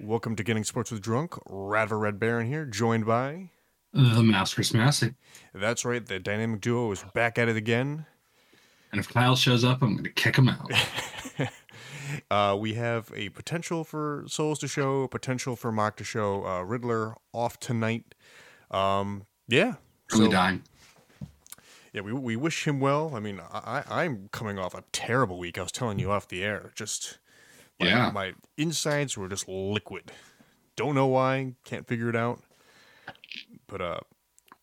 Welcome to Getting Sports with Drunk. Radva Red Baron here, joined by. The Master's Massey. That's right, the dynamic duo is back at it again. And if Kyle shows up, I'm going to kick him out. Uh, we have a potential for Souls to show, potential for Mock to show. Uh, Riddler off tonight. Um, yeah. Really dying. Yeah, we, we wish him well. I mean, I, I- I'm coming off a terrible week. I was telling you off the air. Just my, Yeah. my insides were just liquid. Don't know why. Can't figure it out. But uh,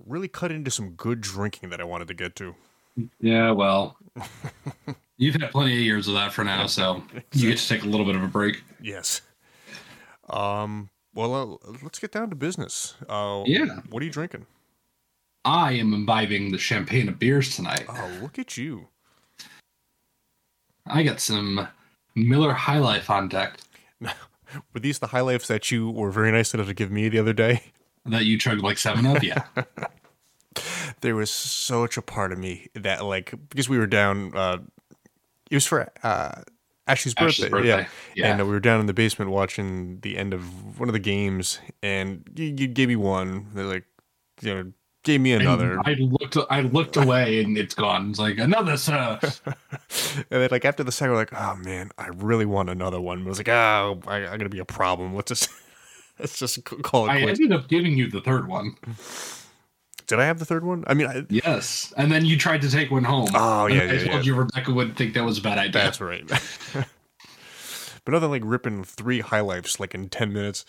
really cut into some good drinking that I wanted to get to. Yeah, well, you've had plenty of years of that for now, so you get to take a little bit of a break. Yes. Um. Well, uh, let's get down to business. Uh, Yeah. What are you drinking? I am imbibing the champagne of beers tonight. Oh, look at you. I got some Miller High Life on deck Were these the highlights that you were very nice enough to give me the other day? that you chugged like seven of. Yeah. There was such a part of me that, like, because we were down, uh, it was for uh, Ashley's birthday. Ash's Yeah. birthday. Yeah. And uh, we were down in the basement watching the end of one of the games, and you, you gave me one. They're like, you know, gave me another. And I looked. I looked away, and it's gone. It's like another, sir. And then, like after the second, we're like, "Oh man, I really want another one." But I was like, "Ah, I, I'm gonna be a problem. Let's just let's just c- call it I quits." ended up giving you the third one. Did I have the third one? I mean, I, Yes, and then you tried to take one home. Oh, And yeah, I yeah, told yeah. you Rebecca would think that was a bad idea. that's right. but other than like ripping three high lifes like in ten minutes,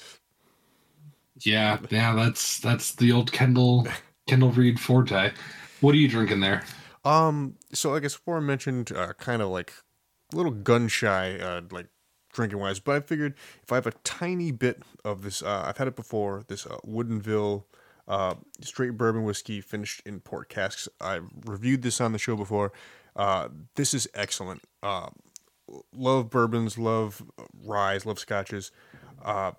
Yeah, yeah, that's that's the old Kendall Kendall Reed forte. What are you drinking there? um, so like as before mentioned, uh, kind of like a little gun shy, uh, like drinking wise. But I figured if I have a tiny bit of this, uh, I've had it before. This uh, Woodenville uh, straight bourbon whiskey finished in port casks. I've reviewed this on the show before. Uh, this is excellent. Uh, love bourbons, love ryes, love scotches. Uh,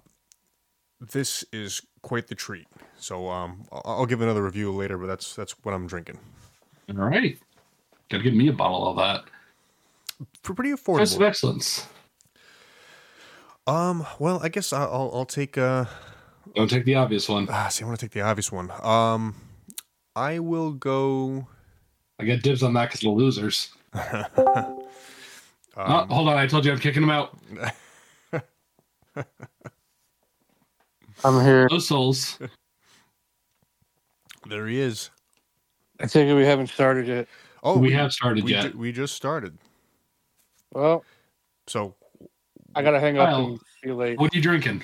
this is quite the treat. So um, I'll, I'll give another review later, but that's that's what I'm drinking. All right, gotta give me a bottle of that. For pretty Press affordable. of excellence. Um, well, I guess I- I'll I'll take uh, Don't take the obvious one. ah, see, I want to take the obvious one. Um, I will go. I got dibs on that because the losers. Um, oh, hold on, I told you I'm kicking them out. I'm here. Those souls. There he is. I think we haven't started yet. Oh, we have started we, yet. ju- we just started. Well, So I gotta hang up Kyle, and be late. What What are you drinking?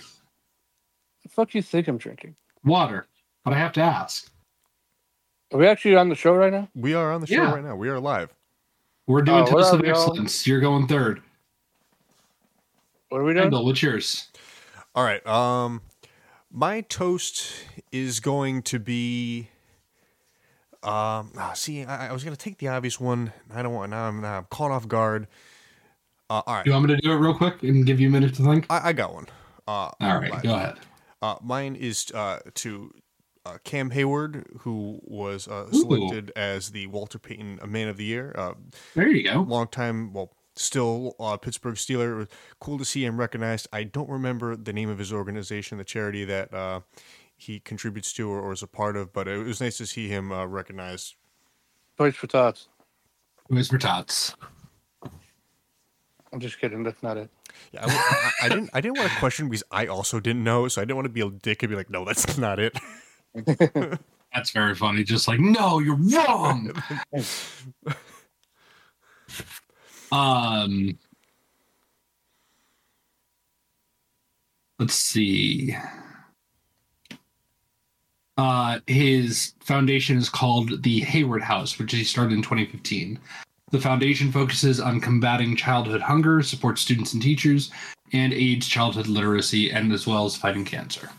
the fuck do you think I'm drinking? Water. But I have to ask. Are we actually on the show right now? we are on the show Yeah. right now. We are live. We're doing Oh, toast well, of we all- excellence. You're going third. What are we doing? Kendall, what's yours? All right. Um, my toast is going to be. Um, ah, see, I, I was gonna take the obvious one. I don't want. Now I'm, now I'm caught off guard. Uh, all right. You want me to do it real quick and give you a minute to think? I, I got one. Uh, All right, my- go ahead. Uh, mine is uh, to uh, Cam Hayward, who was uh, Ooh. selected as the Walter Payton Man of the Year. Uh, There you go. long time, well, still uh, Pittsburgh Steeler. It was cool to see him recognized. I don't remember the name of his organization, the charity that uh, he contributes to or, or is a part of, but it was nice to see him uh, recognized. Toys for tots. Who's for tots? I'm just kidding. That's not it. Yeah, I, w- I- I didn't. I didn't want to question because I also didn't know, so I didn't want to be a dick and be like, "No, that's not it." That's very funny. Just like, no, you're wrong. um, let's see. Uh, his foundation is called the Hayward House, which he started in 2015. The foundation focuses on combating childhood hunger, supports students and teachers, and aids childhood literacy, and as well as fighting cancer.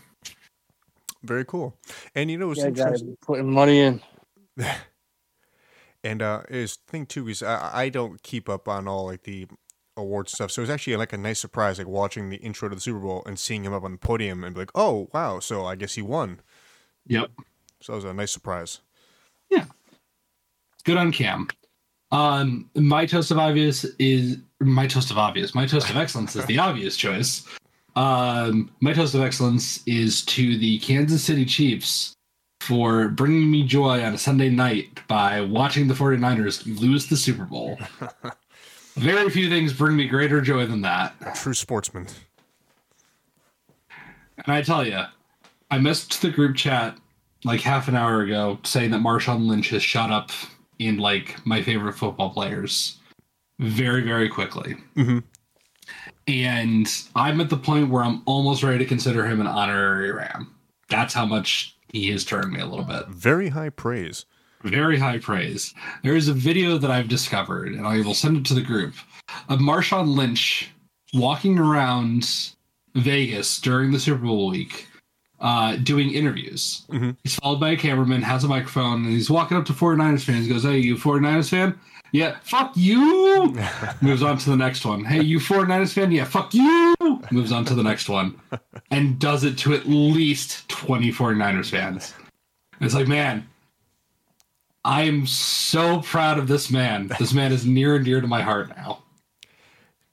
Very cool. And you know, it's Yeah, guys, interesting. putting money in. And uh, is thing too is I, I don't keep up on all like the awards stuff. So it was actually like a nice surprise, like watching the intro to the Super Bowl and seeing him up on the podium and be like, oh wow, so I guess he won. Yep. So it was a nice surprise. Good on Cam. Um, my toast of obvious is my toast of obvious. My toast of excellence is the obvious choice. Um, my toast of excellence is to the Kansas City Chiefs for bringing me joy on a Sunday night by watching the 49ers lose the Super Bowl. Very few things bring me greater joy than that. A true sportsman. And I tell you, I missed the group chat like half an hour ago saying that Marshawn Lynch has shot up in like my favorite football players very, very quickly. Mm-hmm. And I'm at the point where I'm almost ready to consider him an honorary Ram. That's how much he has turned me a little bit. Very high praise. Very high praise. There is a video that I've discovered, and I will send it to the group, of Marshawn Lynch walking around Vegas during the Super Bowl week, uh, doing interviews. Mhm. He's followed by a cameraman, has a microphone, and he's walking up to 49ers fans. Goes, "Hey, you 49ers fan? Yeah, fuck you." Moves on to the next one. Hey, you 49ers fan? Yeah, fuck you. Moves on to the next one, and does it to at least 20 49ers fans. It's like, man, I am so proud of this man. This man is near and dear to my heart now.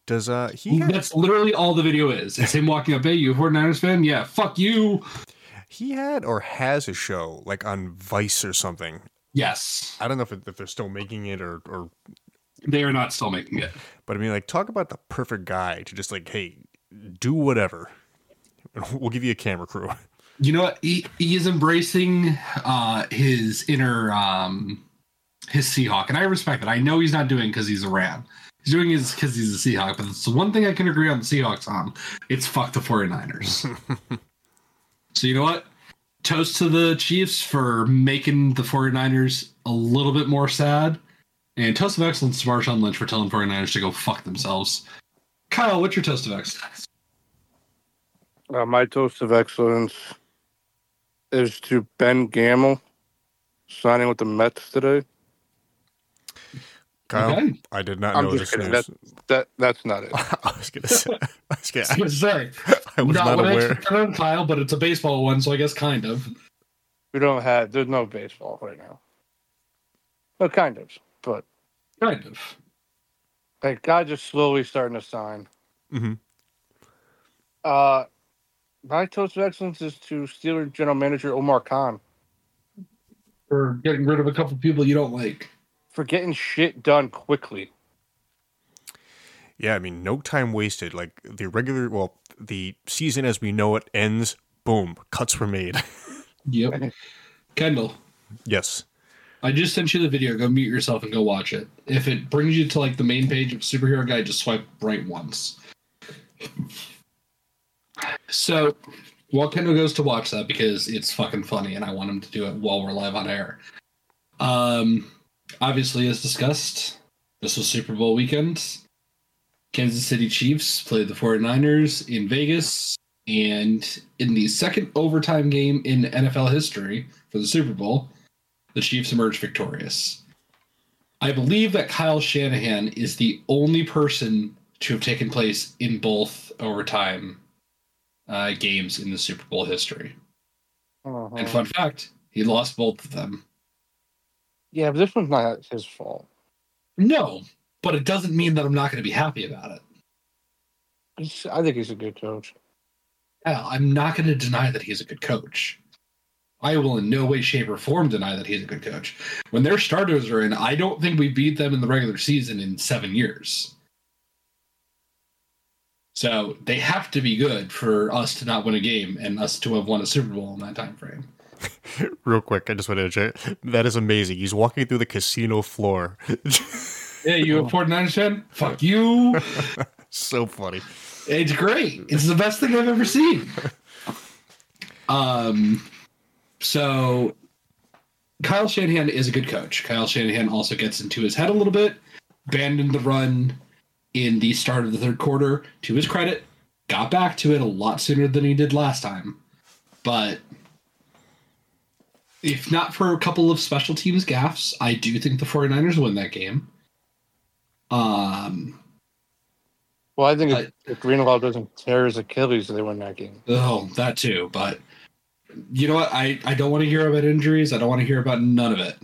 Does uh he have, That's literally all the video is. It's him walking up, hey, you a 49ers fan? Yeah, fuck you. he had or has a show like on Vice or something? Yes. I don't know if, it, if they're still making it or or They are not still making it. But I mean, like, talk about the perfect guy to just like, hey, do whatever. We'll give you a camera crew. You know what? He, he is embracing uh, his inner, um, his Seahawk. And I respect that. I know he's not doing because he's a Ram. He's doing his because he's a Seahawk. But it's the one thing I can agree on the Seahawks on. It's fuck the 49ers. so you know what? Toast to the Chiefs for making the 49ers a little bit more sad. And toast of excellence to Marshawn Lynch for telling 49ers to go fuck themselves. Kyle, what's your toast of excellence? Uh, my toast of excellence is to Ben Gamel signing with the Mets today. Kyle, Okay. I did not I'm know this just kidding. news. That that's not it. I was gonna say, I was, I was gonna, gonna say, I was not not what I aware. expected on Kyle, but it's a baseball one, so I guess kind of. We don't have. There's no baseball right now. Well, kind of, but Kind of. like God just slowly starting to sign. Mhm. Uh, my toast of excellence is to Steelers general manager Omar Khan For getting rid of a couple people you don't like. for getting shit done quickly. Yeah, I mean, no time wasted. Like the regular, well, the season as we know it ends. Boom, cuts were made. Yep. Kendall, yes, I just sent you the video. Go mute yourself and go watch it. If it brings you to like the main page of superhero guy, just swipe right once. So while Kendall goes to watch that because it's fucking funny and I want him to do it while we're live on air. Um obviously as discussed, this was Super Bowl weekend. Kansas City Chiefs played the 49ers in Vegas and in the second overtime game in NFL history for the Super Bowl, the Chiefs emerged victorious. I believe that Kyle Shanahan is the only person to have taken place in both overtime uh, games in the Super Bowl history. And Uh-huh. fun fact, he lost both of them. Yeah, but this one's not his fault. No, but it doesn't mean that I'm not going to be happy about it. He's, I think he's a good coach. Hell, I'm not going to deny that he's a good coach. I will in no way, shape, or form deny that he's a good coach. When their starters are in, I don't think we beat them in the regular season in seven years. So they have to be good for us to not win a game and us to have won a Super Bowl in that time frame. real quick, I just want to check. That is amazing. He's walking through the casino floor. Yeah, you a 49ers fan? Fuck you. so funny. It's great. It's the best thing I've ever seen. Um, so Kyle Shanahan is a good coach. Kyle Shanahan also gets into his head a little bit, abandoned the run in the start of the third quarter. To his credit, got back to it a lot sooner than he did last time. But if not for a couple of special teams gaffes, I do think the 49ers win that game. Um, Well, I think if, if Greenlaw doesn't tear his Achilles, they win that game. oh, that too. But you know what? I, I don't want to hear about injuries. I don't want to hear about none of it.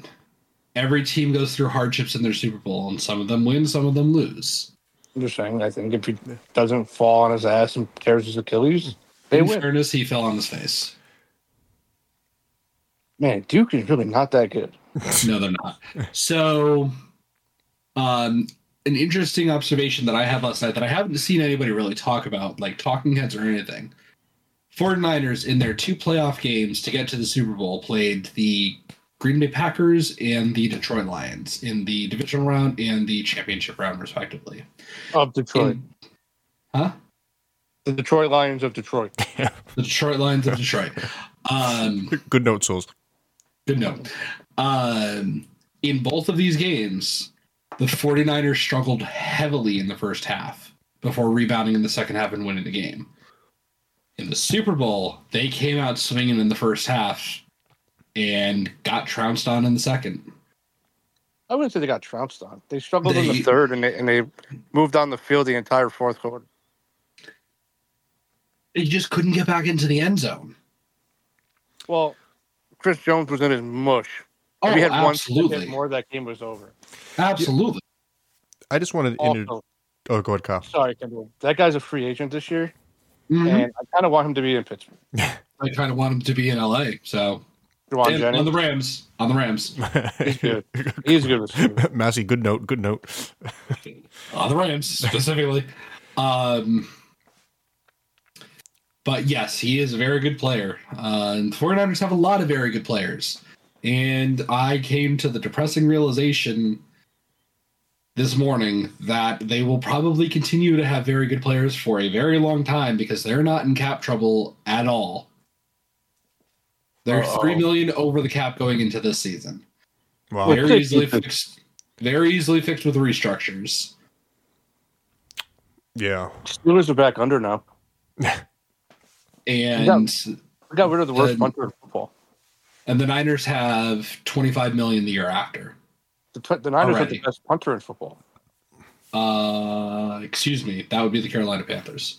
Every team goes through hardships in their Super Bowl, and some of them win, some of them lose. I'm just saying. I think if he doesn't fall on his ass and tears his Achilles, they in win. fairness, he fell on his face. Man, Duke is really not that good. No, they're not. So, um, an interesting observation that I had last night that I haven't seen anybody really talk about, like talking heads or anything. 49ers in their two playoff games to get to the Super Bowl played the Green Bay Packers and the Detroit Lions in the divisional round and the championship round, respectively. Of Detroit, In- huh? the Detroit Lions of Detroit. The Detroit Lions of Detroit. Um, Good note, Souls. Good note. Um, in both of these games, the 49ers struggled heavily in the first half before rebounding in the second half and winning the game. In the Super Bowl, they came out swinging in the first half and got trounced on in the second. I wouldn't say they got trounced on. They struggled in They- the third, and they and they moved on the field the entire fourth quarter. They just couldn't get back into the end zone. Well, Chris Jones was in his mush. Oh, if he had one absolutely. second more, that game was over. Absolutely. I just wanted to. Inter- Also, oh, go ahead, Kyle. sorry, Kendall. That guy's a free agent this year, Mhm. and I kind of want him to be in Pittsburgh. I kind of want him to be in LA. So, Juwan And on Jennings, the Rams. On the Rams. good. he's good. receiver. Massey, good note. Good note. on the Rams specifically. um, but yes, he is a very good player. Uh, and the 49ers have a lot of very good players. And I came to the depressing realization this morning that they will probably continue to have very good players for a very long time because they're not in cap trouble at all. They're Uh-oh. three million over the cap going into this season Wow. Wait. very easily Ridiculous. fixed. Very easily fixed with restructures. Yeah. Steelers are back under now. and We got rid of the worst Um, punter in football. and the Niners have 25 million the year after. The, t- the Niners had the alrighty. best punter in football. Uh, excuse me, that would be the Carolina Panthers.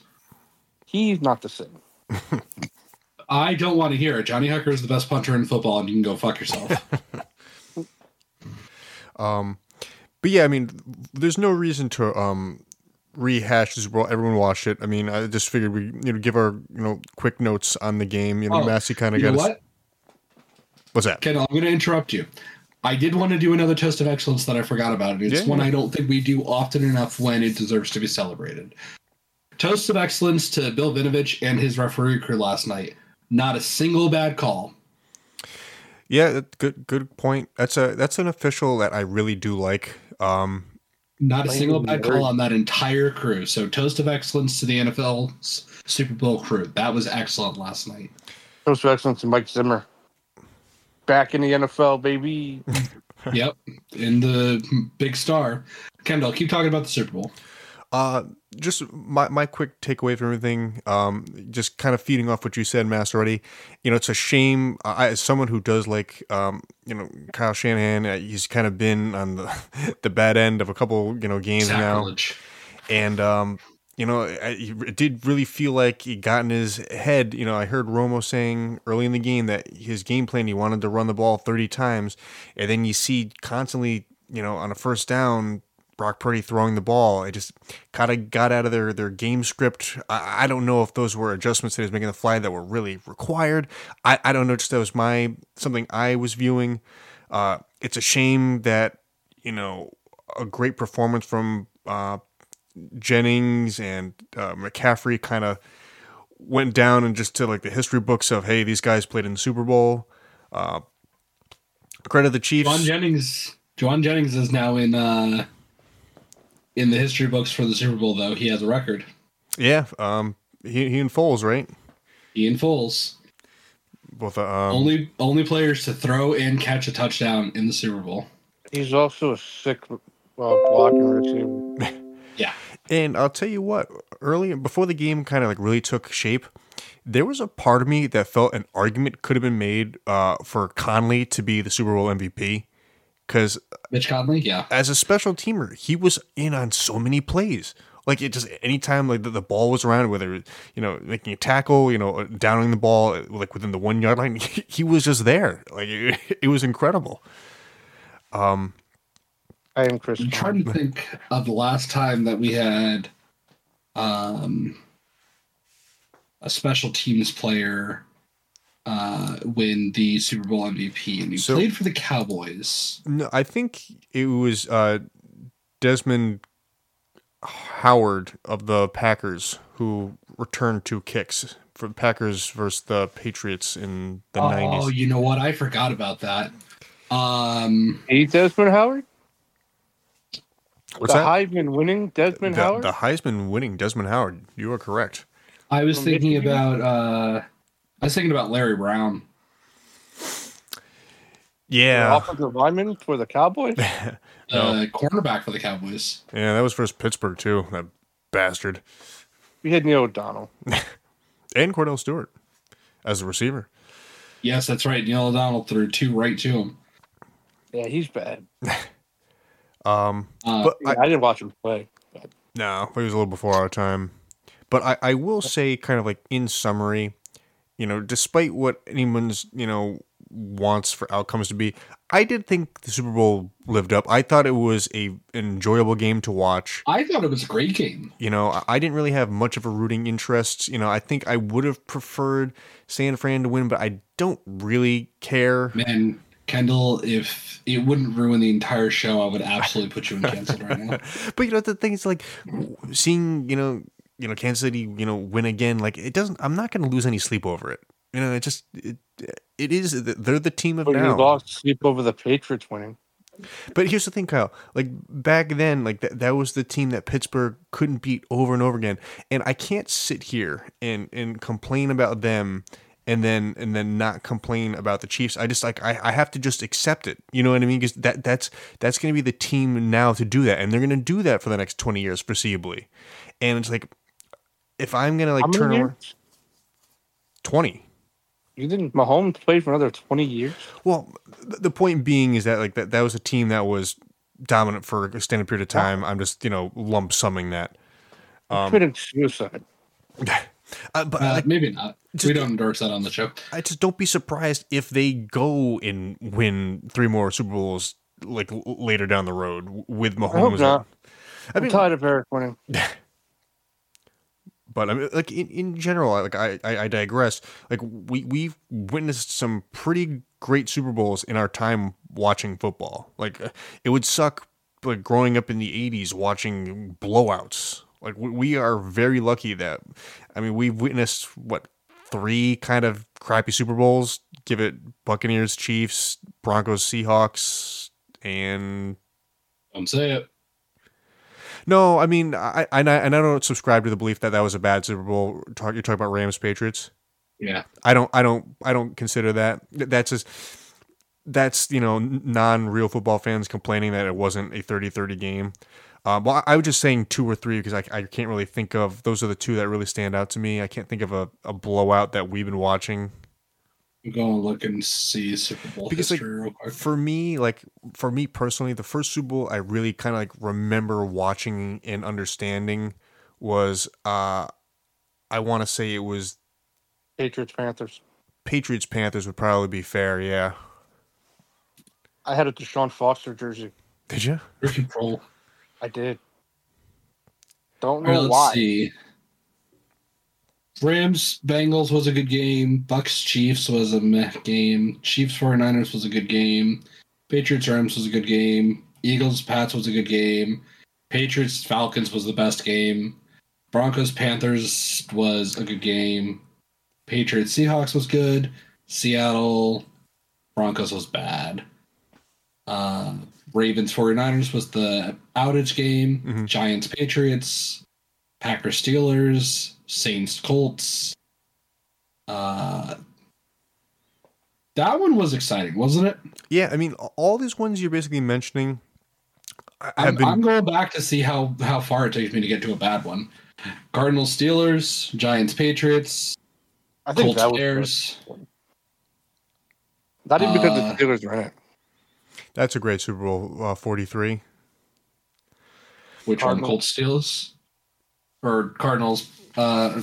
He's not the same. I don't want to hear it. Johnny Hucker is the best punter in football, and you can go fuck yourself. Oh Um, but yeah, I mean, there's no reason to um rehash this. Well, everyone watched it. I mean, I just figured we you know give our you know quick notes on the game. You know, Oh, Massey kind of you know got us. what, What's that? Ken? I'm going to interrupt you. I did want to do another toast of excellence that I forgot about. and It's Yeah. one I don't think we do often enough when it deserves to be celebrated. Toast of excellence to Bill Vinovich and his referee crew last night. Not a single bad call. Yeah, that- good good point. That's a that's an official that I really do like. Um, Not a Blame single the bad nerd. call on that entire crew. So toast of excellence to the NFL's Super Bowl crew. That was excellent last night. Toast of excellence to Mike Zimmer. Back in the NFL, baby. yep, and the big star, Kendall. Keep talking about the Super Bowl. uh, just my, my quick takeaway from everything. Um, just kind of feeding off what you said, Mass already. You know, it's a shame. I, as someone who does like, um, you know, Kyle Shanahan, uh, he's kind of been on the the bad end of a couple, you know, games now. Sacrilege. and um, you know, I, it did really feel like he got in his head. You know, I heard Romo saying early in the game that his game plan he wanted to run the ball thirty times, and then you see constantly, you know, on a first down. Brock Purdy throwing the ball. It just kind of got out of their, their game script. I, I don't know if those were adjustments that he was making on the fly that were really required. I, I don't know. Just that was my something I was viewing. Uh, it's a shame that you know a great performance from uh, Jennings and uh, McCaffrey kind of went down and just to like the history books of hey these guys played in the Super Bowl. Uh, credit the Chiefs. Juwan Jennings. Juwan Jennings is now in uh, in the history books for the Super Bowl. Though he has a record. yeah, um, he he and Foles right. Ian Foles, Both uh, um, only only players to throw and catch a touchdown in the Super Bowl. He's also a sick uh, blocking receiver. Yeah, And I'll tell you what, early before the game kind of like really took shape, there was a part of me that felt an argument could have been made uh, for Conley to be the Super Bowl MVP because Mitch Conley, yeah. as a special teamer, he was in on so many plays. Like it just anytime like the, the ball was around, whether you know making a tackle, you know downing the ball like within the one yard line, he, he was just there. Like it, it was incredible. I am Chris. I'm trying to think of the last time that we had um, a special teams player uh, win the Super Bowl MVP, and he So- played for the Cowboys. No, I think it was uh, Desmond Howard of the Packers who returned two kicks for the Packers versus the Patriots in the Uh, oh, nineties. you know what? I forgot about that. Um, He Desmond Howard? What's oh, the that? Heisman winning Desmond the, Howard? the Heisman winning Desmond Howard. You are correct. I was From thinking Michigan? about uh, I was thinking about Larry Brown. The Yeah, offensive lineman for the Cowboys? Oh. Uh, cornerback for the Cowboys. yeah, that was versus Pittsburgh too. That bastard we had Neil O'Donnell. and Cordell Stewart as the receiver. Yes, that's right. Neil O'Donnell threw two right to him. Yeah, he's bad. Um, Uh, but I, didn't watch him play. No, it was a little before our time. But I, I will say, kind of like in summary, you know, despite what anyone's, you know, wants for outcomes to be, I did think the Super Bowl lived up. I thought it was a an enjoyable game to watch. I thought it was a great game. You know, I- I didn't really have much of a rooting interest. You know, I think I would have preferred San Fran to win, but I don't really care. Man, Kendall, if it wouldn't ruin the entire show, I would absolutely put you in canceled right now. But you know, the thing is, like, w- seeing you know, you know, Kansas City, you know, win again. Like, it doesn't. I'm not going to lose any sleep over it. You know, it just it, it is. They're the team of But you now. lost sleep over the Patriots winning. But here's the thing, Kyle. Like back then, like that, that was the team that Pittsburgh couldn't beat over and over again. And I can't sit here and and complain about them and then and then not complain about the Chiefs. I just like I, I have to just accept it. You know what I mean? Because that that's that's gonna be the team now to do that. And they're gonna do that for the next twenty years foreseeably. And it's like if I'm gonna How like many turn years? over twenty. You think Mahomes played for another 20 years? Well, th- the point being is that like that that was a team that was dominant for an extended period of time. I'm just you know lump summing that. Um, committed suicide. Uh, but Uh, like, maybe not. just- we don't endorse that on the show. I just don't be surprised if they go and win three more Super Bowls like l- later down the road w- with Mahomes. not. I I mean, am tired of Eric winning. but I mean, like in, in general, I- like I, I I digress. Like we we've witnessed some pretty great Super Bowls in our time watching football. Like uh, it would suck like growing up in the '80s watching blowouts. Like we- we are very lucky that I mean we've witnessed what three kind of crappy Super Bowls. Give it Buccaneers, Chiefs, Broncos, Seahawks, and Don't say it. no, I mean, I I- and I, and I don't subscribe to the belief that that was a bad Super Bowl. Talk, you're talking about Rams Patriots. Yeah. I don't I don't I don't consider that. Th- That's just that's you know non real football fans complaining that it wasn't a 30-30 game. Um, well, I I was just saying two or three because I, I can't really think of those are the two that really stand out to me. I can't think of a, a blowout that we've been watching I'm going to look and see Super Bowl Because, like, history real quick. for me, like for me personally, the first Super Bowl I really kind of like remember watching and understanding was uh I want to say it was Patriots, Panthers. Patriots Panthers would probably be fair, yeah. I had a Deshaun Foster jersey. Did you? Ricky Prohl. I did. Don't All right, know let's why. see. Rams Bengals was a good game. Bucks Chiefs was a meh game. Chiefs 49ers was a good game. Patriots Rams was a good game. Eagles Pats was a good game. Patriots Falcons was the best game. Broncos Panthers was a good game. Patriots Seahawks was good. Seattle Broncos was bad. Uh, Ravens 49ers was the outage game. Mhm. Giants Patriots. Packers Steelers. Saints Colts. Uh, that one was exciting, wasn't it? Yeah, I mean, all these ones you're basically mentioning, have I'm, been I'm going back to see how how far it takes me to get to a bad one. Cardinals, Steelers, Giants, Patriots, I think Colts, that was Bears. not even because Uh, the Steelers were in it. that's a great Super Bowl uh, 43. Which one? Cardinals. Colts, Steelers, or Cardinals? Uh,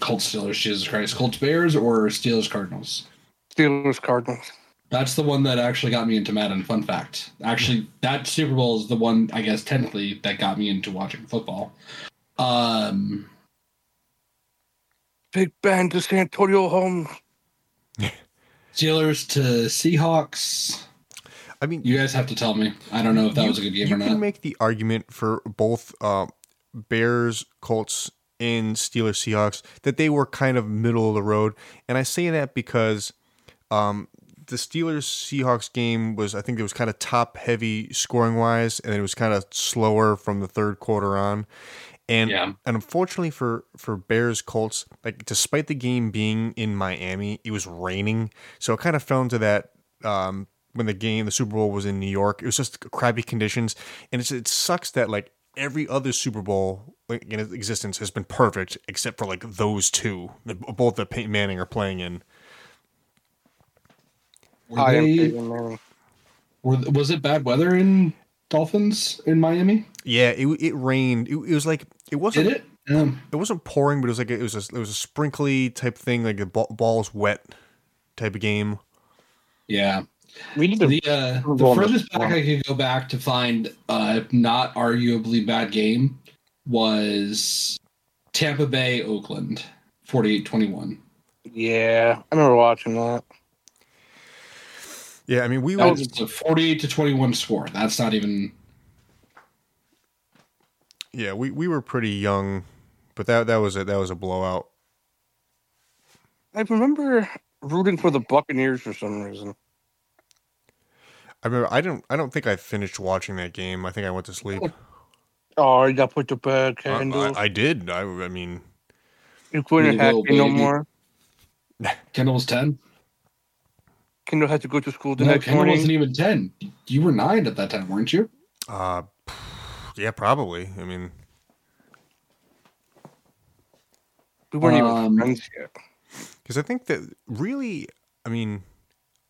Colts, Steelers. Jesus Christ, Colts, Bears, or Steelers, Cardinals. Steelers Cardinals. That's the one that actually got me into Madden. Fun fact. Actually, that Super Bowl is the one, I guess, technically, that got me into watching football. Um, Big Ben to San Antonio home. Steelers to Seahawks. I mean, You guys have to tell me. I don't know if that was a good game you or can not. make the argument for both uh, Bears, Colts, and Steelers Seahawks that they were kind of middle of the road, and I say that because um, the Steelers Seahawks game was I think it was kind of top heavy scoring wise, and it was kind of slower from the third quarter on, and Yeah. and unfortunately for for Bears Colts, like despite the game being in Miami, it was raining, so it kind of fell into that um, when the game, the Super Bowl was in New York. It was just crappy conditions, and it's, it sucks that like every other Super Bowl like, in its existence has been perfect except for like those two, the- both that Peyton Manning are playing in. Were I am they, Peyton Manning. were, was it bad weather in Dolphins in Miami? Yeah, it it rained. It, it was like it wasn't Did it? it? Um, wasn't pouring, but it was like a, it was a, it was a sprinkly type thing, like the ball, ball's wet type of game. yeah. We need to The, uh, the furthest back I could go back to find uh, not arguably bad game was Tampa Bay, Oakland, 48 21. Yeah. I remember watching that. Yeah, I mean we That were was a 48 to 21 score. That's not even. yeah we, we were pretty young, but that that was a that was a blowout. I remember rooting for the Buccaneers for some reason. I remember I don't I don't think I finished watching that game. I think I went to sleep. Oh, you got put to Uh, bed, I, Kendall. I, I did. I, I mean you couldn't You have little me no baby. more. Kendall was 10. Kendall had to go to school the No, next Kendall morning. wasn't even 10. You were 9 at that time, weren't you? Uh, yeah, probably. I mean, We weren't Um, even friends yet. because I think that really, I mean,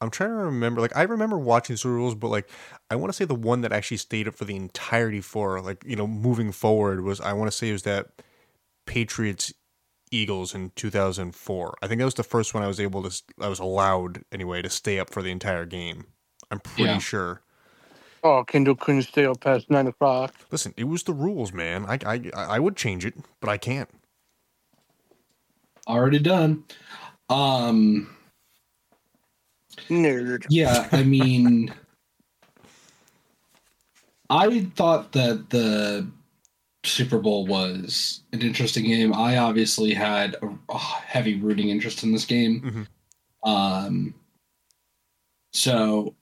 I'm trying to remember. Like, I remember watching Super Bowls, but like, I want to say the one that actually stayed up for the entirety for, like, you know, moving forward was I want to say it was that Patriots Eagles in 2004. I think that was the first one I was able to, s- I was allowed anyway to stay up for the entire game. I'm pretty Yeah. sure. Oh, Kendall couldn't stay up past nine o'clock. Listen, it was the rules, man. I, I, I would change it, but I can't. Already done. Um, Nerd. Yeah, I mean, I thought that the Super Bowl was an interesting game. I obviously had a, a heavy rooting interest in this game. Mhm. Mm-hmm. Um, so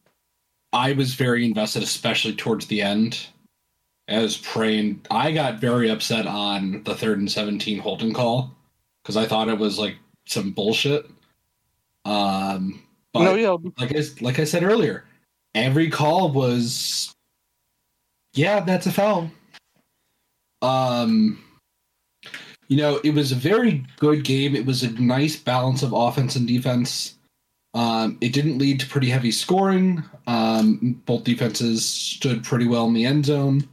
I was very invested, especially towards the end. I was praying. I got very upset on the third and 17 Holden call because I thought it was like some bullshit. Um, but no, yeah. like I, like I said earlier, every call was, yeah, that's a foul. Um, you know, it was a very good game. It was a nice balance of offense and defense. Um, it didn't lead to pretty heavy scoring. Um, both defenses stood pretty well in the end zone.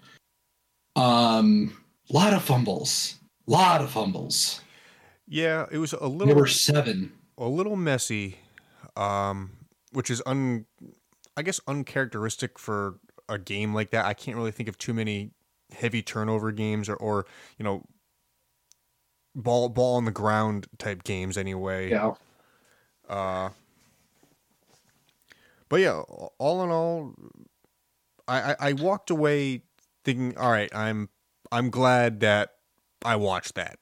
Um, lot of fumbles. Lot of fumbles. Yeah, it was a little. There were seven. a little messy, um, which is un, I guess uncharacteristic for a game like that. I can't really think of too many heavy turnover games or, or you know, ball ball on the ground type games anyway. Yeah. Uh, but yeah, all in all, I, I I walked away thinking, all right, I'm I'm glad that I watched that.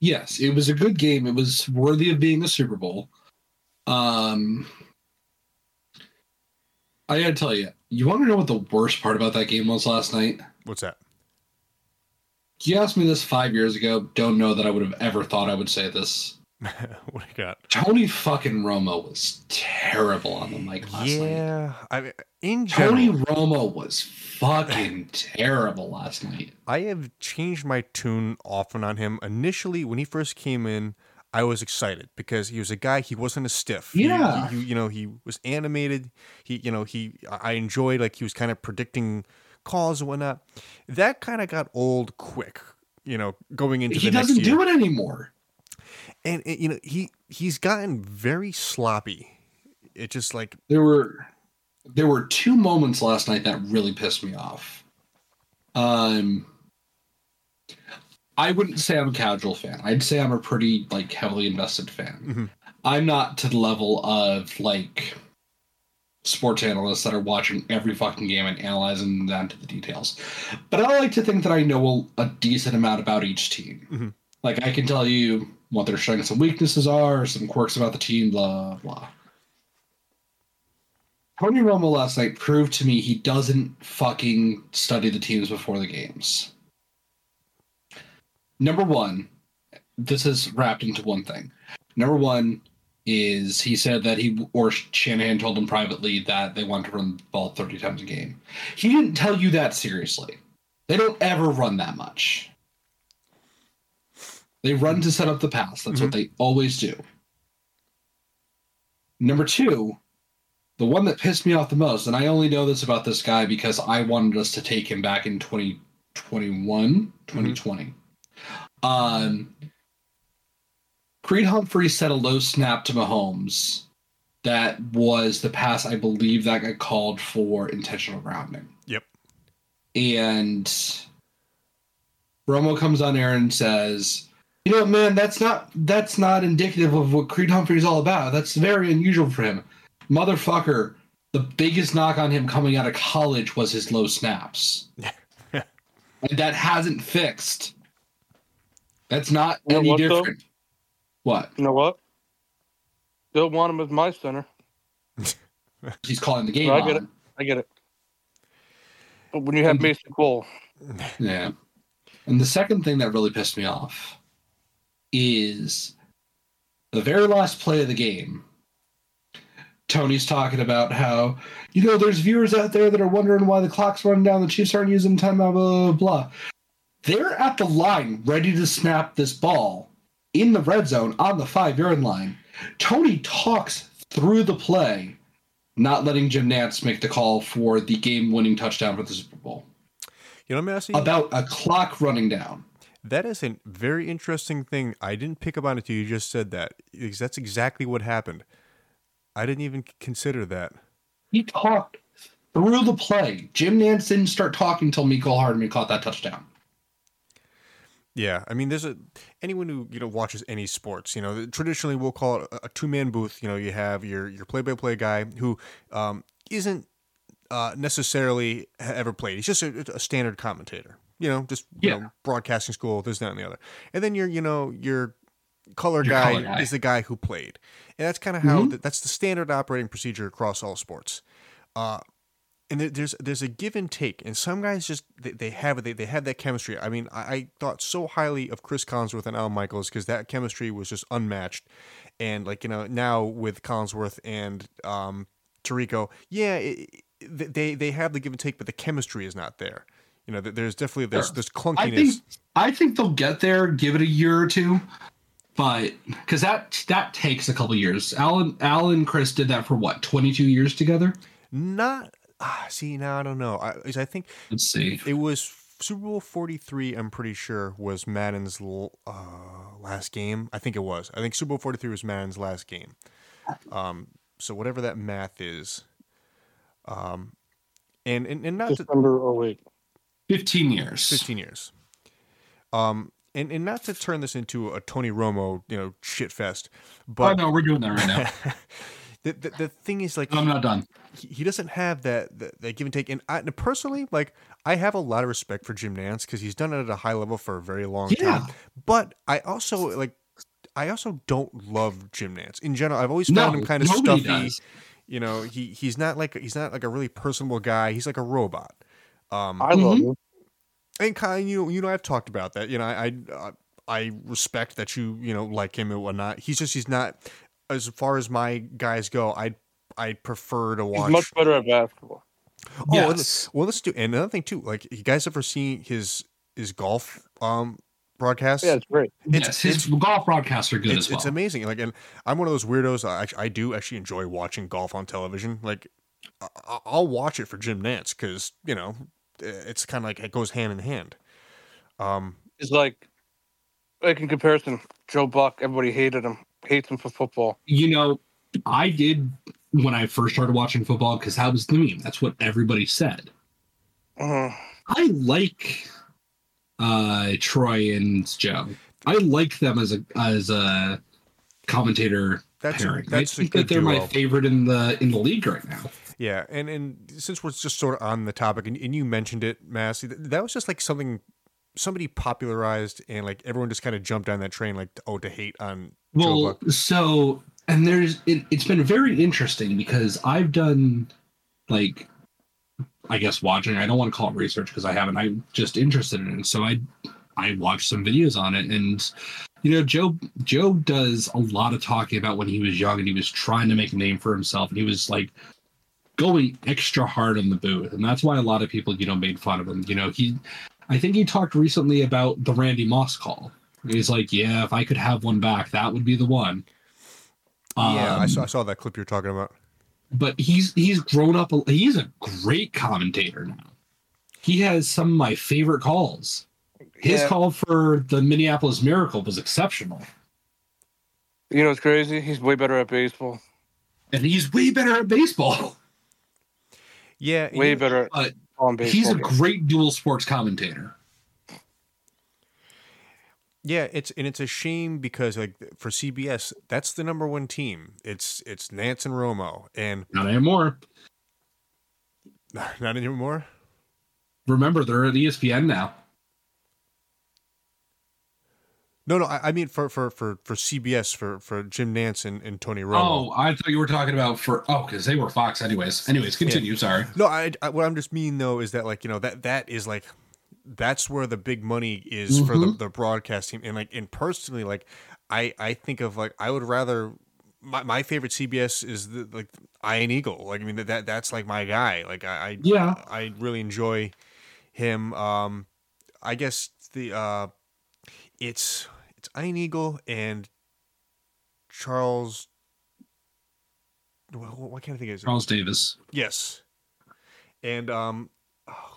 Yes, it was a good game. It was worthy of being a Super Bowl. Um, I gotta tell you, you want to know what the worst part about that game was last night? What's that? You asked me this five years ago. Don't know that I would have ever thought I would say this. what do you got? Tony fucking Romo was terrible on the mic last night. Yeah, I mean, in general, Tony Romo was fucking terrible last night. I have changed my tune often on him. Initially, when he first came in, I was excited because he was a guy. He wasn't a stiff. He- Yeah. he, he- you know, he was animated. He, you know, he. I I enjoyed like he was kind of predicting calls and whatnot. That kind of got old quick. You know, going into He the doesn't next year. do it anymore. and and, you know he he's gotten very sloppy. It just like There were there were two moments last night that really pissed me off. Um I wouldn't say I'm a casual fan. I'd say I'm a pretty like heavily invested fan. mhm. I'm not to the level of like sports analysts that are watching every fucking game and analyzing them down to the details. But I like to think that I know a, a decent amount about each team. Mhm. Like I can tell you what their strengths and weaknesses are, some quirks about the team, blah blah. Tony Romo last night proved to me he doesn't fucking study the teams before the games. Number one, this is wrapped into one thing. Number one is he said that he or Shanahan told him privately that they want to run the ball 30 times a game. He didn't tell you that seriously. They don't ever run that much. They run to set up the pass. That's what they always do. Number two, the one that pissed me off the most, and I only know this about this guy because I wanted us to take him back in 2021, 2020. Um, Creed Humphrey set a low snap to Mahomes that was the pass I believe that got called for intentional grounding. Yep. And Romo comes on air and says, You know, man, that's not that's not indicative of what Creed Humphrey's all about. That's very unusual for him. Motherfucker, the biggest knock on him coming out of college was his low snaps. and that hasn't fixed. That's not You know any what, though? different. What? You know what? They'll want him as my center. he's calling the game. I get on. I get it. But when you have Mason Cole, Yeah. And the second thing that really pissed me off is the very last play of the game. Tony's talking about how, you know, there's viewers out there that are wondering why the clock's running down, the Chiefs aren't using timeout, blah, blah, blah, blah. They're at the line ready to snap this ball in the red zone on the five yard line. Tony talks through the play, not letting Jim Nance make the call for the game winning touchdown for the Super Bowl you know, I'm asking. about a clock running down. That is a very interesting thing. I didn't pick up on it till you just said that. Because that's exactly what happened. I didn't even c- consider that. He talked through the play. Jim Nance didn't start talking until Miko Hardman caught that touchdown. Yeah, I mean, there's a anyone who you know watches any sports. You know, traditionally we'll call it a, two man booth. You know, you have your your play by play guy who um, isn't uh, necessarily ha- ever played. He's just a, a standard commentator. You know, just you Yeah. know, broadcasting school, this, that, and the other. And then your you know your color, Your guy, color guy. is the guy who played, and that's kind of Mm-hmm. how th- that's the standard operating procedure across all sports. Uh, and there- there's there's a give and take, and some guys just they, they have it. They, they have that chemistry. I mean, I, I thought so highly of Chris Collinsworth and Al Michaels because that chemistry was just unmatched. And like you know now with Collinsworth and um, Tarico, yeah, it, it- they they have the give and take, but the chemistry is not there. You know, th- there's definitely there's Sure. there's I clunkiness. think I think they'll get there. Give it a year or two, but because that that takes a couple years. Alan Alan and Chris did that for what twenty two years together. Not ah, see now I don't know. I, 'cause I think Let's see. it was Super Bowl 43, I'm pretty sure, was Madden's l- uh, last game. I think it was. I think Super Bowl 43 was Madden's last game. Um, so whatever that math is. Um, and, and, and not to, December 08. Fifteen years. 15 years. Um, and, and not to turn this into a Tony Romo, you know, shit fest, Oh but no, we're doing that right now. the, the, the thing is like, I'm not done. he he doesn't have that, that that give and take. And I and personally, like I have a lot of respect for Jim Nance because he's done it at a high level for a very long Yeah. time. But I also like I also don't love Jim Nance in general. I've always No, found him kind of nobody stuffy. does. You know, he he's not like he's not like a really personable guy. He's like a robot. Um, I love Mhm. him. and Kyle, you you know I've talked about that. You know, I I, uh, I respect that you you know like him and whatnot. He's just he's not as far as my guys go. I I prefer to watch. He's much better at basketball. oh, and- yes. well, let's do and another thing too. Like you guys ever seen his his golf um broadcast? Yeah, it's great. it's- yes. His golf broadcasts are good it's, as well. it's amazing. Like, and I'm one of those weirdos. I actually, I do actually enjoy watching golf on television. Like, I- I, I'll watch it for Jim Nance because you know it's kind of like it goes hand in hand. Um, He's like, like in comparison, Joe Buck. Everybody hated him. Hates him for football. you know, I did when I first started watching football because that was the meme. That's what everybody said. Mhm. I like uh, Troy and Joe. I like them as a as a commentator that's a, pairing. that's a I think good that they're my duo. favorite in the in the league right now. Yeah, and and since we're just sort of on the topic, and, and you mentioned it, Massey, th- that was just like something somebody popularized, and like everyone just kind of jumped on that train, like oh, to hate on Joe Well, Buck. so and there's it, it's been very interesting because I've done like I guess watching. I don't want to call it research because I haven't. I'm just interested in it. So I I watched some videos on it, and you know Joe Joe does a lot of talking about when he was young and he was trying to make a name for himself, and he was like going extra hard on the booth, and that's why a lot of people you know made fun of him. You know he. I think he talked recently about the Randy Moss call. He's like, yeah, if I could have one back, that would be the one. yeah, I Um, saw, I saw that clip you're talking about. but he's he's grown up. a- He's a great commentator now. He has some of my favorite calls. His Yeah. call for the Minneapolis Miracle was exceptional, You know what's crazy? He's way better at baseball. and he's way better at baseball. Yeah, and Way you- better Uh, at on baseball. He's a games. great dual sports commentator. Yeah, it's and it's a shame because like for CBS, that's the number one team. It's it's Nance and Romo, and Not anymore. not anymore. Remember, they're at E ESPN now. No, no, I, I mean for for for for CBS for for Jim Nance and, and Tony Romo. Oh, I thought you were talking about for oh, because they were Fox, anyways. Anyways, continue. Sorry. No, I, I what I'm just mean though is that like you know that that is like that's where the big money is for the, the broadcast team and like and personally like I I think of like I would rather my, my favorite CBS is the like Iron Eagle like I mean that, that that's like my guy like I, Yeah. I I really enjoy him um I guess the uh it's it's Iron Eagle and Charles well, what can't I think of his Charles Davis. Yes. And um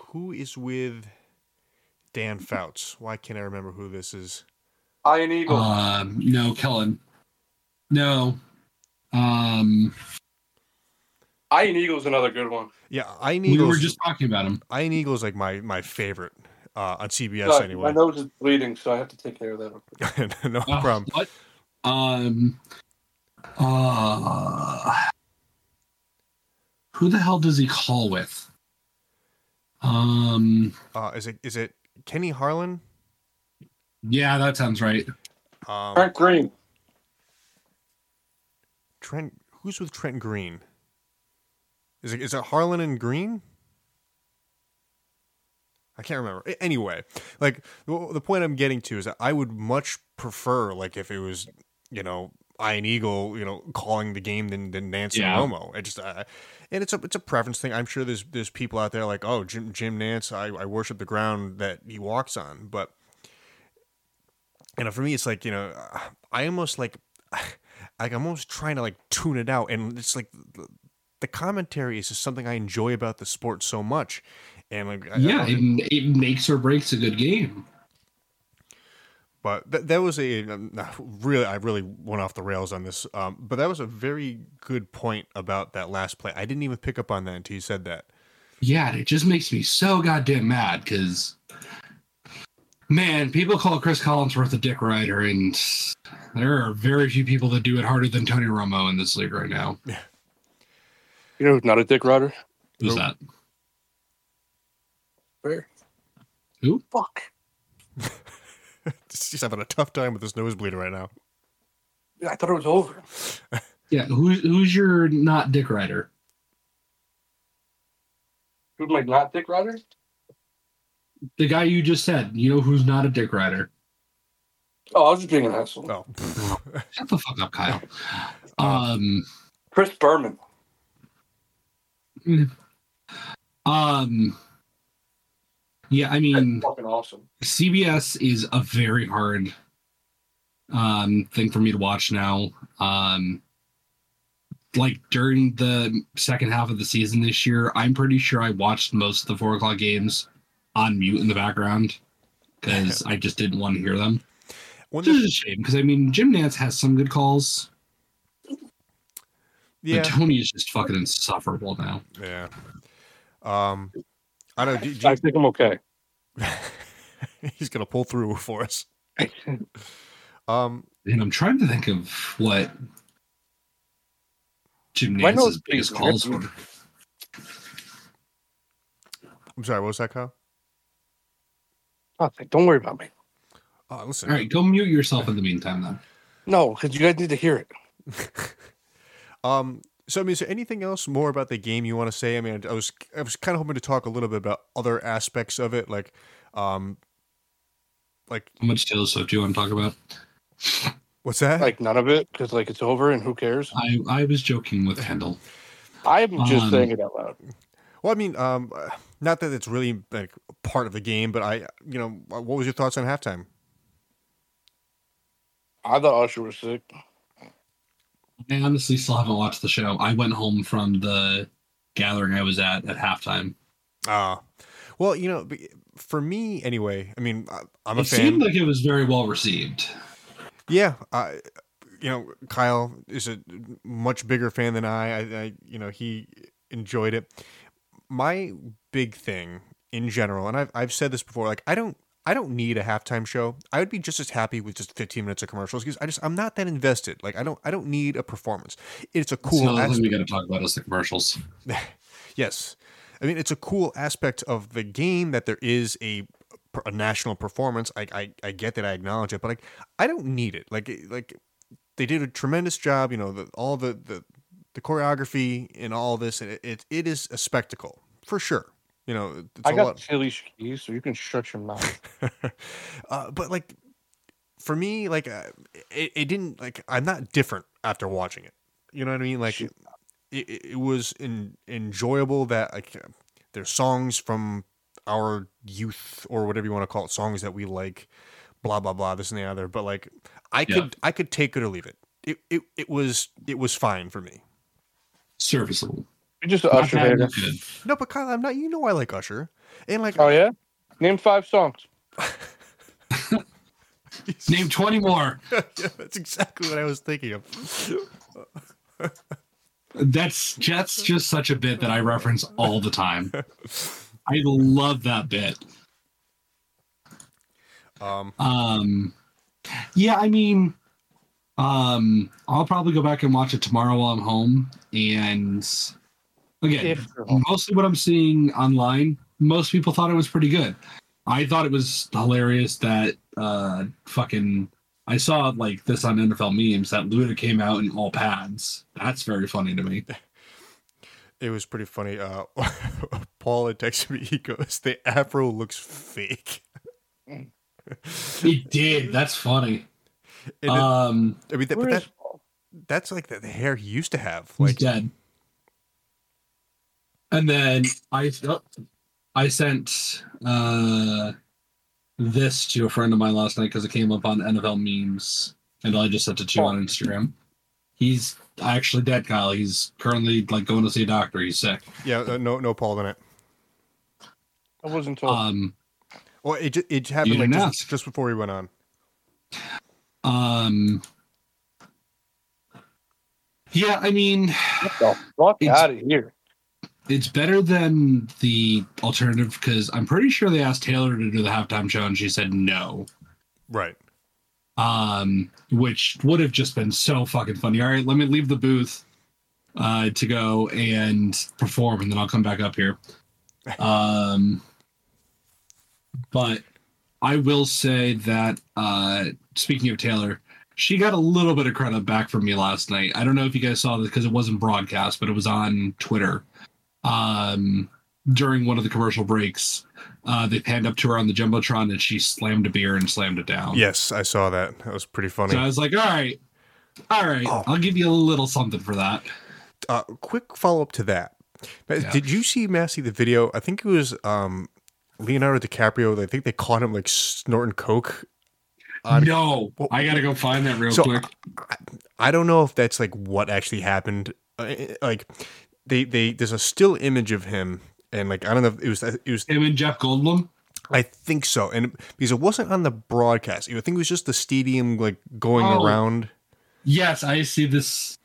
who is with Dan Fouts? Why can't I remember who this is? Iron Eagle. Um, no, Kellen. No. Um, Iron Eagle's another good one. Yeah, Iron we Eagle's were just talking about him. Iron Eagle's like my my favorite uh on CBS Sorry, My anyway. nose is bleeding, so I have to take care of that. real quick. no Ah. Uh, problem. What? Um. Uh, who the hell does he call with? Um. Uh is it is it Kenny Harlan? Yeah, that sounds right. Um Frank Green. Trent who's with Trent Green? Is it is it Harlan and Green? I can't remember. A- Anyway, like the the point I'm getting to is that I would much prefer like if it was you know Iron Eagle you know calling the game than than Nance Yeah. and Romo. I just uh, and it's a it's a preference thing. I'm sure there's there's people out there like oh Jim Jim Nance I, I worship the ground that he walks on, but you know for me it's like you know I almost like like I'm almost trying to like tune it out and it's like the, the commentary is just something I enjoy about the sport so much. And like, I- I yeah, don't- it, it makes or breaks a good game. But th- that was a um, nah, really, I really went off the rails on this. Um, but that was a very good point about that last play. I didn't even pick up on that until you said that. Yeah, and it just makes me so goddamn mad because, man, people call Chris Collinsworth a dick rider, and there are very few people that do it harder than Tony Romo in this league right now. You know who's not a dick rider? Who's Nope. that? Where? Who? Fuck. He's having a tough time with this nosebleeder right now. I thought it was over. Yeah, who's who's your not dick rider? Who's my not dick rider? The guy you just said. You know who's not a dick rider? Oh, I was just being an asshole. Oh, Shut the fuck up, Kyle. Um, Chris Berman. um, yeah, I mean, Fucking awesome. CBS is a very hard um, thing for me to watch now. Um, like during the second half of the season this year, I'm pretty sure I watched most of the four o'clock games on mute in the background because I just didn't want to hear them. when Which is the, a shame because I mean, Jim Nance has some good calls, yeah, but Tony is just fucking insufferable now. yeah. Um, I don't. Do, do I think I'm okay. you- he's gonna pull through for us. Um, And I'm trying to think of what Jim Why not Nance's be biggest calls dripping? were. I'm sorry. What was that, Kyle? Nothing. Don't worry about me. Uh, listen. All right, go mute yourself in the meantime then. No, because you guys need to hear it. Um, so I mean, is there anything else more about the game you want to say? I mean, I was I was kind of hoping to talk a little bit about other aspects of it, like, um, like How much Taylor Swift do you want to talk about? what's that? Like none of it, because like it's over and who cares? I, I was joking with Kendall. I'm just Um, saying it out loud. well, I mean, um, uh, not that it's really like part of the game, but I, you know, uh, what was your thoughts on halftime? I thought Usher was sick. I honestly still haven't watched the show. I went home from the gathering I was at at halftime. Uh well, you know, b- for me anyway. I mean, I, I'm a it fan. seemed like it was very well received. Yeah, I, you know, Kyle is a much bigger fan than I. I, I you know, he enjoyed it. My big thing in general, and I've I've said this before, like I don't I don't need a halftime show. I would be just as happy with just 15 minutes of commercials because I just I'm not that invested. Like I don't I don't need a performance. It's a Cool. cool. another aspect. thing we got to talk about is the commercials. Yes. I mean, it's a cool aspect of the game that there is a, a national performance. I, I, I get that. I acknowledge it, but like, I don't need it. Like, it- like they did a tremendous job, you know, the, all the, the, the choreography and all this, and it, it, it is a spectacle for sure. You know, it's a I got lot. chili skis, so you can shut your mouth. uh, but like for me like uh, it, it didn't like i'm not different after watching it you know what i mean like Sure. it, it, it was in, enjoyable that like uh, there's songs from our youth or whatever you want to call it songs that we like blah blah blah this and the other but like i Yeah. could i could take it or leave it it, it, it was it was fine for me Serviceable. You're just an Not Usher bad, hater. not good. no but kyle i'm not you know i like usher and like Oh yeah. Name five songs. Name 20 more. yeah, that's exactly what i was thinking of That's that's just such a bit that I reference all the time. I love that bit. um Um, yeah, I mean, um, I'll probably go back and watch it tomorrow while I'm home. And again, If you're home. mostly what I'm seeing online, most people thought it was pretty good. I thought it was hilarious that uh, fucking. I saw like this on NFL memes that Luda came out in all pads. That's very funny to me. It was pretty funny. Uh, Paul had texted me. He goes, "The afro looks fake." and It did. That's funny. it- Um, I mean, that, but Where that, is- that's like the, the hair he used to have. He's Like, dead. And then I oh, I sent uh, this to a friend of mine last night because it came up on NFL memes, and I just sent it to you on Instagram. He's actually dead, Kyle. He's currently like going to see a doctor. He's sick. yeah, uh, no, no Paul in it. I wasn't told. Uh, Um, Well, it ju- it happened You like didn't just, ask. just before he went on. um, yeah. I mean, Get the fuck it's- out of here. it's better than the alternative because I'm pretty sure they asked Taylor to do the halftime show, and she said no. Right. um, which would have just been so fucking funny. All right, let me leave the booth uh, to go and perform, and then I'll come back up here. Um, but I will say that uh, speaking of Taylor, she got a little bit of credit back from me last night. I don't know if you guys saw this because it wasn't broadcast, but it was on Twitter. Um, during one of the commercial breaks, uh, they panned up to her on the jumbotron and she slammed a beer and slammed it down. Yes, I saw that. That was pretty funny. Um, So I was like, all right, all right, Oh. I'll give you a little something for that. uh, quick follow up to that. Ma- Yeah. Did you see Massey the video? I think it was um, Leonardo DiCaprio. I think they caught him like snorting coke. Uh, no, well- I gotta go find that real So, quick. I don't know if that's like what actually happened. Uh, Like they they there's a still image of him, and like I don't know. If it was it was Him and Jeff Goldblum. I think so, and because it wasn't on the broadcast, I think it was just the stadium like going Oh. around. Yes, I see this.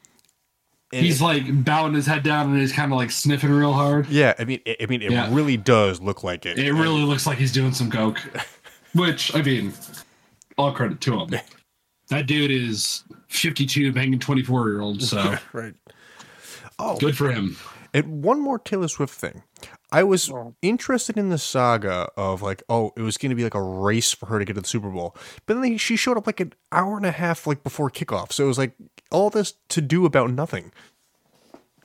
And He's like bowing his head down and he's kind of like sniffing real hard. yeah, I mean, I mean, it Yeah. really does look like it. It really looks like he's doing some coke, which I mean, all credit to him. That dude is 52, banging 24 year old, so right. Oh, good for him. And one more Taylor Swift thing. I was Oh. interested in the saga of like, oh, it was going to be like a race for her to get to the Super Bowl, but then she showed up like an hour and a half like before kickoff, so it was like all this to do about nothing.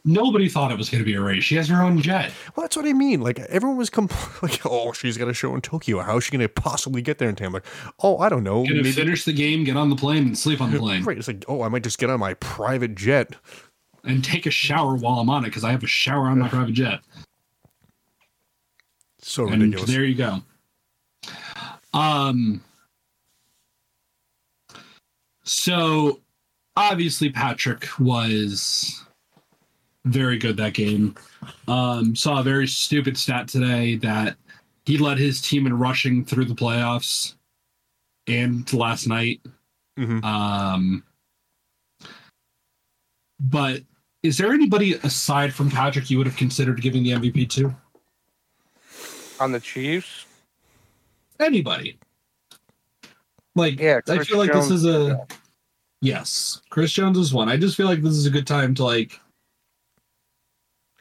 Nobody thought it was going to be a race. She has her own jet. Well, that's what I mean. Like everyone was compl- like, oh, she's got a show in Tokyo. How is she going to possibly get there in time? Like, oh, I don't know. Going to Maybe- finish the game, get on the plane, and sleep on the plane, Right, it's like, oh, I might just get on my private jet. and take a shower while I'm on it because I have a shower on my private jet. So and ridiculous. there you go. Um. So, obviously, Patrick was very good that game. Um, saw a very stupid stat today that he led his team in rushing through the playoffs and last night. Mhm. Um, but is there anybody aside from Patrick you would have considered giving the MVP to? On the Chiefs? anybody. Like, Yeah, I Chris feel like this Jones is a yes. Chris Jones is one. I just feel like this is a good time to like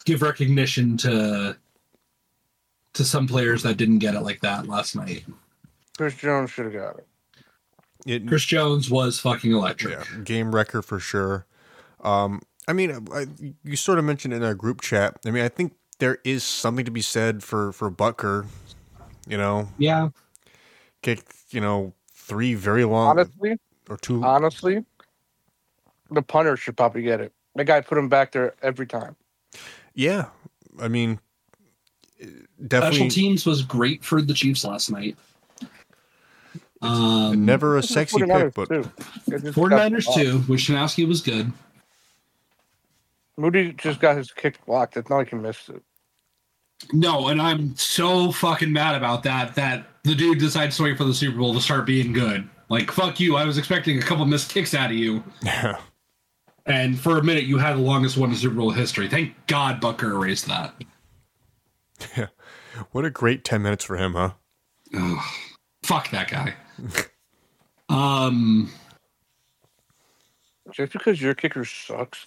give recognition to to some players that didn't get it like that last night. Chris Jones should have got it. It- Chris Jones was fucking electric. Yeah, game wrecker for sure. Um, I mean, I, you sort of mentioned in our group chat. I mean, I think there is something to be said for for Butker. You know, Yeah. kicked you know three very long Honestly, or two. honestly, the punter should probably get it. That guy put him back there every time. yeah, I mean, eh, Special definitely teams was great for the Chiefs last night. Um, never a sexy pick, 49ers but too. They just got 49ers blocked. too. Wisnowski was good. Moody just got his kick blocked. It's not like he missed it. No, and I'm so fucking mad about that. That the dude decides to wait for the Super Bowl to start being good. Like fuck you. I was expecting a couple missed kicks out of you, yeah, and for a minute you had the longest one in Super Bowl history. Thank God Bucker erased that. what a great ten minutes for him, huh? Ugh. Fuck that guy. um, Just because your kicker sucks.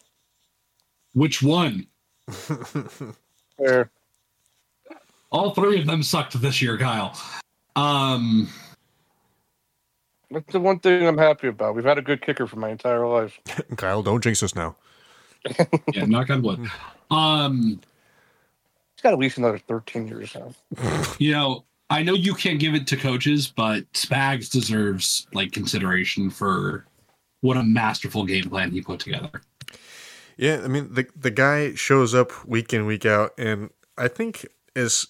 which one? Fair. All three of them sucked this year, Kyle. Um, That's the one thing I'm happy about. We've had a good kicker for my entire life. Kyle, don't jinx us now. yeah, knock on wood. Um, He's got at least another 13 years now. you know, I know you can't give it to coaches, but Spags deserves like consideration for what a masterful game plan he put together. Yeah, I mean the the guy shows up week in week out, and I think is,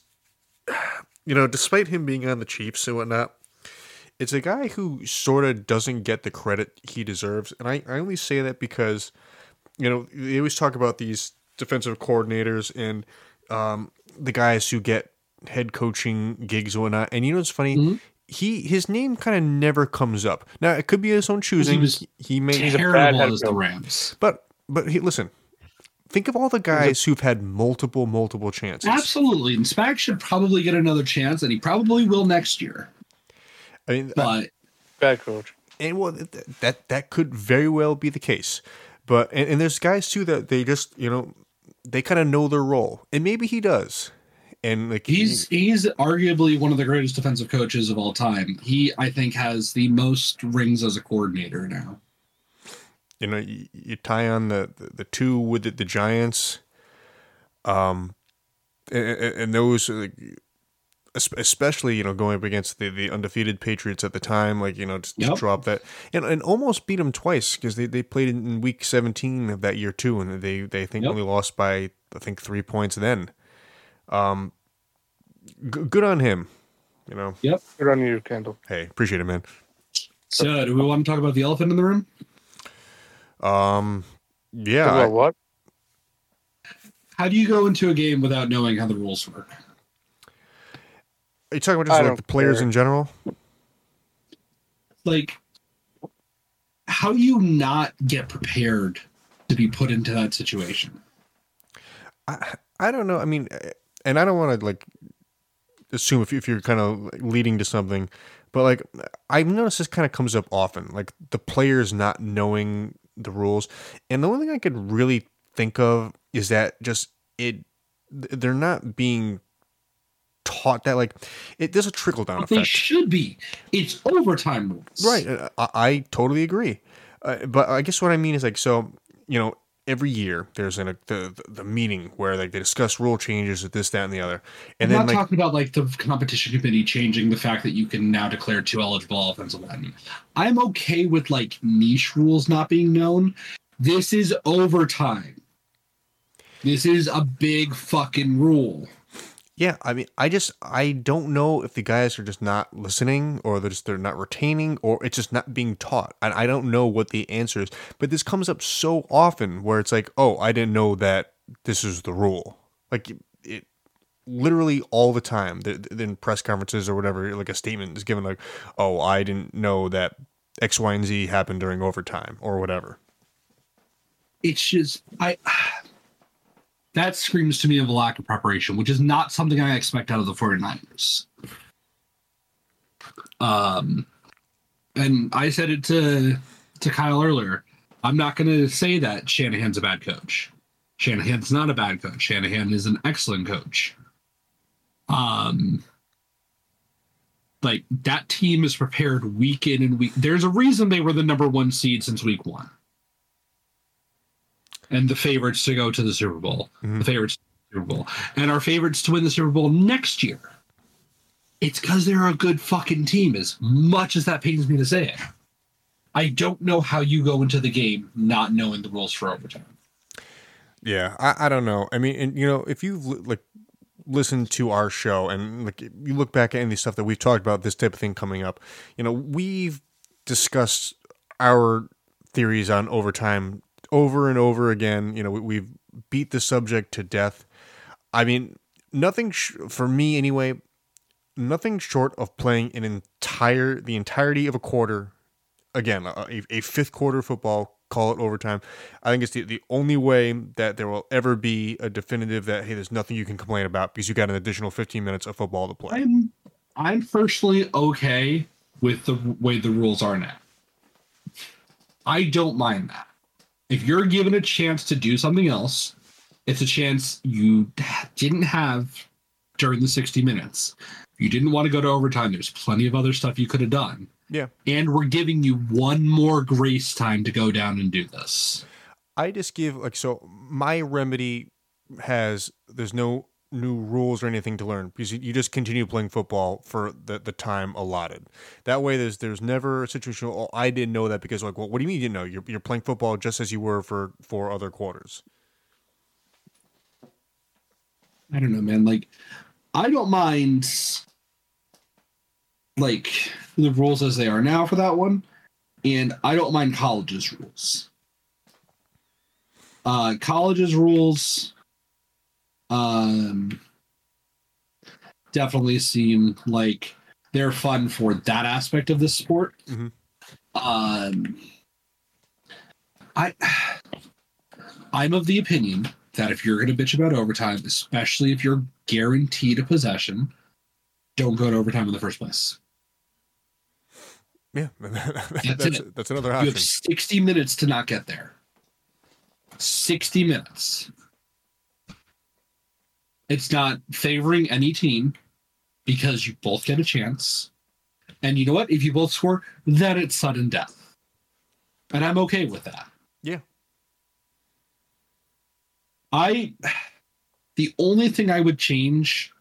you know, despite him being on the Chiefs and whatnot, it's a guy who sort of doesn't get the credit he deserves, and I, I only say that because, you know, they always talk about these defensive coordinators and um, the guys who get head coaching gigs and whatnot, and you know what's funny. Mhm. He his name kind of never comes up. Now it could be his own choosing. He, was may a bad Terrible head as the coach. Rams. but but he, listen, think of all the guys who've had multiple multiple chances. Absolutely. And Spags should probably get another chance, and he probably will next year. I mean, But Bad coach. and well, th- that that could very well be the case. But and, and there's guys too that they just you know they kind of know their role, and maybe he does. And like he- he's he's arguably one of the greatest defensive coaches of all time. He I think has the most rings as a coordinator now. you know you, you tie on the, the the two with the, the Giants. Um, and, and and those uh, es- especially you know going up against the, the undefeated Patriots at the time, like you know to, to Yep. drop that and, and almost beat them twice because they, they played in in week seventeen of that year too, and they they think Yep. only lost by I think three points then. Um, g- good on him, you know. Good on you, Kendall. Hey, appreciate it, man. So, do we want to talk about the elephant in the room? Um, yeah, About I- what? How do you go into a game without knowing how the rules work? are you talking about I just like don't the players care. in general? Like, how do you not get prepared to be put into that situation? I I don't know. I mean, eh, and I don't want to like assume if, you- if you're kind of leading to something, but like I've noticed this kind of comes up often, like the players not knowing the rules. And the only thing I could really think of is that just it, th- they're not being taught that like it. There's a trickle down But they effect. should be. It's overtime rules. Right. uh, I, I totally agree. Uh, but I guess what I mean is like, so, you know, every year there's an, a, the, the- the meeting where like they discuss rule changes with this, that, and the other. And I'm then not like, talking about like the competition committee changing the fact that you can now declare two eligible offensive linemen. I'm okay with like niche rules not being known. This is overtime. This is a big fucking rule. yeah, I mean, I just, I don't know if the guys are just not listening or they're just, they're not retaining or it's just not being taught. And I don't know what the answer is, but this comes up so often where it's like, oh, I didn't know that this is the rule. Like it, literally all the time th- th- in press conferences or whatever like a statement is given like oh i didn't know that x y and z happened during overtime or whatever It's just I that screams to me of a lack of preparation, which is not something I expect out of the 49ers. Um and I said it to to Kyle earlier. I'm not going to say that Shanahan's a bad coach. Shanahan's not a bad coach. Shanahan is an excellent coach. Um, like that team is prepared week in and week. There's a reason they were the number one seed since week one, and the favorites to go to the Super Bowl. Mhm. The favorites to the Super Bowl, and our favorites to win the Super Bowl next year. It's because they're a good fucking team. As much as that pains me to say it. I don't know how you go into the game not knowing the rules for overtime. yeah i, I don't know i mean and you know if you've li- like listened to our show and like you look back at any stuff that we've talked about this type of thing coming up you know we've discussed our theories on overtime over and over again you know we, we've beat the subject to death i mean nothing sh- for me anyway nothing short of playing an entire the entirety of a quarter again a, a fifth quarter football call it overtime i think it's the, the only way that there will ever be a definitive that hey there's nothing you can complain about because you got an additional 15 minutes of football to play I'm I'm personally okay with the way the rules are now. I don't mind that. If you're given a chance to do something else, it's a chance you didn't have during the 60 minutes. You didn't want to go to overtime. There's plenty of other stuff you could have done. Yeah. And we're giving you one more grace time to go down and do this. i just give like so my remedy has there's no new rules or anything to learn because you- you just continue playing football for the, the time allotted that way there's there's never a situation oh i didn't know that because like well what do you mean you didn't know you're, you're playing football just as you were for for other quarters I don't know, man. Like, I don't mind like the rules as they are now for that one, and I don't mind colleges' rules. Uh, colleges' rules, um, definitely seem like they're fun for that aspect of the sport. Mhm. Um, I, I'm of the opinion that if you're going to bitch about overtime, especially if you're guaranteed a possession, don't go to overtime in the first place. Yeah, that's that's, it. that's another You option. have 60 minutes to not get there. 60 minutes. It's not favoring any team because you both get a chance. And you know what? If you both score, then it's sudden death. And I'm okay with that. Yeah. I The only thing I would change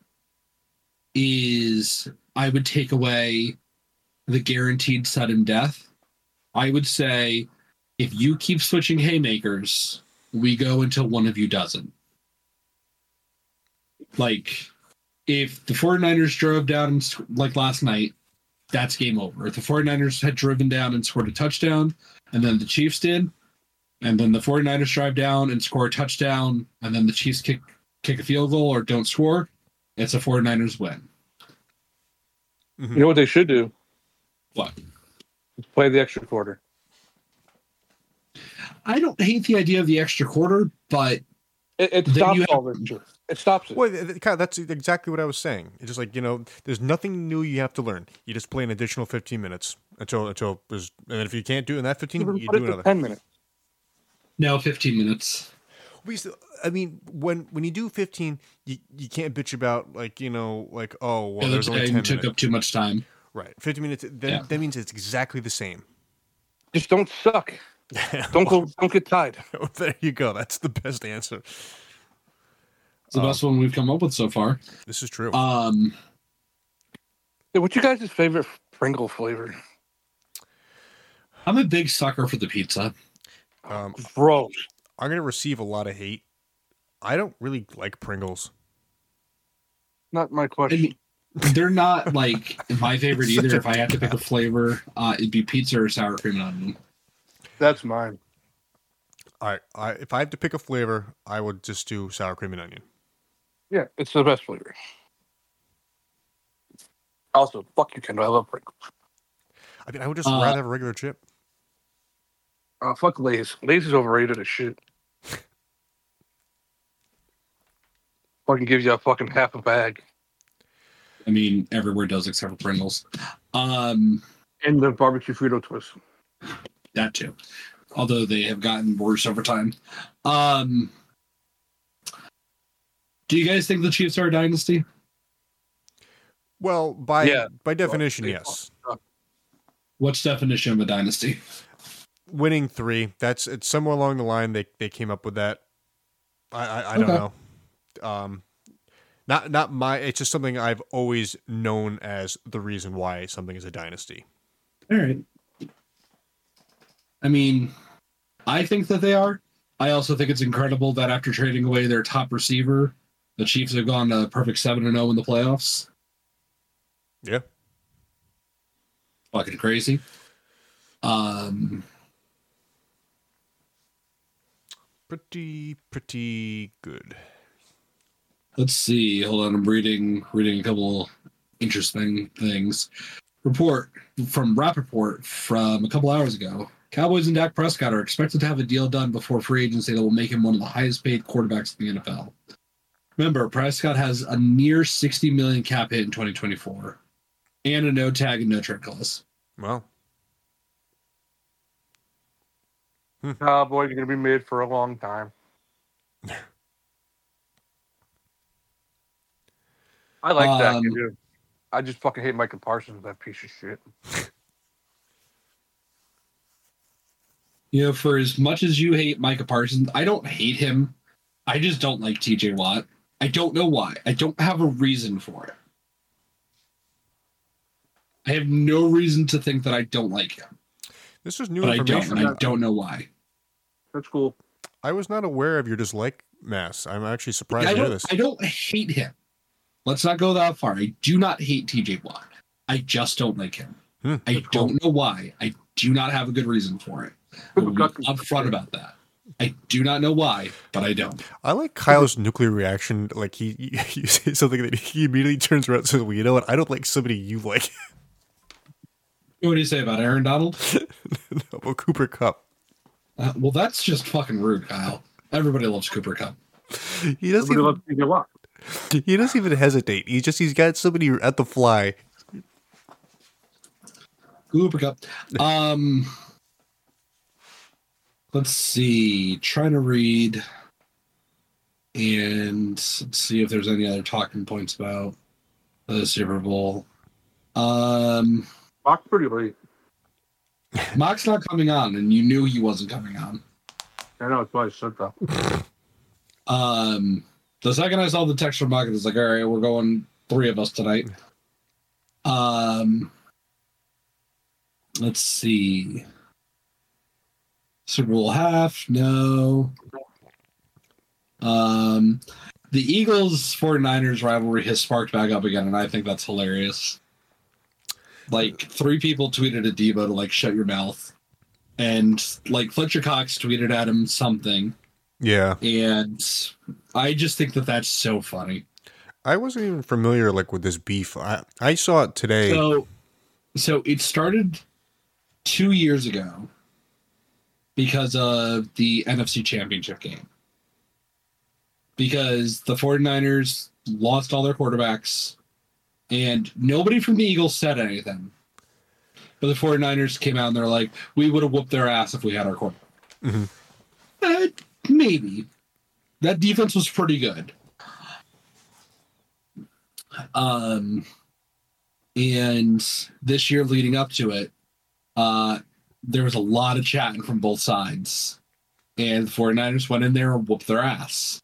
is I would take away the guaranteed sudden death. I would say if you keep switching haymakers, we go until one of you doesn't. Like, if the 49ers drove down, and, sc- like last night, that's game over. If the 49ers had driven down and scored a touchdown, and then the Chiefs did, and then the 49ers drive down and score a touchdown, and then the Chiefs kick, kick a field goal or don't score, it's a 49ers win. You know what they should do? What? Play the extra quarter. I don't hate the idea of the extra quarter, but It, it Then stops you have- all this shit. It stops it. Well, th- th- kinda- that's exactly what I was saying. It's just like you know, there's nothing new you have to learn. You just play an additional 15 minutes until until there's, and if you can't do it in that 15, Even you do put it to another. ten minutes. now 15 minutes. We used to- I mean, when when you do 15, you, you can't bitch about like you know like oh well, the there's other only 10 time minutes. took up too much time. Right, 15 minutes. Then, Yeah. That means it's exactly the same. Just don't suck. Don't go. Don't get tied. there you go. That's the best answer. It's the Um, best one we've come up with so far. This is true. Um, Hey, What's your guys' favorite Pringle flavor? I'm a big sucker for the pizza. Um, Bro, I'm gonna receive a lot of hate. I don't really like Pringles. not my question. And they're not like my favorite Such either. a If I had to pick a flavor, uh, it'd be pizza or sour cream and onion. That's mine. I, I if I had to pick a flavor, I would just do sour cream and onion. Yeah, it's the best flavor. Also, fuck you, Kendall. I love Pringles. I mean, I would just Uh, rather have a regular chip. Uh, fuck Lay's. Lay's is overrated as shit. fucking gives you a fucking half a bag I mean, everywhere does except for Pringles. Um, and the barbecue Frito twist. that too. Although they have gotten worse over time. Um, do you guys think the Chiefs are a dynasty? Well, by Yeah. by definition, they- yes. What's definition of a dynasty? Winning three. That's it's somewhere along the line they they came up with that. I I, I don't Okay. know. Um, not not my. It's just something I've always known as the reason why something is a dynasty. All right. I mean, I think that they are. I also think it's incredible that after trading away their top receiver, the Chiefs have gone a perfect seven and zero in the playoffs. Yeah. Fucking crazy. Um, Pretty pretty good. let's see. Hold on, I'm reading reading a couple interesting things. Report from Rappaport from a couple hours ago. Cowboys and Dak Prescott are expected to have a deal done before free agency that will make him one of the highest paid quarterbacks in the NFL. Remember, Prescott has a near 60 million cap hit in 2024 and a no tag and no trade clause. Well, Cowboys are gonna be made for a long time. I like that. Um, I do. I just fucking hate Micah Parsons, that piece of shit. You know, for as much as you hate Micah Parsons, I don't hate him. I just don't like TJ Watt. I don't know why. I don't have a reason for it. I have no reason to think that I don't like him, this is new but I don't, information. and I don't know why. That's cool. I was not aware of your dislike mass. I'm actually surprised I to hear don't, this. I don't hate him. Let's not go that far. I do not hate TJ Watt. I just don't like him. Hmm. I don't know why. I do not have a good reason for it. I will be upfront about that. I do not know why, but I don't. I like Kyle's nuclear reaction. Like he, you, you say something that he immediately turns around and says, "Well, you know what? I don't like somebody you like." What do you say about Aaron Donald? no, but Cooper Cup. Uh, well, that's just fucking rude, Kyle. Everybody loves Cooper Cup. He doesn't. Even, he doesn't even hesitate. He just he's got somebody at the fly. Cooper Cup. Um, let's see. Trying to read and let's see if there's any other talking points about the Super Bowl. Um, Mocked pretty late. Mock's not coming on, and you knew he wasn't coming on. I know, it's why I said that. Um, The second I saw the text from Bucket, it's like, all right, we're going three of us tonight. Um, let's see. Super Bowl half, no. Um, the Eagles 49ers rivalry has sparked back up again, and I think that's hilarious. Like three people tweeted at Debo to like shut your mouth, and like Fletcher Cox tweeted at him something, Yeah. and I just think that that's so funny. I wasn't even familiar like with this beef. I I saw it today. So, so it started two years ago because of the NFC Championship game. Because the 49ers lost all their quarterbacks and nobody from the Eagles said anything. But the 49ers came out and they're like, we would have whooped their ass if we had our quarterback. Mhm. Eh, maybe. That defense was pretty good. Um, and this year leading up to it uh there was a lot of chatting from both sides and the 49ers went in there and whooped their ass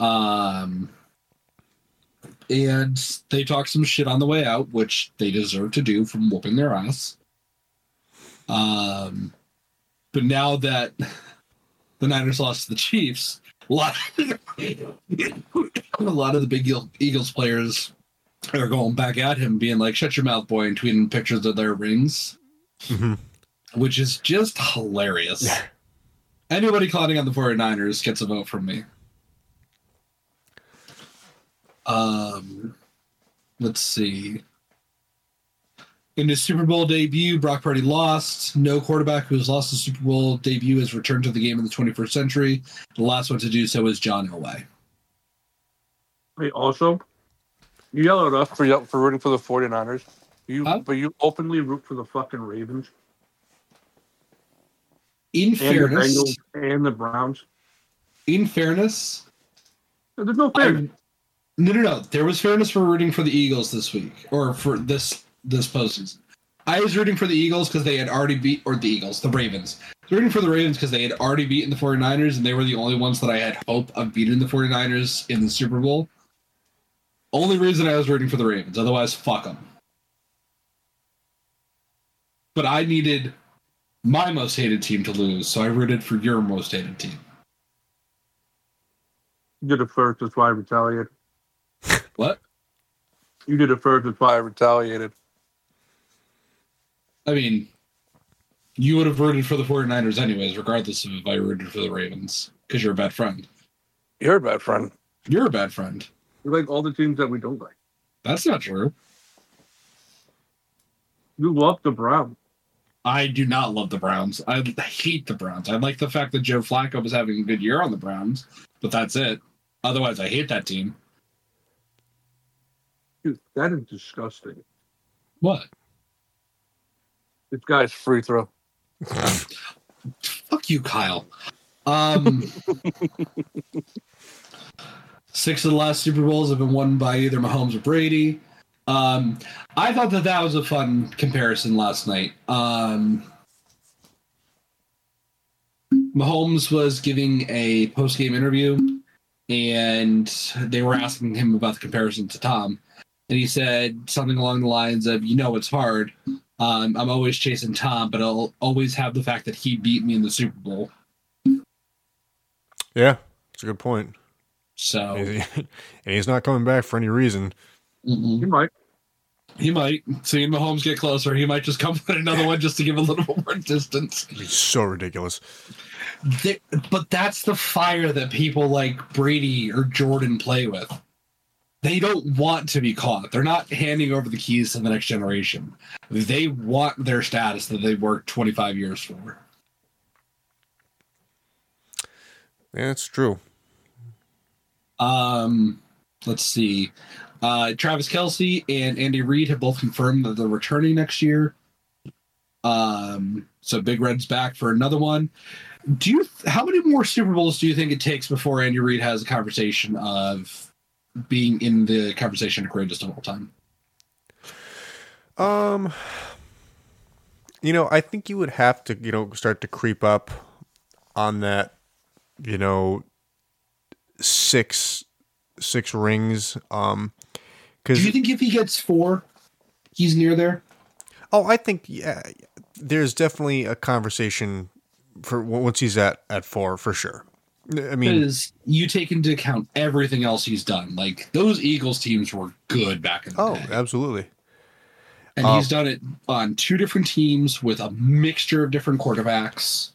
um and they talked some shit on the way out which they deserve to do from whooping their ass um but now that the niners lost to the chiefs a lot a lot of the big Eagle- eagles players they are going back at him, being like, "Shut your mouth, boy," and tweeting pictures of their rings, Mhm. which is just hilarious. Yeah. Anybody clowning on the 49ers gets a vote from me. Um, let's see. In his Super Bowl debut, Brock Purdy lost. No quarterback who has lost a Super Bowl debut has returned to the game in the 21st century. The last one to do so is John Elway. Wait, also, you yell at us for yell, for rooting for the 49ers. You, Huh? but you openly root for the fucking Ravens In and fairness, the Bengals and the Browns. in fairness, There's no I- fairness. no, no, no. There was fairness for rooting for the Eagles this week, or for this this postseason. I was rooting for the Eagles because they had already beat, or the Eagles, the Ravens. I was rooting for the Ravens because they had already beaten the 49ers, and they were the only ones that I had hope of beating the 49ers in the Super Bowl. Only reason I was rooting for the Ravens. Otherwise, fuck them. But I needed my most hated team to lose, so I rooted for your most hated team. You did it first. That's why I retaliated. What? You did it first. That's why I retaliated. I mean, you would have rooted for the 49ers anyways, regardless of if I rooted for the Ravens, because you're a bad friend. You're a bad friend. You're a bad friend. You like all the teams that we don't like. That's not true. You love the Browns. I do not love the Browns. I hate the Browns. I like the fact that Joe Flacco was having a good year on the Browns, but that's it. Otherwise, I hate that team. Dude, that is disgusting. What? This guy's free throw. Fuck you, Kyle. Um, six of the last Super Bowls have been won by either Mahomes or Brady. Um, I thought that that was a fun comparison last night. Um, Mahomes was giving a post game interview, and they were asking him about the comparison to Tom. And he said something along the lines of, You know, it's hard. Um, I'm always chasing Tom, but I'll always have the fact that he beat me in the Super Bowl. yeah, it's a good point. So And he- and he's not coming back for any reason. mm-mm. You might. mm-hmm. he might, seeing Mahomes get closer, he might just come with another one just to give a little bit more distance. It'd be so ridiculous. Th- But that's the fire that people like Brady or Jordan play with. They don't want to be caught. They're not handing over the keys to the next generation. They want their status that they worked 25 years for. Yeah, it's true. Um, let's see. Uh, Travis Kelsey and Andy Reid have both confirmed that they're returning next year. Um, so Big Red's back for another one. Do you? How many more Super Bowls do you think it takes before Andy Reid has a conversation of being in the conversation of greatest of all time? Um, you know, I think you would have to, you know, start to creep up on that, you know, six six rings. Um, Do because you think if he gets four, he's near there? Oh, I think yeah, there's definitely a conversation for once he's at at four for sure. I mean, Because you take into account everything else he's done. Like those Eagles teams were good back in the oh, day. absolutely. And he's Oh. done it on two different teams with a mixture of different quarterbacks.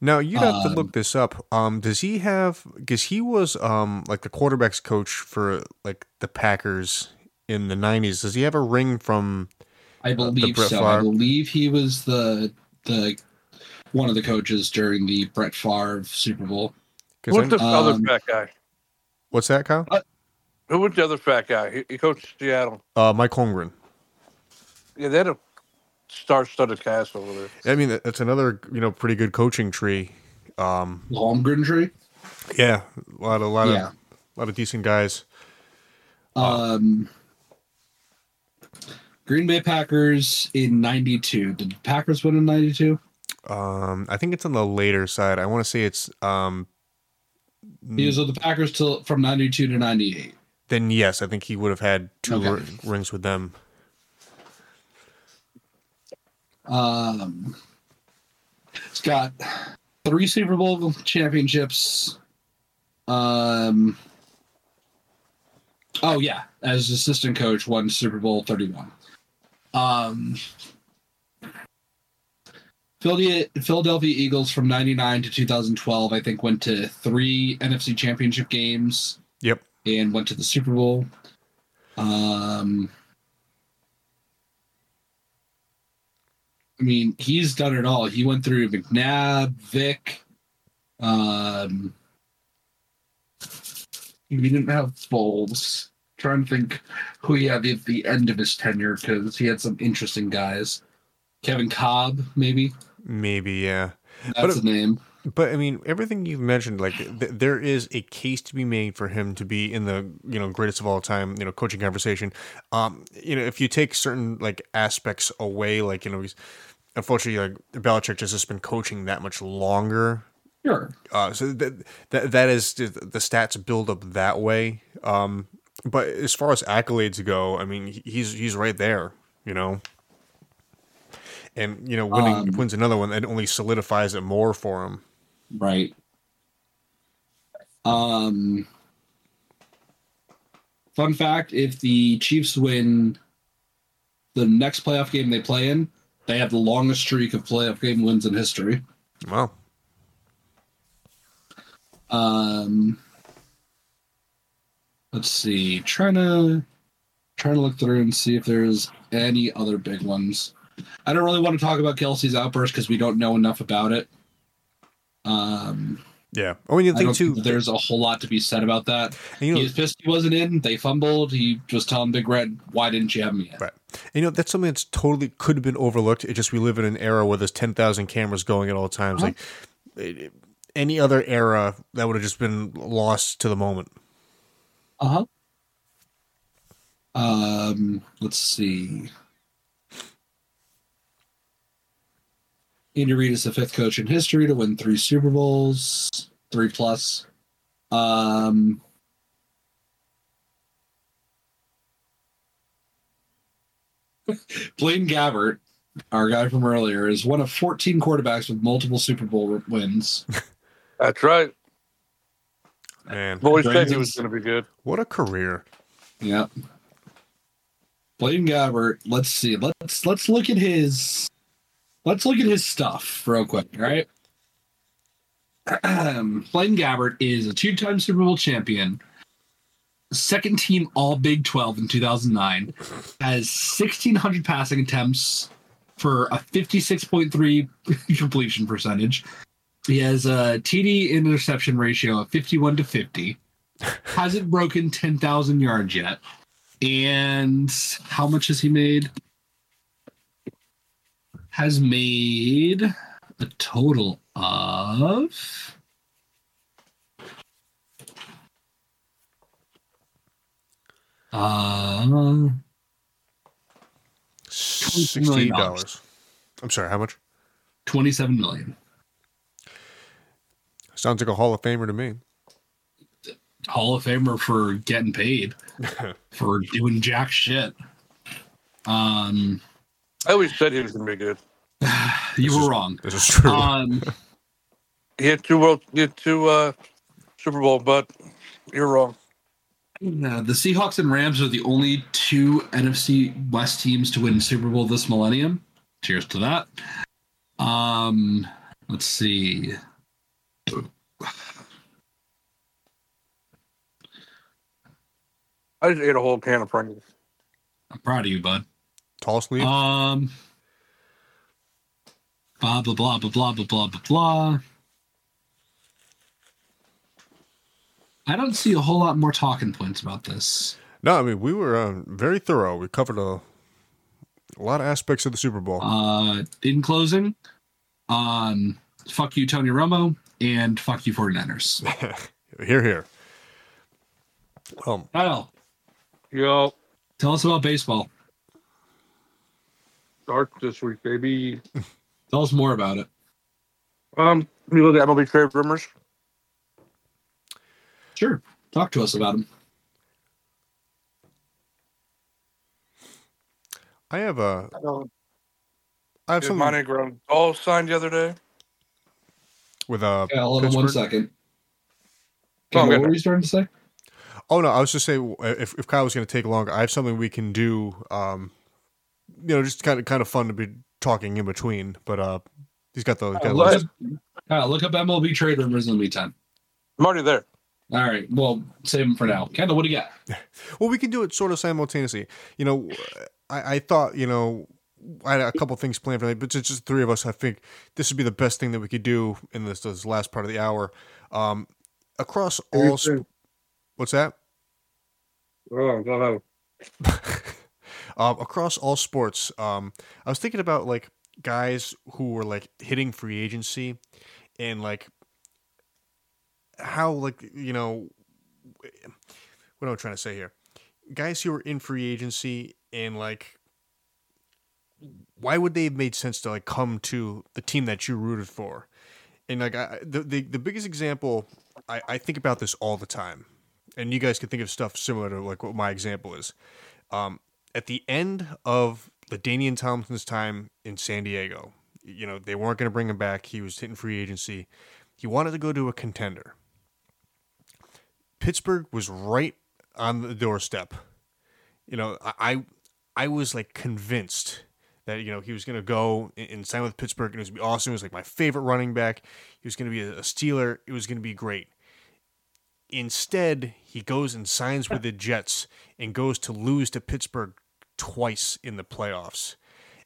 Now you'd have to Um, look this up. Um, does he have? Because he was um like the quarterbacks coach for like the Packers in the '90s. Does he have a ring from? I believe Uh, Brett so. I Favre. believe he was the the one of the coaches during the Brett Favre Super Bowl. 'cause Who's I- the other Um, fat guy? what's that, Kyle? Who was the other fat guy? He, he coached Seattle. Uh, Mike Holmgren. Yeah, they had a star-studded cast over there. I mean, that's another you know pretty good coaching tree. Um, Holmgren tree. yeah, a lot, a lot Yeah. of, a lot of decent guys. Um, Green Bay Packers in '92. Did the Packers win in '92? Um, I think it's on the later side. I want to say it's um. He Hmm. was with the Packers till from '92 to '98. Then yes, I think he would have had two Okay. ri- rings with them. Um, it's got three Super Bowl championships. Um, oh yeah, as assistant coach, won Super Bowl thirty-one. Um, Philadelphia Philadelphia Eagles from '99 to 2012, I think, went to three NFC Championship games Yep. and went to the Super Bowl. Um, I mean, he's done it all. He went through McNabb, Vic. Um, he didn't have Foles. Trying to think who he had at the end of his tenure because he had some interesting guys. Kevin Cobb, maybe Maybe yeah. that's But- the name. But I mean, everything you've mentioned, like th- there is a case to be made for him to be in the you know greatest of all time, you know, coaching conversation. Um, you know, if you take certain like aspects away, like you know, he's unfortunately like Belichick just has been coaching that much longer. Sure. Uh, so that that that is the the stats build up that way. Um, but as far as accolades go, I mean, he- he's he's right there, you know. And you know, winning Um, wins another one, that only solidifies it more for him. Right. Um fun fact if the Chiefs win the next playoff game they play in, they have the longest streak of playoff game wins in history. Wow. Um let's see. Trying to trying to look through and see if there's any other big ones. I don't really want to talk about Kelsey's outburst because we don't know enough about it. Um, Yeah. Oh, and you I don't think too. think there's a whole lot to be said about that. and you know, he was pissed he wasn't in. They fumbled. He was telling Big Red, "Why didn't you have me in?" Right. and you know that's something that's totally could have been overlooked. It just we live in an era where there's ten thousand cameras going at all times. Uh-huh. Like it- it- any other era, that would have just been lost to the moment. Uh huh. Um, let's see. Andy Reid is the fifth coach in history to win three Super Bowls, three plus. Um, Blaine Gabbert, our guy from earlier, is one of 14 quarterbacks with multiple Super Bowl wins. That's right. Man, Boy said he Ravens. was going to be good. what a career! Yeah. Blaine Gabbert, let's see. Let's let's look at his let's look at his stuff real quick, all right? Blaine Gabbert is a two-time Super Bowl champion, second team all Big 12 in 2009, has 1600 passing attempts for a 56.3 completion percentage. He has a TD interception ratio of 51 to 50 hasn't broken 10,000 yards yet. And how much has he made? Has made a total of. Uh, Sixty dollars. dollars. I'm sorry. How much? 27 million. Sounds like a Hall of Famer to me. Hall of Famer for getting paid for doing jack shit. Um, I always said he was gonna be good. you This were is- wrong. This is true. Um, He had two world, he had two uh, Super Bowl, but you're wrong. uh, the Seahawks and Rams are the only two NFC West teams to win Super Bowl this millennium. Cheers to that. Um, let's see. I just ate a whole can of Pringles. I'm proud of you, bud. Tall sleeve. Um, blah blah blah blah blah blah blah blah blah. I don't see a whole lot more talking points about this. no, I mean we were um, very thorough. We covered a, a lot of aspects of the Super Bowl. Uh, in closing, um, fuck you, Tony Romo, and fuck you, 49ers. Uh. here, here. Um, Kyle, Yo, tell us about baseball. dark this week, baby. Tell us more about it. Um, you look at MLB trade rumors. Sure. Talk to us about them. I have a. Um, I have Did something Monty Grandal signed the other day? with uh. Yeah, hold on one Pittsburgh? second. Oh, Okay, I'm what good. were you starting to say? Oh no, I was just saying if if Kyle was going to take longer, I have something we can do. Um, you know, just kind of kind of fun to be talking in between. But uh, he's got the. he's got a Uh, Look list. up, Kyle, look up MLB trade rumors in the meantime. I'm already there. All right. Well, save them for now. Kendall, what do you got? Well, we can do it sort of simultaneously. You know, I, I thought, you know, I had a couple things planned for tonight, but just, just the three of us, I think this would be the best thing that we could do in this, this last part of the hour. Um, across all. Sp- what's that? Oh, go ahead. um, across all sports, um, I was thinking about like guys who were like hitting free agency and like how like you know what am I trying to say here? Guys who were in free agency and like why would they have made sense to like come to the team that you rooted for? And like I, the, the the biggest example, I, I think about this all the time, and you guys can think of stuff similar to like what my example is. Um, at the end of Ladainian Thompson's time in San Diego, you know they weren't going to bring him back. He was hitting free agency. He wanted to go to a contender. Pittsburgh was right on the doorstep. You know, I I, I was like convinced that you know he was going to go and, and sign with Pittsburgh, and it was going to be awesome. It was like my favorite running back. He was going to be a, a Steeler. It was going to be great. Instead, he goes and signs with the Jets and goes to lose to Pittsburgh twice in the playoffs.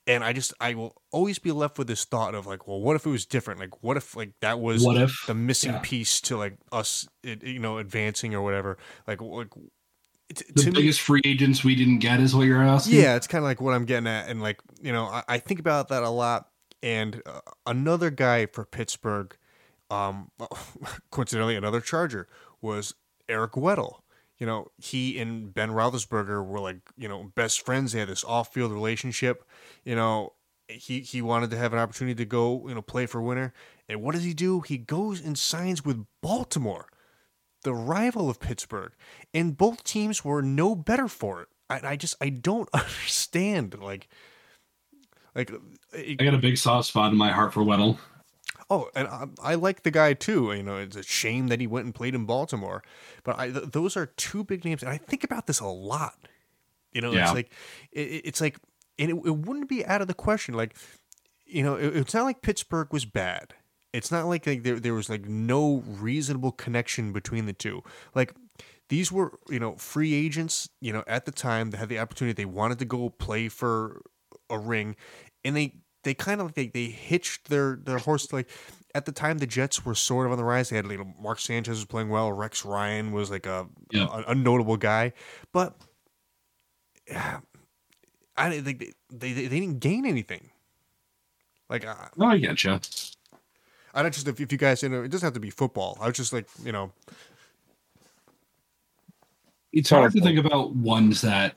And I just I will always be left with this thought of like, well, what if it was different? Like, what if like that was What if? the missing Yeah. piece to like us, it, you know, advancing or whatever. Like, like it, The to me, biggest free agents we didn't get is what you're asking? yeah, it's kind of like what I'm getting at, and like you know, I, I think about that a lot. And uh, another guy for Pittsburgh, um, coincidentally, another Charger was Eric Weddle. You know, he and Ben Roethlisberger were like you know best friends. They had this off-field relationship. You know, he he wanted to have an opportunity to go you know play for winner. And what does he do? He goes and signs with Baltimore the rival of Pittsburgh, and both teams were no better for it. I, I just I don't understand. Like, like it- I got a big soft spot in my heart for Weddle. oh, and I, I like the guy too. You know, it's a shame that he went and played in Baltimore, but I th- those are two big names, and I think about this a lot. You know, Yeah. it's like it, it- it's like, and it, it wouldn't be out of the question. Like, you know, it, it's not like Pittsburgh was bad. It's not like, like there there was like no reasonable connection between the two. Like these were you know free agents. You know, at the time that had the opportunity, they wanted to go play for a ring, and they they kind of like they, they hitched their their horse like. At the time, the Jets were sort of on the rise. They had you know, Mark Sanchez was playing well. Rex Ryan was like a, Yeah. a, a notable guy, but I didn't think they, they, they they didn't gain anything. Like I, Oh, I get you. I don't just if, if you guys you know it doesn't have to be football. I was just like you know It's hard to think about ones that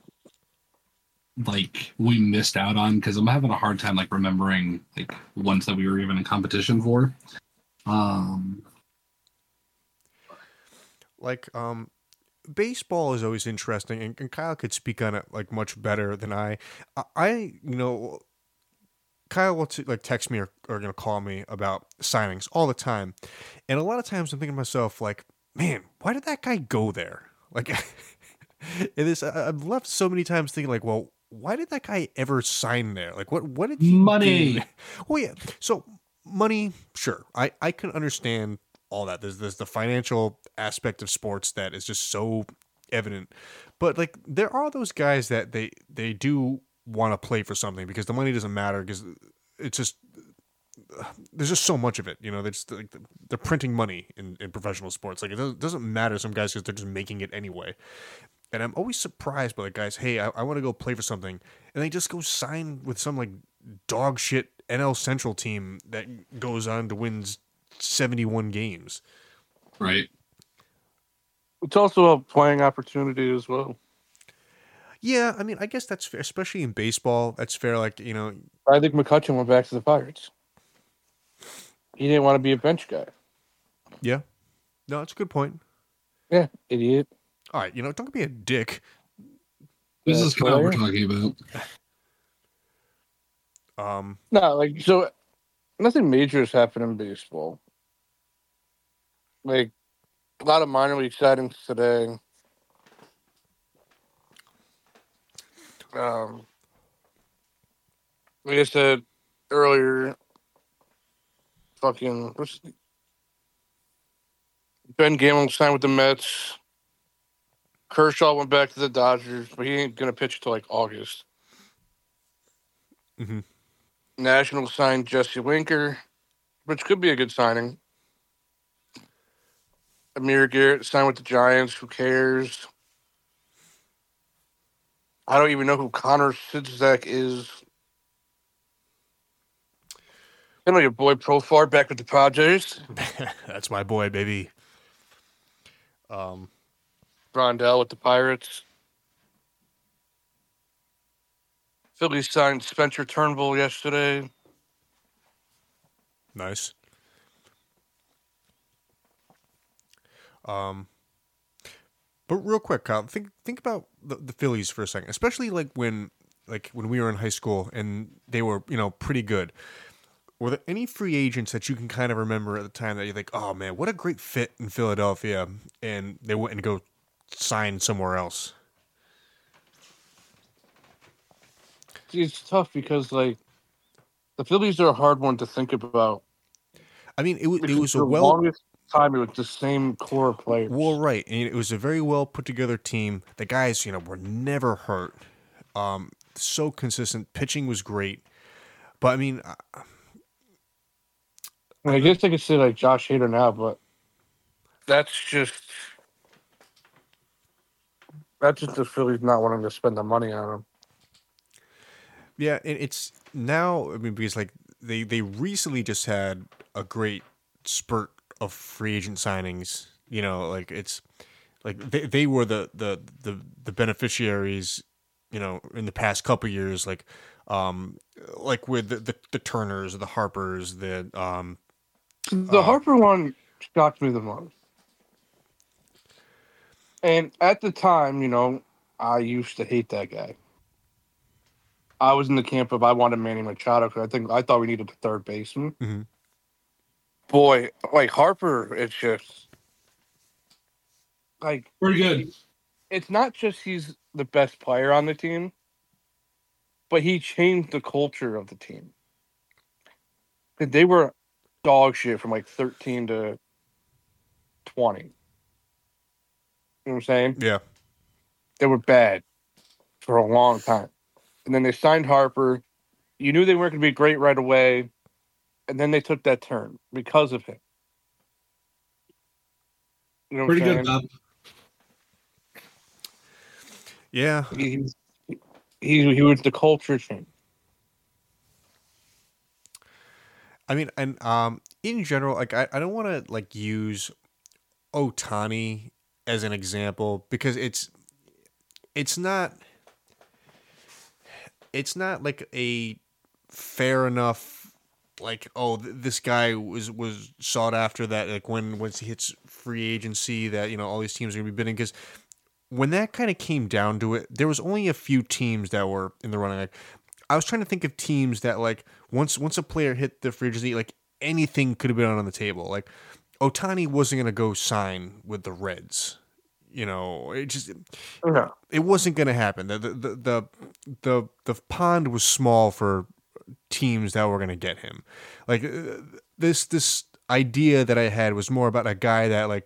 like we missed out on because I'm having a hard time like remembering like ones that we were even in competition for. Um, like um baseball is always interesting and, and kyle could speak on it like much better than i i, I you know kyle will t- like text me or, or you know call me about signings all the time and a lot of times i'm thinking to myself like man why did that guy go there like and this I, i've left so many times thinking like well why did that guy ever sign there like what what did he Money. gain? well yeah so money sure i i can understand all that. There's there's the financial aspect of sports that is just so evident. But like there are those guys that they they do want to play for something because the money doesn't matter because it's just there's just so much of it. You know, they're just like they're printing money in, in professional sports. Like it doesn't, doesn't matter to some guys because they're just making it anyway. And I'm always surprised by the guys. Hey, I, I want to go play for something, and they just go sign with some like dog shit NL Central team that goes on to wins 71 games. right? It's also a playing opportunity as well. Yeah, I mean, I guess that's fair, especially in baseball. That's fair. Like you know, I think McCutcheon went back to the Pirates. He didn't want to be a bench guy. yeah, no, it's a good point. Yeah, idiot. All right, you know, don't be a dick. This Uh, is Kyle we're player? talking about. Um, No, like so, nothing major has happened in baseball. Like a lot of minor league signings today. Um, like I said earlier, fucking what's Ben Gamel signed with the Mets. Kershaw went back to the Dodgers, but he ain't gonna pitch till like August. National signed Jesse Winker, which could be a good signing. Amir Garrett signed with the Giants. Who cares? I don't even know who Connor Sidzak is. I know your boy Profar back with the Padres. that's my boy, baby. Um, Rondell with the Pirates. Philly signed Spencer Turnbull yesterday. nice. Um, but real quick, Kyle, think think about the, the Phillies for a second, especially like when like when we were in high school and they were you know pretty good. Were there any free agents that you can kind of remember at the time that you think, oh man, what a great fit in Philadelphia, and they went and go sign somewhere else? See, it's tough because like the Phillies are a hard one to think about. I mean, it, wa- it because was the a well longest time it was the same core of players. Well, right, and it was a very well put together team. The guys, you know, were never hurt. Um, so consistent. Pitching was great, but I mean, uh, I- And I guess I could say like Josh Hader now, but that's just that's just the Phillies not wanting to spend the money on him. yeah, and it's now. I mean, because like they they recently just had a great spurt of free agent signings. You know, like it's like they, they were the, the the the beneficiaries. You know, in the past couple years, like um, like with the the, the Turners, the Harpers, the um, The Uh, Harper one shocked me the most. And at the time, you know, I used to hate that guy. I was in the camp of I wanted Manny Machado because I think I thought we needed a third baseman. Mhm. Boy, like Harper, it's just like Pretty good. it's not just he's the best player on the team, but he changed the culture of the team. 'Cause They were dog shit from like 13 to 20. You know what I'm saying? yeah, They were bad for a long time. And then they signed Harper. You knew they weren't going to be great right away. And then they took that turn because of him. You know what I'm Pretty good, saying? Bob. yeah. he, he, he was the culture change. I mean, and um, in general, like I, I don't want to like use Otani as an example because it's it's not it's not like a fair enough like oh th- this guy was was sought after that like when once he hits free agency that you know all these teams are gonna be bidding because when that kind of came down to it there was only a few teams that were in the running like I was trying to think of teams that like once once a player hit the free agency like anything could have been on the table like Otani wasn't gonna go sign with the Reds you know it just No. it wasn't going to happen. The, the the the the the pond was small for teams that were going to get him. Like uh, this this idea that I had was more about a guy that like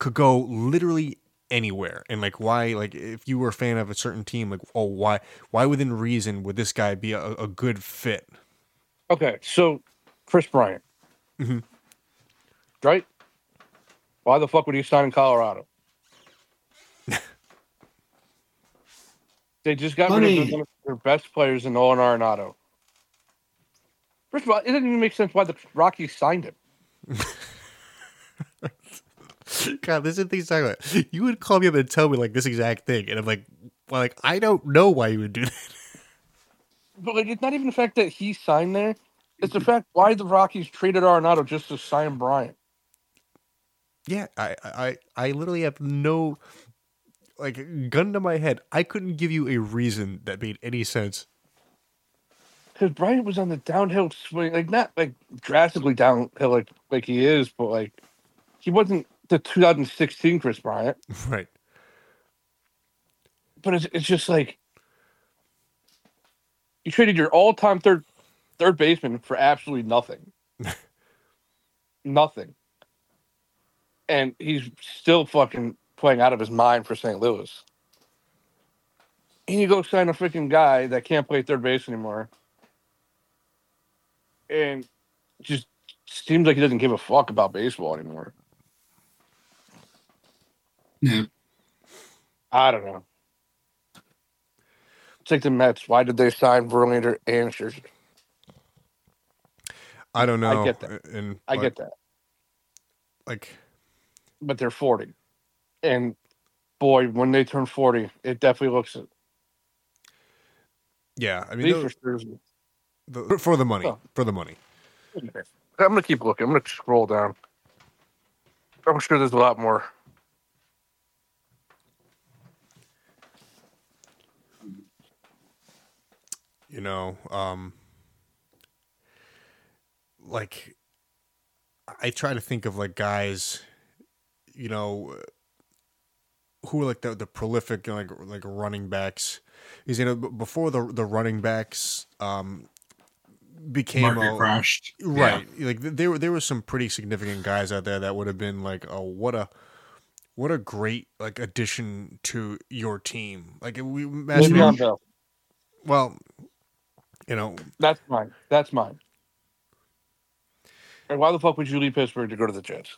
could go literally anywhere and like why like if you were a fan of a certain team like oh why why within reason would this guy be a, a good fit Okay, so Chris Bryant. Mhm. Right? Why the fuck would he sign in Colorado? they just got rid of Money. one of their best players in Nolan Arenado. First of all, it doesn't even make sense why the Rockies signed him. God, this is the thing he's talking about. You would call me up and tell me like this exact thing, and I'm like, well, like I don't know why you would do that. But like, it's not even the fact that he signed there. It's the fact why the Rockies traded Arenado just to sign Bryant. Yeah, I, I, I literally have no, like, gun to my head. I couldn't give you a reason that made any sense. because Bryant was on the downhill swing, like not like drastically downhill, like like he is, but like he wasn't the 2016 Chris Bryant. Right. But it's it's just like you traded your all time third third baseman for absolutely nothing, nothing, and he's still fucking playing out of his mind for St. Louis. And you go sign a freaking guy that can't play third base anymore, and just seems like he doesn't give a fuck about baseball anymore. Yeah. I don't know. It's like the Mets. Why did they sign Verlander and Scherzer? I don't know. I get that. And I but, get that, like but they're forty, and boy, when they turn forty, it definitely looks at yeah. I mean, least tho- for Scherzer. the- for, the money, Oh. for the money. I'm gonna keep looking. I'm gonna scroll down. I'm sure there's a lot more. You know, um, like I try to think of like guys, you know, who are like the, the prolific like like running backs. Is you know b- before the the running backs um became Market a- crashed. right like th- there were there were some pretty significant guys out there that would have been like oh what a what a great like addition to your team like we imagine Maybe- Le'Veon Bell. well you know That's mine. That's mine. And why the fuck would you leave Pittsburgh to go to the Jets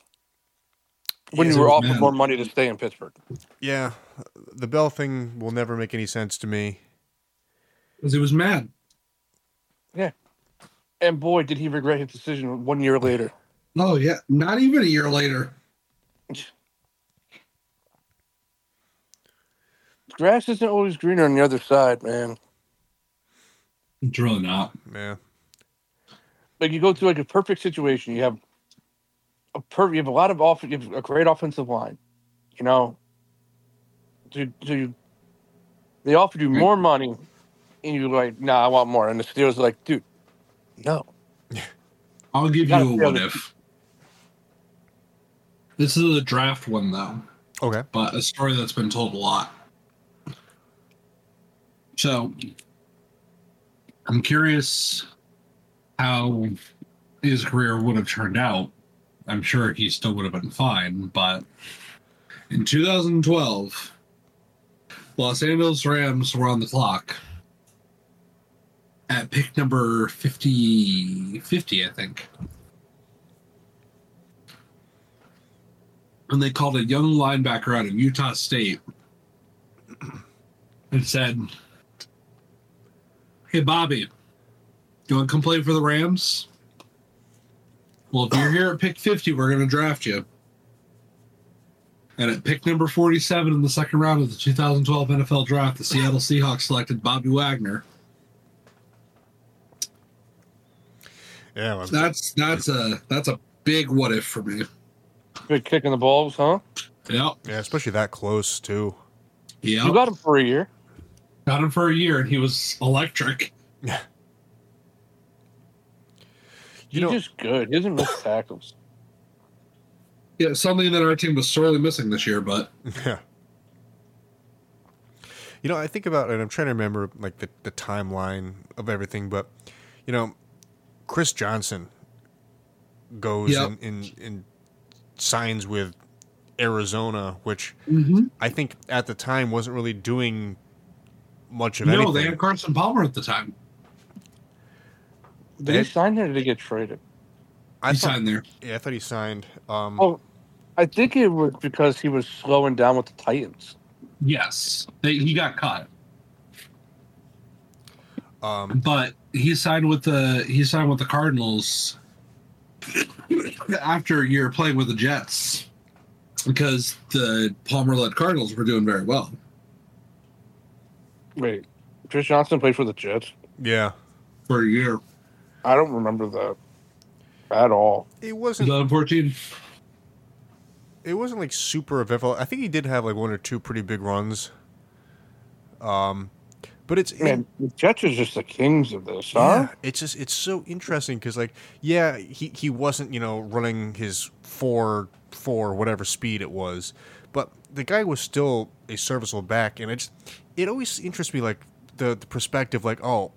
when Yeah. you were Oh, offered man. more money to stay in Pittsburgh? yeah the bell thing will never make any sense to me Because it was mad. And boy, did he regret his decision one year later. Oh yeah. Not even a year later. Grass isn't always greener on the other side, man. It's really not. yeah Like you go through like a perfect situation. You have a per- you have a lot of off you have a great offensive line. You know. Do, do you, they offered you more money and you're like, nah, I want more. And the Steelers are like, dude, no. I'll give you Gotta a feel what the- if. This is a draft one though, okay but a story that's been told a lot. So I'm curious how his career would have turned out. I'm sure he still would have been fine, but in 2012, Los Angeles Rams were on the clock at pick number 50, 50 I think. And they called a young linebacker out of Utah State and said, Hey, Bobby, you want to come play for the Rams? Well, if you're here at pick 50, we're going to draft you. And at pick number 47 in the second round of the 2012 NFL draft, the Seattle Seahawks selected Bobby Wagner. Yeah, well, That's that's a that's a big what if for me. Good kick in the balls, huh? Yeah, yeah, especially that close too. yeah. You got him for a year. Got him for a year, and he was electric. You He's know- just good. He doesn't miss tackles. Yeah, something that our team was sorely missing this year, but Yeah. You know, I think about and I'm trying to remember like the, the timeline of everything, but you know, Chris Johnson goes Yep. and, and, and signs with Arizona, which I think at the time wasn't really doing much of no, anything. they had Carson Palmer at the time. Did They- he sign there or did he get traded? I he thought, signed there. Yeah, I thought he signed. Um, Oh, I think it was because he was slowing down with the Titans. Yes, they, he got caught, um, but he signed with the he signed with the Cardinals after a year playing with the Jets because the Palmer led Cardinals were doing very well. Wait, Chris Johnson played for the Jets. yeah, for a year. I don't remember that at all. it wasn't. 2014. It wasn't like super eventful. I think he did have like one or two pretty big runs. Um, but it's Man, the Jets are just the kings of this, huh? Yeah, it's just it's so interesting because like yeah, he he wasn't you know running his four four whatever speed it was, but the guy was still a serviceable back, and it's it always interests me like the, the perspective like oh,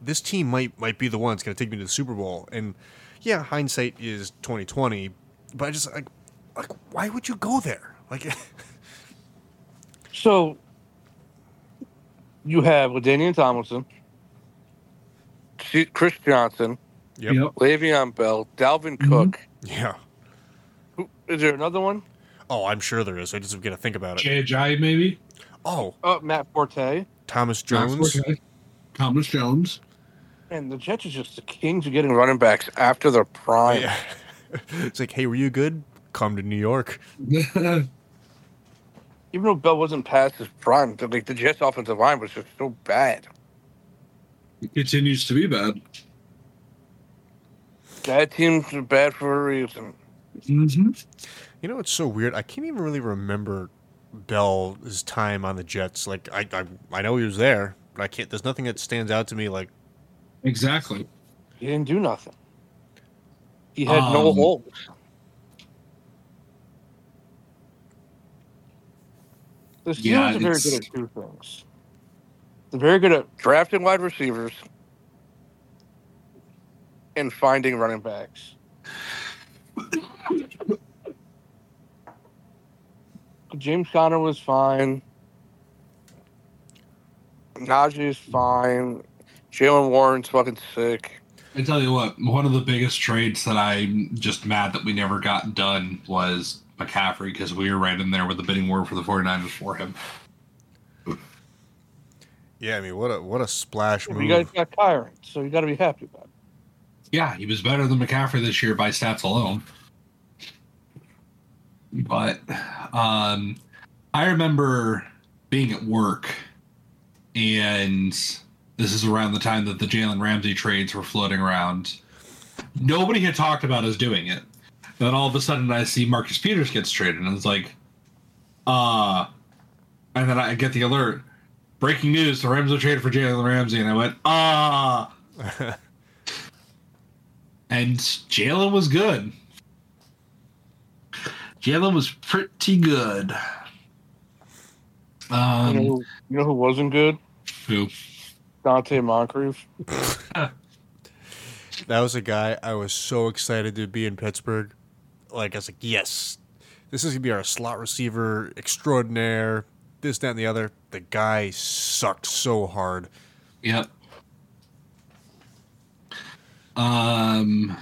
this team might might be the one that's going to take me to the Super Bowl, and yeah, hindsight is twenty twenty, but I just like like why would you go there like So you have Ladanian Tomlinson, C- Chris Johnson, Yep. Le'Veon Bell, Dalvin Mm-hmm. Mhm. Cook. yeah Who, is there another one? oh I'm sure there is I just got to think about it JJ maybe. oh Uh, Matt Forte. Thomas Jones Johnson. Thomas Jones. And the Jets are just the kings of getting running backs after their prime. Yeah. it's like, hey, were you good? Come to New York. Even though Bell wasn't past his prime, the, like the Jets' offensive line was just so bad. Continues to be bad. Bad teams are bad for a reason. Mm-hmm. You know, it's so weird. I can't even really remember Bell's time on the Jets. Like, I, I, I know he was there, but I can't. There's nothing that stands out to me. Like, Exactly. He didn't do nothing. He had no Um, holes. The Steelers Yeah, are very it's- good at two things. They're very good at drafting wide receivers and finding running backs. James Conner was fine. Najee is fine. Jalen Warren's fucking sick. I tell you what, one of the biggest trades that I'm just mad that we never got done was McCaffrey because we were right in there with the bidding war for the 49ers for him. yeah, I mean, what a what a splash Well, move. You guys got Kyron, so you got to be happy about it. Yeah, he was better than McCaffrey this year by stats alone. But um, I remember being at work, and this is around the time that the Jalen Ramsey trades were floating around. Nobody had talked about us doing it. Then all of a sudden, I see Marcus Peters gets traded, and I was like, uh, and then I get the alert breaking news the Rams are traded for Jalen Ramsey, and I went, ah. And Jalen was good. Jalen was pretty good. you, know Um, who, you know who wasn't good? who? Dante Moncrief. that was a guy I was so excited to be in Pittsburgh. Like, I was like, yes, this is gonna be our slot receiver extraordinaire. This, that, and the other. The guy sucked so hard. Yep. Um,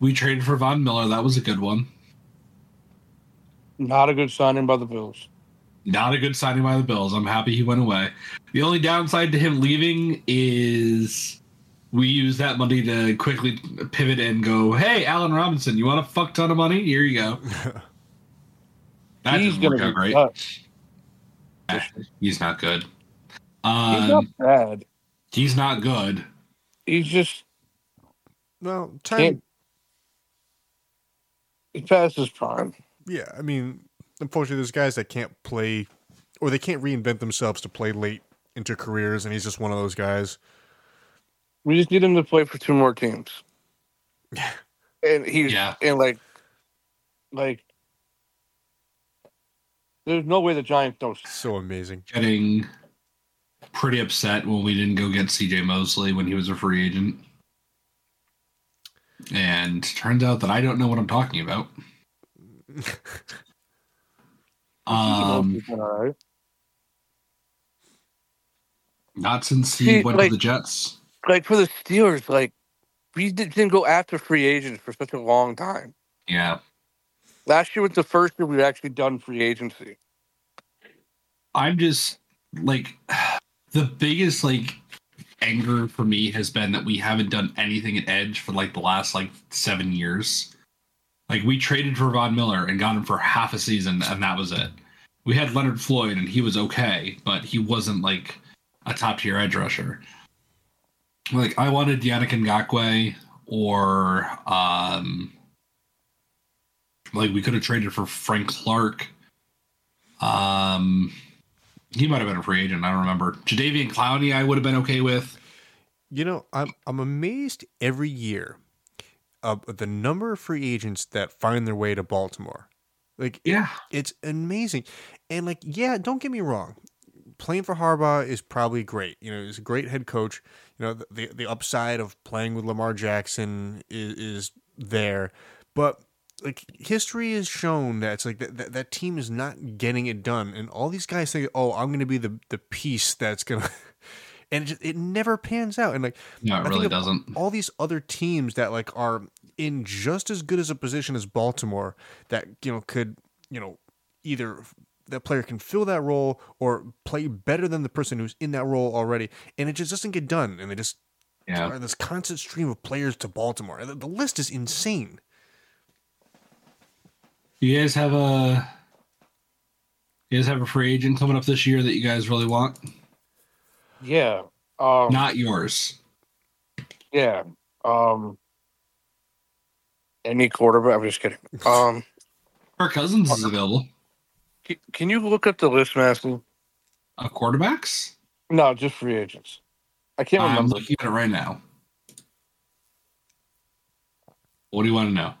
we traded for Von Miller. That was a good one. Not a good signing by the Bills. Not a good signing by the Bills. I'm happy he went away. The only downside to him leaving is we use that money to quickly pivot and go, hey, Allen Robinson, you want a fuck ton of money? Here you go. That He's didn't going work to out great. be cut. He's not good. He's not Um, bad. he's not good. He's just Well, time. Can't- he's past his prime. Yeah, I mean, unfortunately, there's guys that can't play, or they can't reinvent themselves to play late into careers, and he's just one of those guys. We just need him to play for two more teams. Yeah. And he's Yeah. and like like there's no way the Giants don't So amazing. Getting pretty upset when we didn't go get CJ Mosley when he was a free agent. And turns out that I don't know what I'm talking about. Um, all right. not since See, he went like- to the Jets. Like for the Steelers, like we di- didn't go after free agents for such a long time. Yeah. Last year was the first year we've actually done free agency. I'm just like the biggest like anger for me has been that we haven't done anything at edge for like the last like seven years. Like we traded for Von Miller and got him for half a season and that was it. We had Leonard Floyd and he was okay, but he wasn't like a top tier edge rusher. Like I wanted Yannick Ngakwe or um like we could have traded for Frank Clark. Um, he might have been a free agent. I don't remember. Jadavian Clowney, I would have been okay with. You know, I'm I'm amazed every year of the number of free agents that find their way to Baltimore. Like Yeah, it's amazing, and like yeah, don't get me wrong. Playing for Harbaugh is probably great. You know, he's a great head coach. You know, the the, the upside of playing with Lamar Jackson is, is there, but like history has shown that it's like that, that that team is not getting it done, and all these guys think, oh, I'm going to be the the piece that's going to, and it, just, it never pans out. And like no, I it think really of- doesn't. all these other teams that like are in just as good as a position as Baltimore that you know could you know either that player can fill that role or play better than the person who's in that role already and it just doesn't get done and they just Yeah, are this constant stream of players to Baltimore And the, the list is insane you guys have a you guys have a free agent coming up this year that you guys really want. Yeah. Um Not yours. yeah. Um any quarterback I'm just kidding. Um Kirk Cousins is available. c- can you look up the list, Master? Uh, quarterbacks. No, just free agents. I can't I'm remember. looking at it right now. What do you want to know?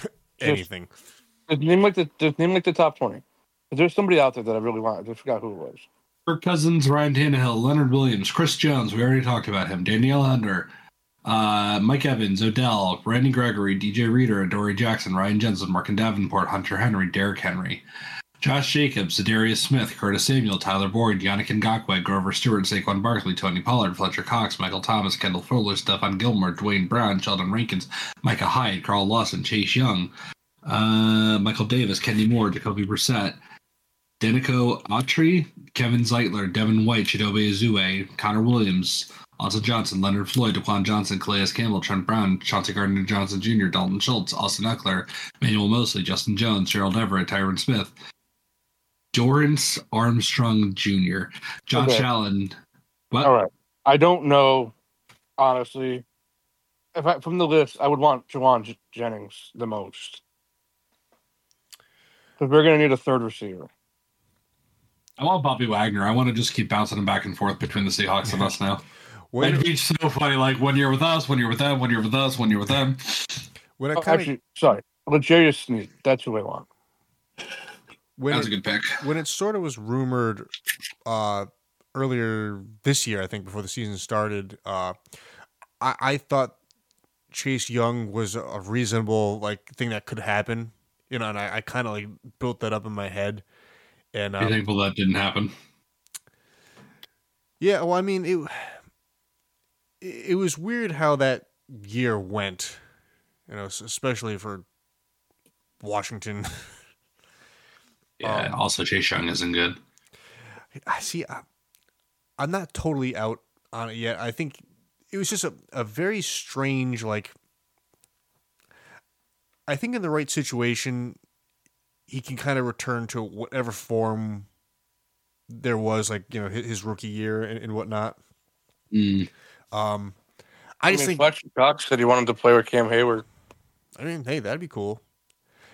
anything Just name like the just name like the top twenty. If there's somebody out there that I really want, I just forgot who it was. Kirk Cousins, Ryan Tannehill, Leonard Williams, Chris Jones. We already talked about him. Danielle Hunter, uh, Mike Evans, Odell, Randy Gregory, DJ Reader, Dory Jackson, Ryan Jensen, Mark and Davenport, Hunter Henry, Derrick Henry, Josh Jacobs, Darius Smith, Curtis Samuel, Tyler Boyd, Yannick Ngakwe, Grover Stewart, Saquon Barkley, Tony Pollard, Fletcher Cox, Michael Thomas, Kendall Fuller, Stephon Gilmore, Dwayne Brown, Sheldon Rankins, Micah Hyde, Carl Lawson, Chase Young, uh, Michael Davis, Kenny Moore, Jacoby Brissett, Denico Autry, Kevin Zeitler, Devin White, Chidobe Azue, Connor Williams, Austin Johnson, Leonard Floyd, Daquan Johnson, Calais Campbell, Trent Brown, Chauncey Gardner Johnson Jr., Dalton Schultz, Austin Eckler, Manuel Mosley, Justin Jones, Gerald Everett, Tyron Smith, Dorrance Armstrong Jr., Josh Okay. Allen. What? All right. I don't know, honestly. If I, from the list, I would want Jawan J- Jennings the most. Because we're going to need a third receiver. I want Bobby Wagner. I want to just keep bouncing him back and forth between the Seahawks and us now. when, It'd be so funny. Like one year with us, one year with them, one year with us, one year with them. when Oh, it kind of actually, sorry. Legarius Sneed. That's who I want. when That's a it, good pick. when it sort of was rumored uh, earlier this year, I think before the season started, uh, I, I thought Chase Young was a reasonable like thing that could happen, you know, and I, I kind of like built that up in my head, and Be um, thankful that didn't happen. yeah, well, I mean it, it was weird how that year went, you know, s- especially for Washington. Yeah. Um, also, Chase Young isn't good. I see. I, I'm not totally out on it yet. I think it was just a, a very strange, like, I think in the right situation, he can kind of return to whatever form Hmm. there was, like, you know, his, his rookie year and, and whatnot. Mm. Um, I, I just mean, think. Fletcher Cox said he wanted to play with Cam Hayward. I mean, hey, that'd be cool.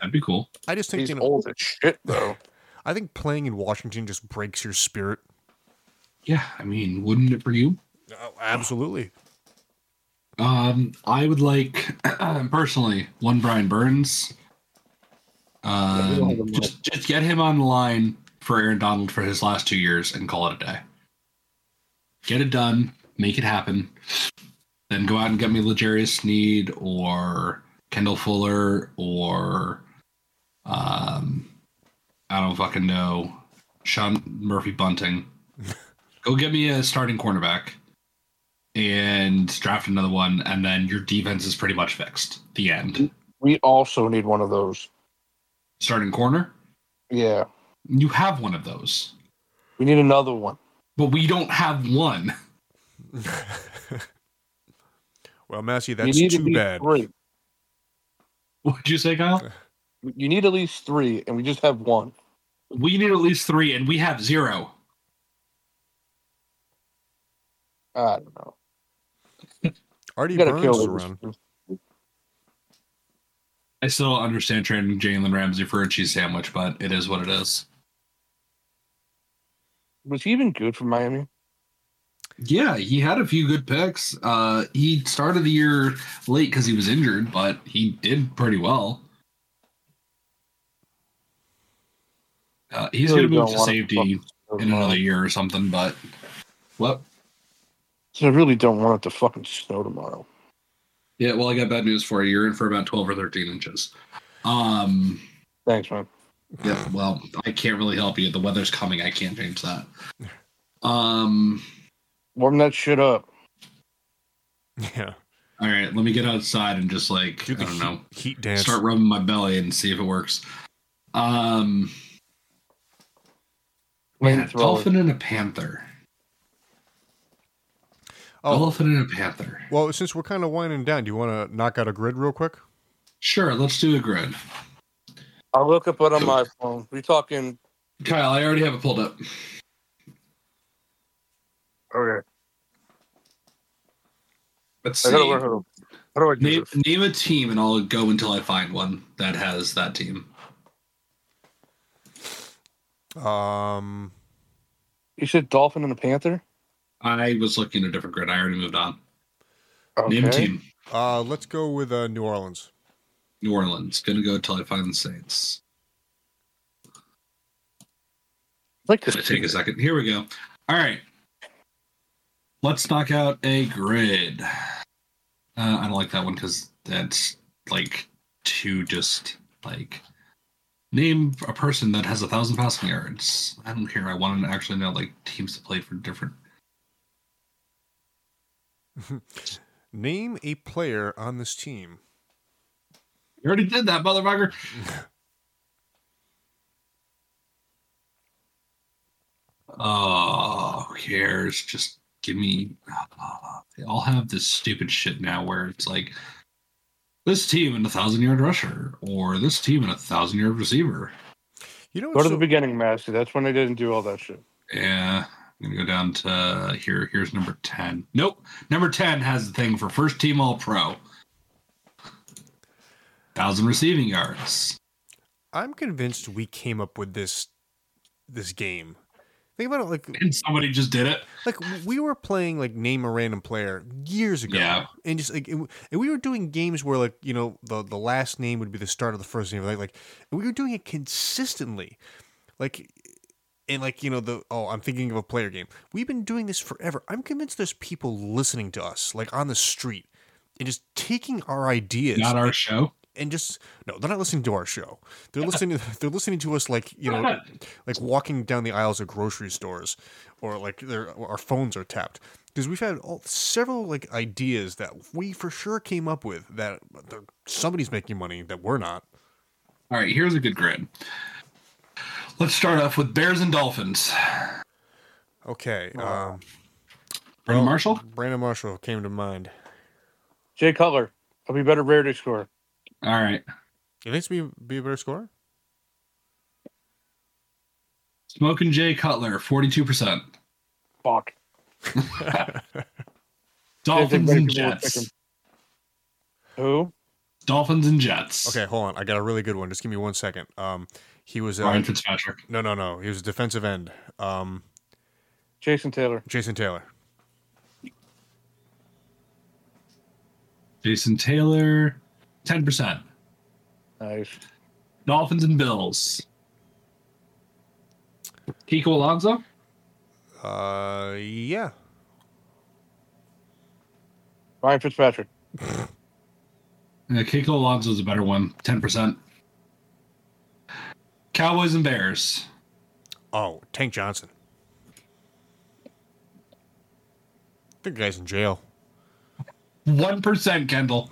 That'd be cool. I just think He's you know, old as shit though. I think playing in Washington just breaks your spirit. Yeah, I mean, wouldn't it for you? Oh, absolutely. Um, I would like personally one Brian Burns. Yeah, we don't have Um, him just just get him on the line for Aaron Donald for his last two years and call it a day. Get it done, make it happen. Then go out and get me Legarius Sneed or Kendall Fuller or um, I don't fucking know Sean Murphy Bunting. go get me a starting cornerback and draft another one, and then your defense is pretty much fixed. The end. We also need one of those. Starting corner, Yeah, you have one of those, we need another one. but we don't have one. well, Massey, You that's need at too least bad. Three. What'd you say, Kyle? You need at least three, and we just have one. We need at least three, and we have zero. I don't know. Artie You gotta Burns is kill around. I still don't understand trading Jalen Ramsey for a cheese sandwich, but it is what it is. Was he even good for Miami? Yeah, he had a few good picks. Uh, he started the year late because he was injured, but he did pretty well. Uh, he's Really going to move don't to wanna safety fuck in snow tomorrow. another year or something, but well, So I really don't want it to fucking snow tomorrow. yeah. Well, I got bad news for you. You're in for about twelve or thirteen inches. Um, Thanks, man. yeah. Well, I can't really help you. The weather's coming. I can't change that. Um. Warm that shit up. Yeah. All right. Let me get outside and just like Do the I don't heat, know. heat dance. start rubbing my belly and see if it works. Um, man, Flame a thrower. dolphin and a panther. oh, Dolphin and a panther. well, since we're kind of winding down, do you want to knock out a grid real quick? Sure, let's do a grid. I'll look up it on my phone. We talking? Kyle, I already have it pulled up. Okay. Let's I gotta see. learn how to. How do I do Name, this? name a team and I'll go until I find one that has that team. Um, You said dolphin and a panther. I was looking at a different grid. I already moved on. Okay. Name a team. uh, let's go with uh, New Orleans. New Orleans. Gonna go till I find the Saints. I'd like Gonna this. take a second. Here we go. All right. Let's knock out a grid. Uh, I don't like that one because that's like too just like name a person that has a thousand passing yards. I don't care. I want to actually know like teams to play for different. Name a player on this team. You already did that, motherfucker. Oh, who cares? Just give me. Uh, they all have this stupid shit now where it's like this team and a thousand yard rusher, or this team and a thousand yard receiver. You know, Go what's to the so, beginning, Massey. That's when they didn't do all that shit. Yeah, I'm gonna go down to here. Here's number ten. Nope, number ten has the thing for first team All Pro. Thousand receiving yards. I'm convinced we came up with this this game. Think about it, like And somebody just did it. like we were playing like name a random player years ago, Yeah. and just like it, and we were doing games where like you know the the last name would be the start of the first name, like like and we were doing it consistently, like and like you know the oh I'm thinking of a player game. We've been doing this forever. I'm convinced there's people listening to us like on the street and just taking our ideas Not our show. and just no, they're not listening to our show. They're listening. They're listening to us like you know, like walking down the aisles of grocery stores, or like their our phones are tapped because we've had all, several like ideas that we for sure came up with that that somebody's making money that we're not. All right, here's a good grid. Let's start off with Bears and Dolphins. Okay, um, Brandon Marshall? Brandon Marshall came to mind. Jay Cutler. I'll be better rarity score. All right. You think he's be be a better scorer? Smoking Jay Cutler, 42%. Fuck. Dolphins Red and people will pick Jets. Who? Dolphins and Jets. Okay, hold on. I got a really good one. Just give me one second. Um, he was uh, Ryan Fitzpatrick. no, no, no. He was a defensive end. Um, Jason Taylor. Jason Taylor. Jason Taylor. Ten percent. Nice. Dolphins and Bills. Kiko Alonso. Uh, yeah. Ryan Fitzpatrick. Yeah, Keiko Alonso's a better one. Ten percent. Cowboys and Bears. Oh, Tank Johnson. The guy's in jail. One percent, Kendall.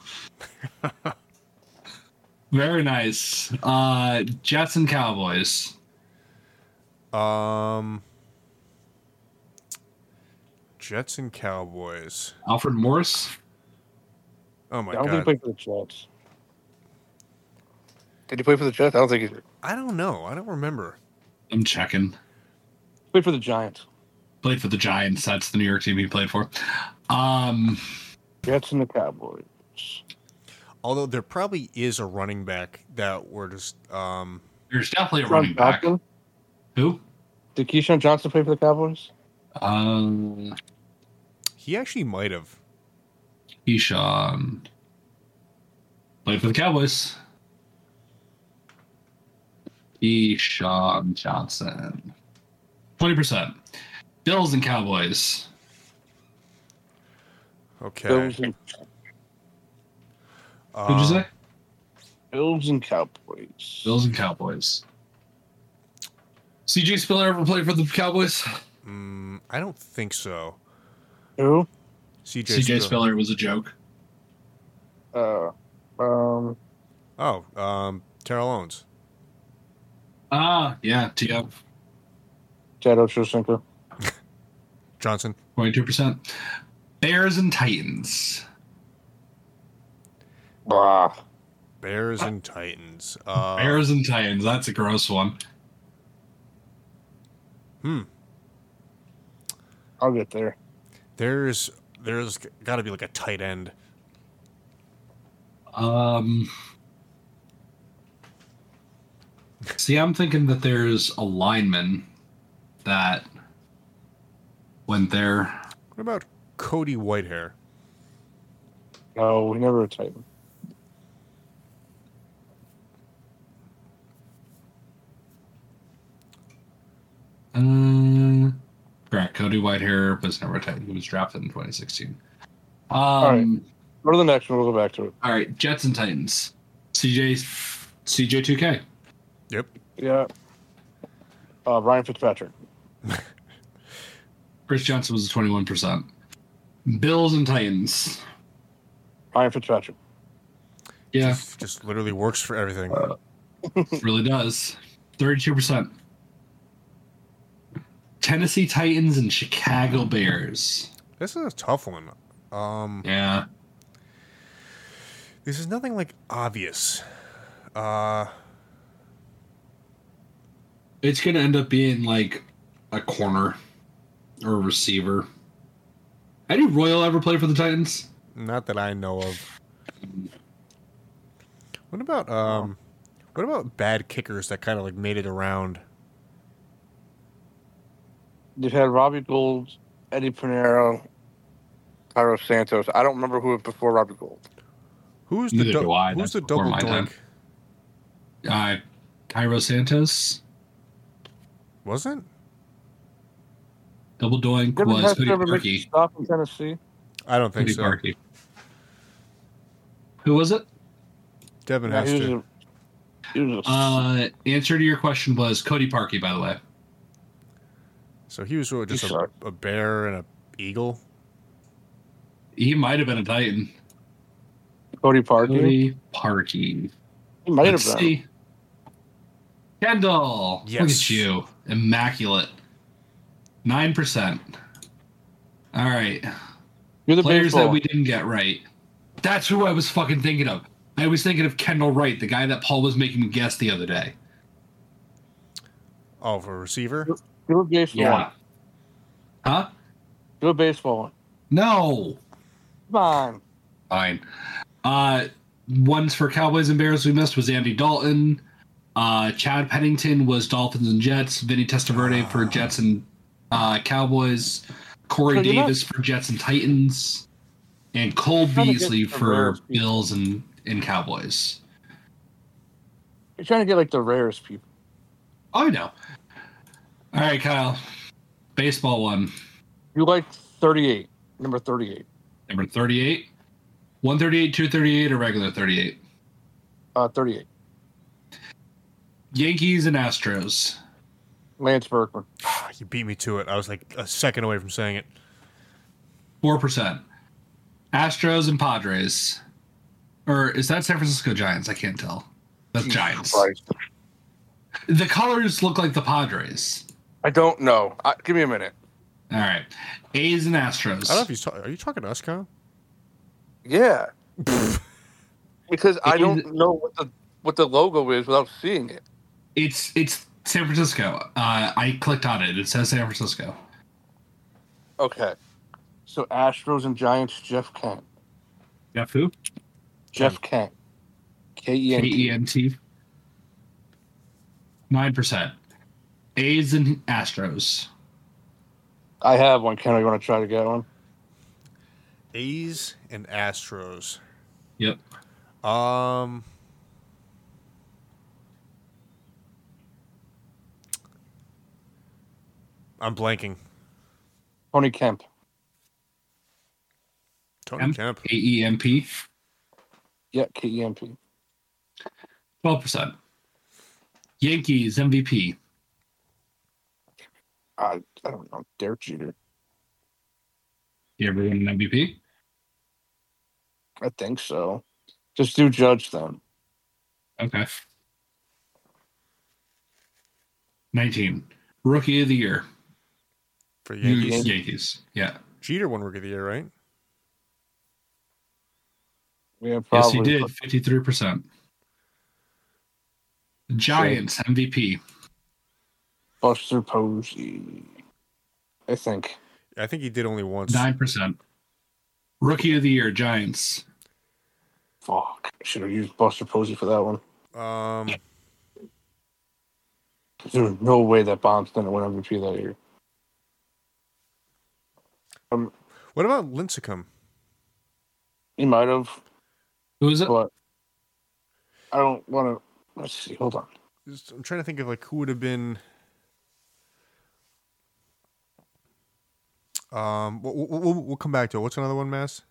Very nice. Uh Jets and Cowboys. Um, Jets and Cowboys. Alfred Morris. Oh my I don't god. think he played for the Jets. Did he play for the Jets? I don't think he did. I don't know. I don't remember. I'm checking. played for the Giants. Played for the Giants. That's the New York team he played for. Um Jets and the Cowboys. Although there probably is a running back that we're just um there's definitely a running back. Johnson? Who? Did Keyshawn Johnson play for the Cowboys? Um he actually might have. Keyshawn. Played for the Cowboys. Keyshawn Johnson. 20%. Bills and Cowboys. Okay. Bills, and, Who'd you Um, say? Bills and Cowboys. Bills and Cowboys. CJ Spiller ever played for the Cowboys? Mm, I don't think so. Who? CJ, CJ Spiller. Spiller was a joke. Uh, um, Oh, um, Terrell Owens. Ah, yeah, TF. Chad Ochocinco. Johnson. 22%. Bears and Titans. Bah. Bears and Titans. Uh, Bears and Titans. That's a gross one. Hmm. I'll get there. There's there's got to be like a tight end. Um, see, I'm thinking that there's a lineman that went there. What about Cody Whitehair? No, we never were Titan. Uh, correct. Cody Whitehair was never taken. He was drafted in 2016. Um, right. Go to the next one. We'll go back to it. all right. Jets and Titans. CJ, CJ2K. Yep. Yeah. Uh, Ryan Fitzpatrick. Chris Johnson was 21%. Bills and Titans. Ryan Fitzpatrick. Yeah, Just literally works for everything. Uh, really does. 32%. Tennessee Titans and Chicago Bears. This is a tough one. Um, Yeah. this is nothing like obvious. Uh, It's going to end up being like a corner or a receiver. Any Royal ever play for the Titans? not that I know of. What about um, what about bad kickers that kind of like made it around? You've had Robbie Gold, Eddie Pinero, Cairo Santos. I don't remember who was before Robbie Gold. Who's the Neither dou- do I. who's That's the before double my time. doink? Uh, Cairo Santos. Wasn't? Double doink Devin was Hester Cody ever make a Parkey. stop in Tennessee? I don't think Cody so. Parkey. Who was it? Devin Yeah, he was Hester. a, he was a Uh, answer to your question was Cody Parkey, by the way. So he was really He just a, sucked. a bear and a eagle. He might have been a Titan. Cody Parkey. Cody Parkey. He might have Let's been. see. Kendall. Look Yes. at you. Immaculate. 9%. All right. You're the Players baseball. that we didn't get right. That's who I was fucking thinking of. I was thinking of Kendall Wright, the guy that Paul was making me guess the other day. Oh, for a receiver? You're a baseball one. Huh? You're a baseball one. No. Come on. Fine. Uh, ones for Cowboys and Bears we missed was Andy Dalton. Uh, Chad Pennington was Dolphins and Jets. Vinny Testaverde for Jets and uh, Cowboys. Corey So you're not- Davis for Jets and Titans. And Cole Trying to get Beasley the for Bears people. Bills and, and Cowboys. You're trying to get like the rarest people. Oh, I know. All right, Kyle. Baseball one, You like 38, number 38, number 38. 138, 238, or regular 38. uh, 38, Yankees and Astros. Lance Berkman. You Ah, beat me to it. I was like a second away from saying it. Four percent. Astros and Padres, or is that San Francisco Giants? I can't tell. That's Jesus Giants. Christ. The colors look like the Padres. I don't know. I, give me a minute. All right, A's and I don't know if Astros. he's talking. Are you talking to us, Kyle? Yeah. because I It is- don't know what the what the logo is without seeing it. It's it's San Francisco. Uh, I clicked on it. It says San Francisco. Okay. So Astros and Giants, Jeff Kent. Jeff who? Jeff Kent. K E N T. K-E-N-T. Nine percent. A's and Astros. I have one. Ken, you want to try to get one? A's and Astros. Yep. Um. I'm blanking. Tony Kemp. Tony Kemp? Kemp. A E M P. Yeah, K E N P. Twelve percent. Yankees MVP. I, I don't know. Derek Jeter. He ever win an MVP? I think so. Just do judge them. Okay. 19. Rookie of the year. for the Yankees. Yankees. Yankees. Yeah. Jeter won Rookie of the Year, right? We have Yes, probably. he did. 53%. Giants MVP. Buster Posey. I think. I think he did only once. 9%. Rookie of the year. Giants. Fuck. Should have used Buster Posey for that one. Um, There's no way that Bonds didn't win MVP that year. what about Lincecum? He might have, Who is it? but I don't want to. Let's see. Hold on. Just- I'm trying to think of like who would have been. Um, we'll, we'll, we'll come back to it. What's another one, Mass?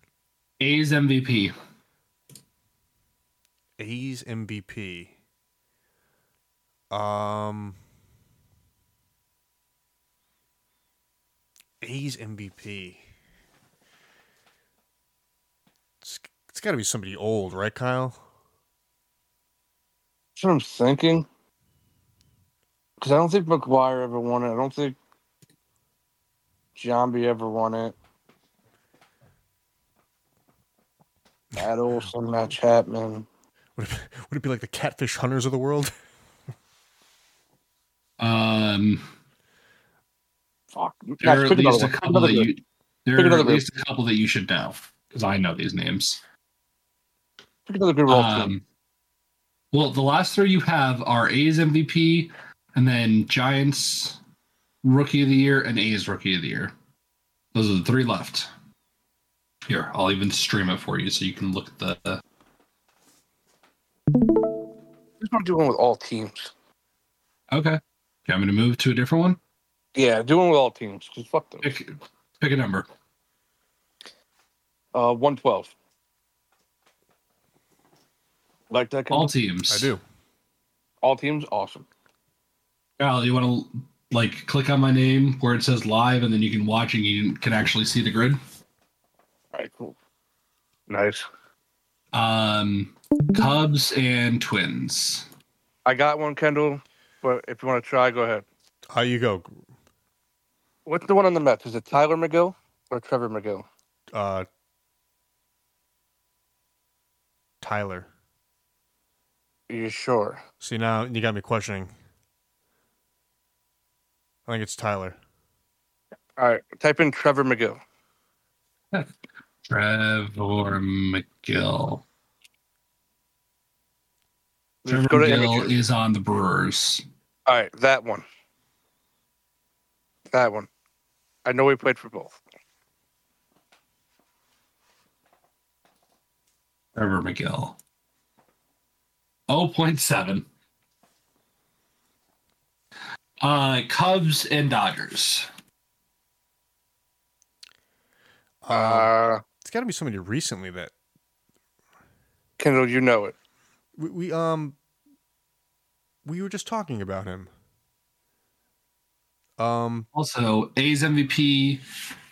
A's MVP. A's MVP. Um, A's MVP. It's, it's got to be somebody old, right, Kyle? That's what I'm thinking. Because I don't think McGuire ever won it. I don't think Jambi ever won it. Matt Olson, Matt Chapman. Would it, be- would it be like the catfish hunters of the world? Um, Fuck. there are Max, at pick another least a one. couple that Another you. There Pick are another at group. least a couple that you should know because I know these names. Pick another good role. too. Um, well, the last three you have are A's MVP, and then Giants Rookie of the Year and A's Rookie of the Year. Those are the three left. Here, I'll even stream it for you so you can look at the. Just want to do one with all teams. Okay. Okay, I'm going to move to a different one. Yeah, do one with all teams. Because fuck them. Pick, pick a number. Uh, 112. Like that? Ken? All teams. I do. all teams? Awesome. Kyle, you want to like click on my name where it says live, and then you can watch and you can actually see the grid. All right, cool. Nice. Um, Cubs and Twins. I got one, Kendall, but if you want to try, go ahead. How you go? What's the one on the Mets? Is it Tyler McGill or Trevor McGill? Uh, Tyler. Are you sure? See, now you got me questioning. I think it's Tyler. All right, type in Trevor McGill. Trevor McGill. Trevor Just go to McGill images. is on the Brewers. All right, that one. That one. I know we played for both. Trevor McGill. 0.7. Uh, Cubs and Dodgers. Uh, Uh, it's got to be somebody recently that Kendall, you know it. we, we um we were just talking about him. Um, Also, A's MVP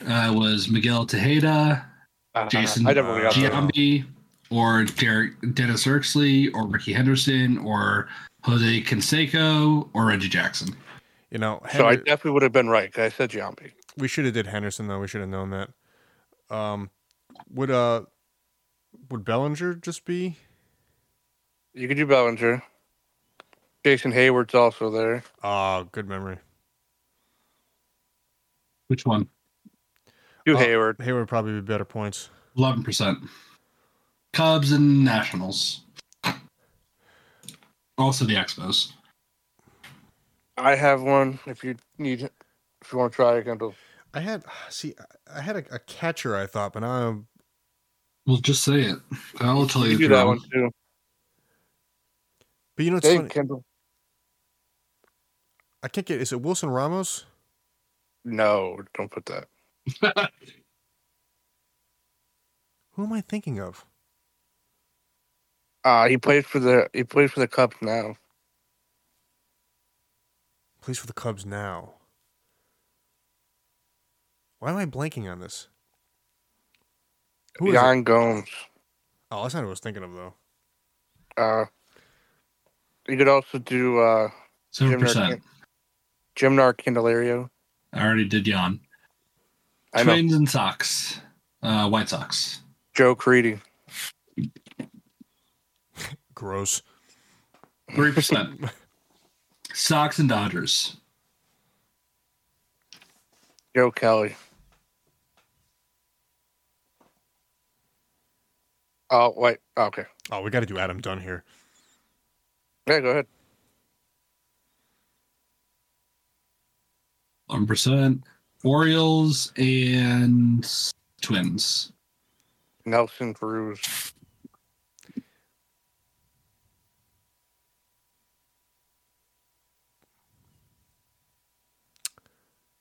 uh, was Miguel Tejeda, Uh, Jason, I never really got that. Gian- Giambi, or Derek, Dennis Erxley, or Ricky Henderson, or Jose Canseco, or Reggie Jackson. you know, So I Hender- definitely would have been right. 'cause I said Giambi. we should have did Henderson though. We should have known that. Um, would uh, would Bellinger just be? You could do Bellinger. Jason Hayward's also there. Ah, good memory. Which one? Do Oh. Hayward. Hayward would probably be better points. 11%. Cubs and Nationals. Also the Expos. I have one. If you need, if you want to try it, Kendall. I had see, I- I had a, a catcher I thought, but um, now I'm, Well, just say it. I'll tell you. You if do you're that wrong. one too. but you know what's Dave funny? Kendall. I can't get. Is it Wilson Ramos? No, don't put that. Who am I thinking of? Uh he played for the he played for the Cubs now. Plays for the Cubs now. Why am I blanking on this? Who is it? Jan Gomes. Oh, that's not who I was thinking of though. Uh, you could also do uh, Seven Narcan- percent. Jim Narcandelario. I already did yawn. I know Twins and Sox. Uh, White Sox. Joe Creedy. Gross. Three percent. Sox and Dodgers. Joe Kelly. Oh wait, okay. Oh, we got to do Adam Dunn here. Yeah, go ahead. Eleven percent. Orioles and Twins. Nelson Cruz.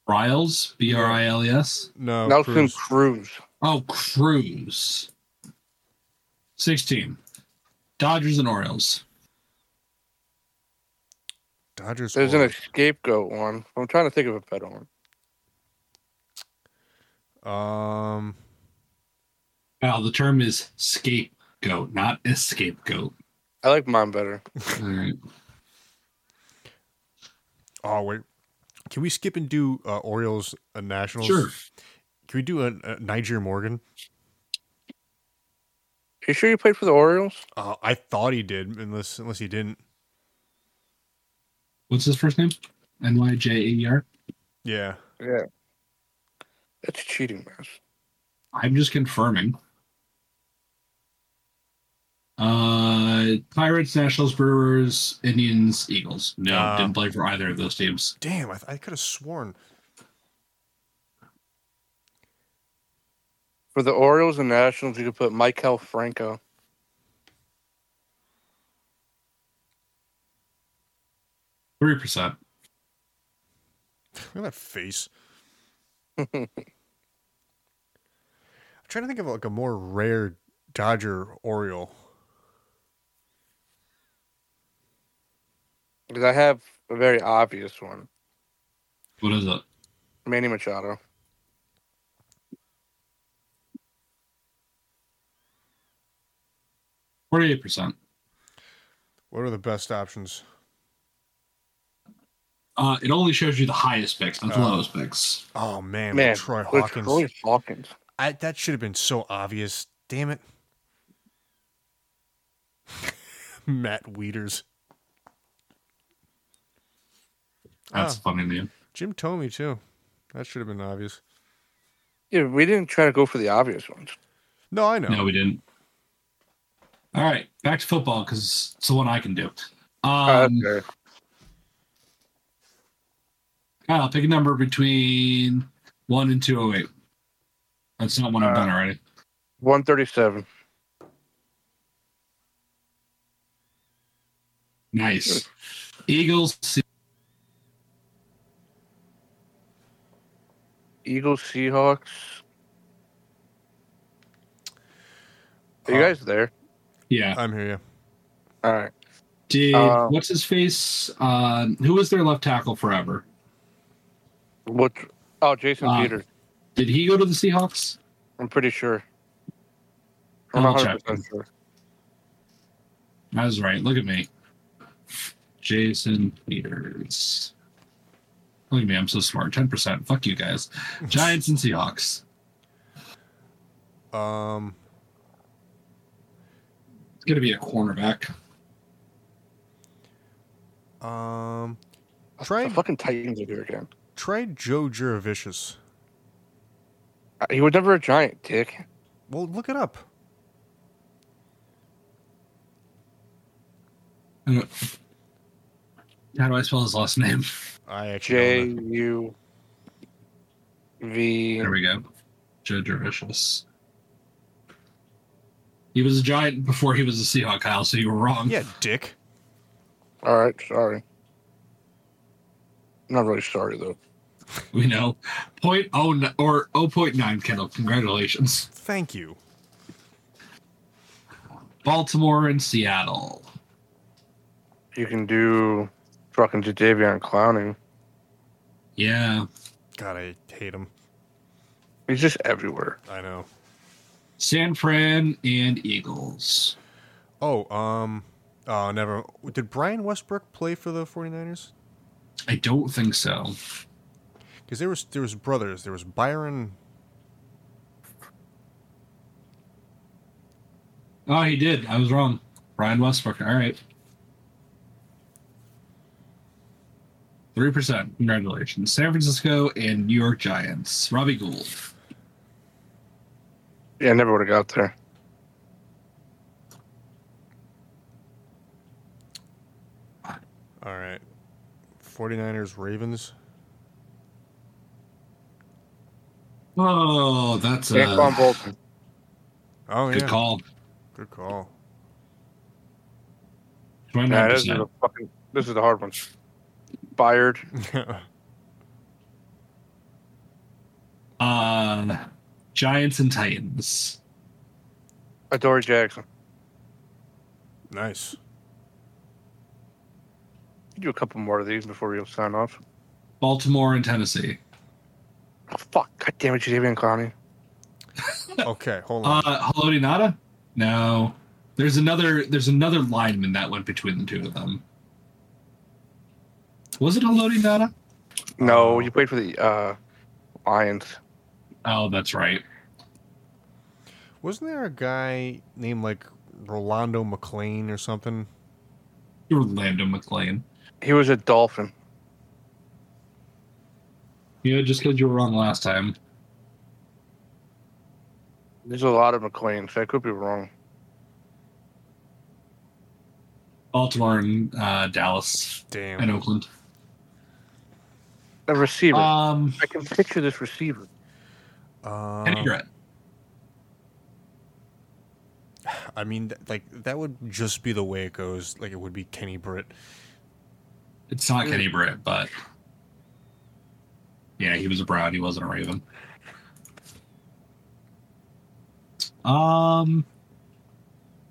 Riles. B R I L E S. No, Oh, Nelson Cruz. Cruz. Oh, Cruz. Sixteen. Dodgers and Orioles. Dodgers. There's or- an scapegoat one. I'm trying to think of a better one. Um, Now the term is scapegoat, not escapegoat. I like mine better. All right. oh wait, can we skip and do uh, Orioles uh, Nationals? Sure. Can we do a, a Niger Morgan? You sure you played for the Orioles? Uh, I thought he did, unless unless he didn't. What's his first name? N Y J E R. Yeah. Yeah. That's cheating, man. I'm just confirming. Uh, Pirates, Nationals, Brewers, Indians, Eagles. No, Ah. didn't play for either of those teams. Damn, I, th- I could have sworn. For the Orioles and Nationals, you could put Michael Franco. Three percent. Look at that face. I'm trying to think of like a more rare Dodger Oriole. Because I have a very obvious one. What is it? Manny Machado. Forty-eight percent. What are the best options? Uh, it only shows you the highest picks, not the Oh. lowest picks. Oh man, Man, man Troy With Hawkins. Troy Hawkins. I, that should have been so obvious. Damn it. Matt Wieters. That's a Ah, funny name. Jim Tomey too. That should have been obvious. Yeah, we didn't try to go for the obvious ones. No, I know. No, we didn't. All right, back to football because it's the one I can do. Um, Uh, okay. Kyle, pick a number between one and two oh eight. That's not one I've Uh, done already. 137. Nice. Eagles. Se- Eagles, Seahawks. Are you Uh, guys there? Yeah. I'm here, yeah. All right. Did Uh, what's his face? Uh, who was their left tackle forever? What? Oh, Jason Uh, Peters. Did he go to the Seahawks? I'm pretty sure. I'm I'll not check. 100% sure. I was right. Look at me. Jason Peters. Look at me. I'm so smart. 10%. Fuck you guys. Giants and Seahawks. Um, It's going to be a cornerback. um, Try- The fucking Titans are here again. try Joe Juravicius. Uh, He was never a giant, dick. Well, look it up. How do I spell his last name? I J actually. don't know. U V. There we go. Joe Dervishus. He was a Giant before he was a Seahawk, Kyle, so you were wrong. Yeah, Dick. All right, sorry. I'm not really sorry though. We know. Point oh n- or 0.9, Kendall. Congratulations. Thank you. Baltimore and Seattle. You can do fucking Jadavion clowning. Yeah. God, I hate him. He's just everywhere. I know. San Fran and Eagles. Oh, um, oh, never. Did Brian Westbrook play for the 49ers? I don't think so. Because there was there was brothers. There was Byron. Oh, he did. I was wrong. Brian Westbrook. All right. 3%. Congratulations. San Francisco and New York Giants. Robbie Gould. Yeah, I never would have got there. All right. 49ers Ravens. Oh, that's a Anquan Bolton. Oh good yeah. call. Good call. Yeah, this is 29%. the fucking. This is the hard one. Bayard. Uh, Giants and Titans. Adore Jackson. nice. You do a couple more of these before we sign off. Baltimore and Tennessee. Oh, fuck. God damn it, Jadavion Clowney. Okay, hold on. Uh, Haloti Nada? No. There's another. There's another lineman that went between the two of them. Was it Haloti Nada? No, Oh. he played for the uh, Lions. Oh, that's right. Wasn't there a guy named like Rolando McLean or something? You were Landon McLean. He was a Dolphin. Yeah, just because you were wrong last time. There's a lot of McLeans. I could be wrong. Baltimore and uh, Dallas Damn. and Oakland. A receiver. Um, I can picture this receiver. Uh, Kenny Grant. I mean, th- like that would just be the way it goes. Like it would be Kenny Britt. It's not Kenny Britt, but yeah, he was a Brown. He wasn't a Raven. Um,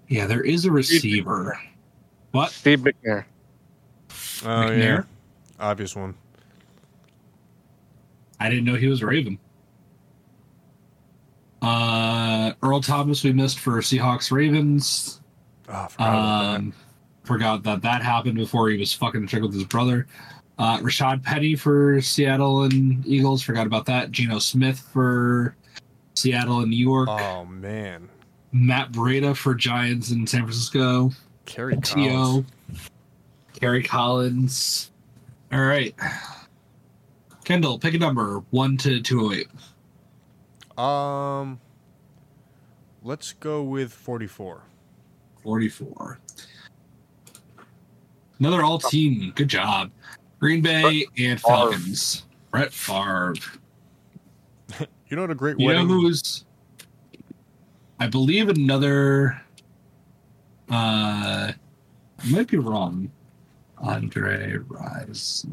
yeah, there is a receiver. What? Steve McNair. Oh yeah, McNair? obvious one. I didn't know he was a Raven. Uh, Earl Thomas, we missed for Seahawks Ravens. Oh, I forgot about that. Um, forgot that that happened before he was fucking a trick with his brother. Uh, Rashad Penny for Seattle and Eagles. Forgot about that. Geno Smith for Seattle and New York. Oh man, Matt Breda for Giants and San Francisco. Kerry T.O. Collins. Kerry Collins. All right. Kendall, oh pick a number one to 208. Um, Let's go with 44. 44. Another all team. Good job. Green Bay and Favre. Falcons. Brett Favre. You know what a great You know wedding. who was, I believe, another. Uh, I might be wrong. Andre Rise.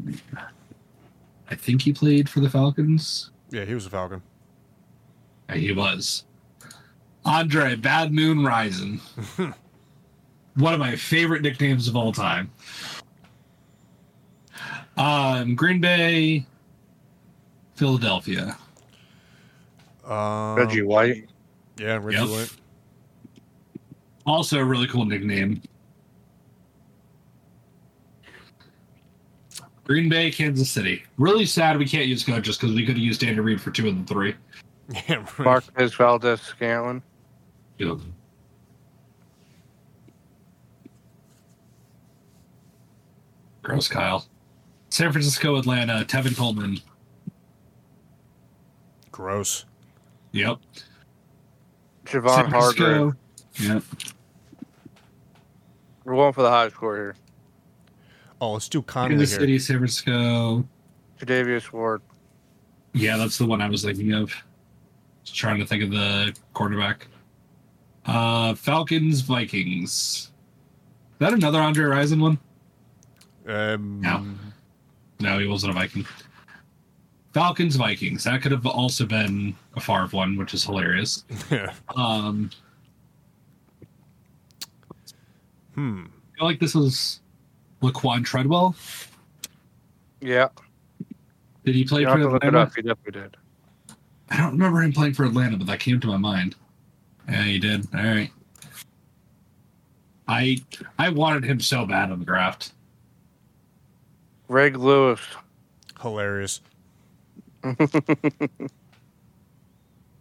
I think he played for the Falcons. yeah, he was a Falcon. Yeah, he was. Andre Bad Moon Rising. One of my favorite nicknames of all time. Um, Green Bay, Philadelphia. Um, Reggie uh, White. Yeah, Reggie Yep. White. Also, a really cool nickname. Green Bay, Kansas City. Really sad we can't use coaches because we could have used Andy Reid for two of the three. Yeah, right. Marquez Valdez Scantlin. Gross, Kyle. San Francisco, Atlanta, Tevin Coleman. Gross. Yep. Javon Hargrave. Yep. We're going for the high score here. Oh, let's do Conley here. Kansas City, San Francisco. Jadavius Ward. Yeah, that's the one I was thinking of. Just trying to think of the quarterback. Uh, Falcons, Vikings. Is that another Andre Rison one? Um, No, he wasn't a Viking. Falcons, Vikings. That could have also been a Favre one, which is hilarious. yeah. Um, Hmm. I feel like this was Laquan Treadwell. Yeah. Did he play You have to for look it Atlanta? up. He definitely did. I don't remember him playing for Atlanta, but that came to my mind. Yeah, he did. All right. I I wanted him so bad on the draft. Greg Lewis. Hilarious.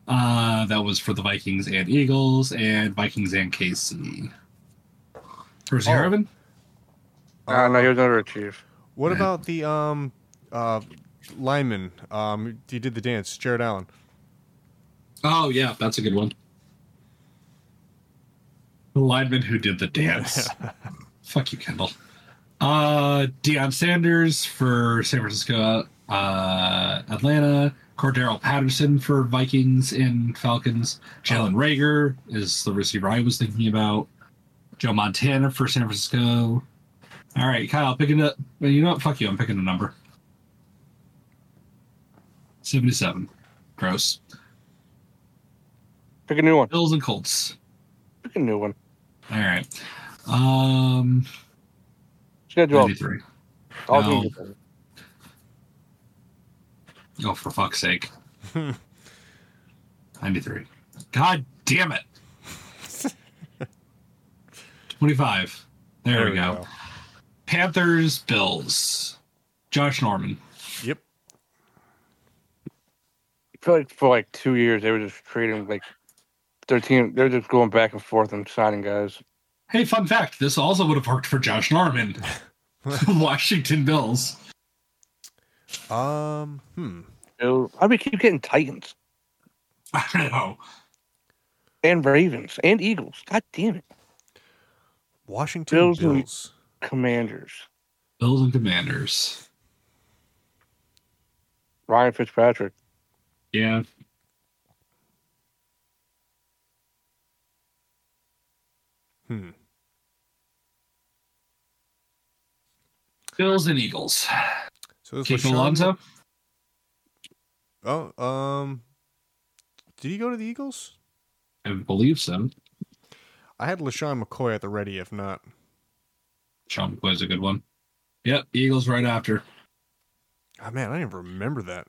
Uh, that was for the Vikings and Eagles and Vikings and KC. Where's Oh. Harriman? Ah, Uh, no, he was under a chief. What Yeah. about the um, uh, lineman? Um, he did the dance. Jared Allen. Oh yeah, that's a good one. The lineman who did the dance. Fuck you, Kendall. Uh Deion Sanders for San Francisco, uh Atlanta, Cordero Patterson for Vikings and Falcons, Jalen Rager is the receiver I was thinking about. Joe Montana for San Francisco. All right, Kyle, picking up well, you know what? Fuck you, I'm picking a number. Seventy seven. Gross. Pick a new one. Bills and Colts. Pick a new one. All right. Um, Schedule. 93. I'll No. do it. Oh, for fuck's sake. 93. God damn it. 25. There, we go. Panthers, Bills. Josh Norman. Yep. I feel like for like two years they were just trading like their team. They're just going back and forth and signing guys. Hey, fun fact this also would have worked for Josh Norman. Washington Bills. Um. Hmm. So, How do we keep getting Titans I don't know. and Ravens and Eagles? God damn it! Washington Bills Bills. and- Commanders. Bills and Commanders. Ryan Fitzpatrick. Yeah. Hmm. Bills and Eagles. So this was Keith Sean- Alonso. Oh. Um. Did he go to the Eagles? I believe so. I had Lashawn McCoy at the ready. If not, Sean McCoy's a good one. Yep, Eagles right after. oh man, I didn't even remember that.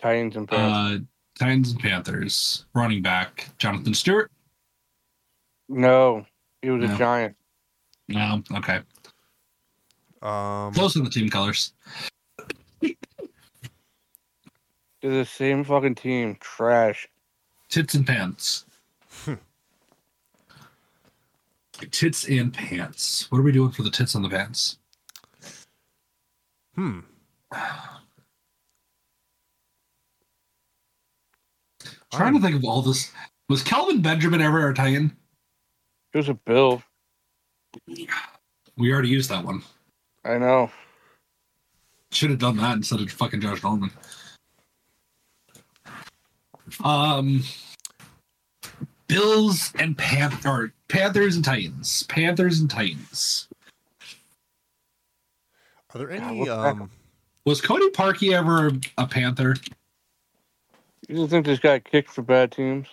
Titans and Panthers. Uh, Titans and Panthers. Running back, Jonathan Stewart. no, he was no. a giant. No, okay. Um. Close on the team colors. They're the same fucking team. Trash. Tits and pants. tits and pants. What are we doing for the tits on the pants? Hmm. trying to think of all this. Was Calvin Benjamin ever Italian? It was a bill. We already used that one. I know. Should have done that instead of fucking Josh Norman. Um, Bills and Panth- or Panthers and Titans. Panthers and Titans. Are there Yeah, any what the heck? um Was Cody Parkey ever a Panther? You just think this guy kicked for bad teams?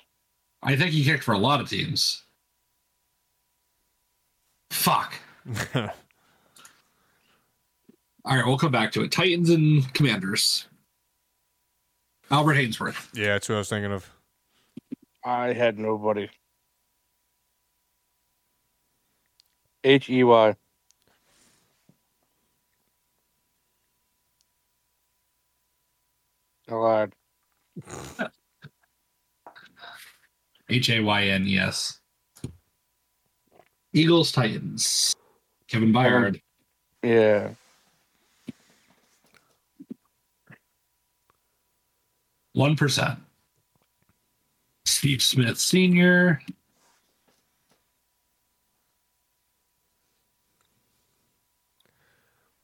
I think he kicked for a lot of teams. Fuck. All right, we'll come back to it. Titans and Commanders. Albert Hainsworth. Yeah, that's what I was thinking of. I had nobody. H E Y. I lied. H A Y N E S. Eagles, Titans. Kevin Byard. Yeah. One percent. Steve Smith Sr.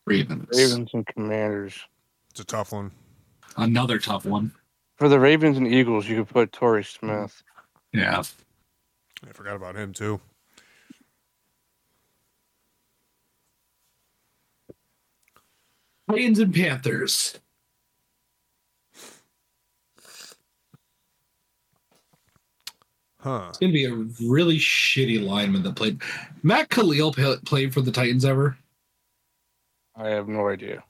Ravens. Ravens and Commanders. It's a tough one. Another tough one. For the Ravens and Eagles, you could put Torrey Smith. Yeah. I forgot about him too. Titans and Panthers. Huh. It's going to be a really shitty lineman that played. Matt Khalil pa- played for the Titans ever. I have no idea.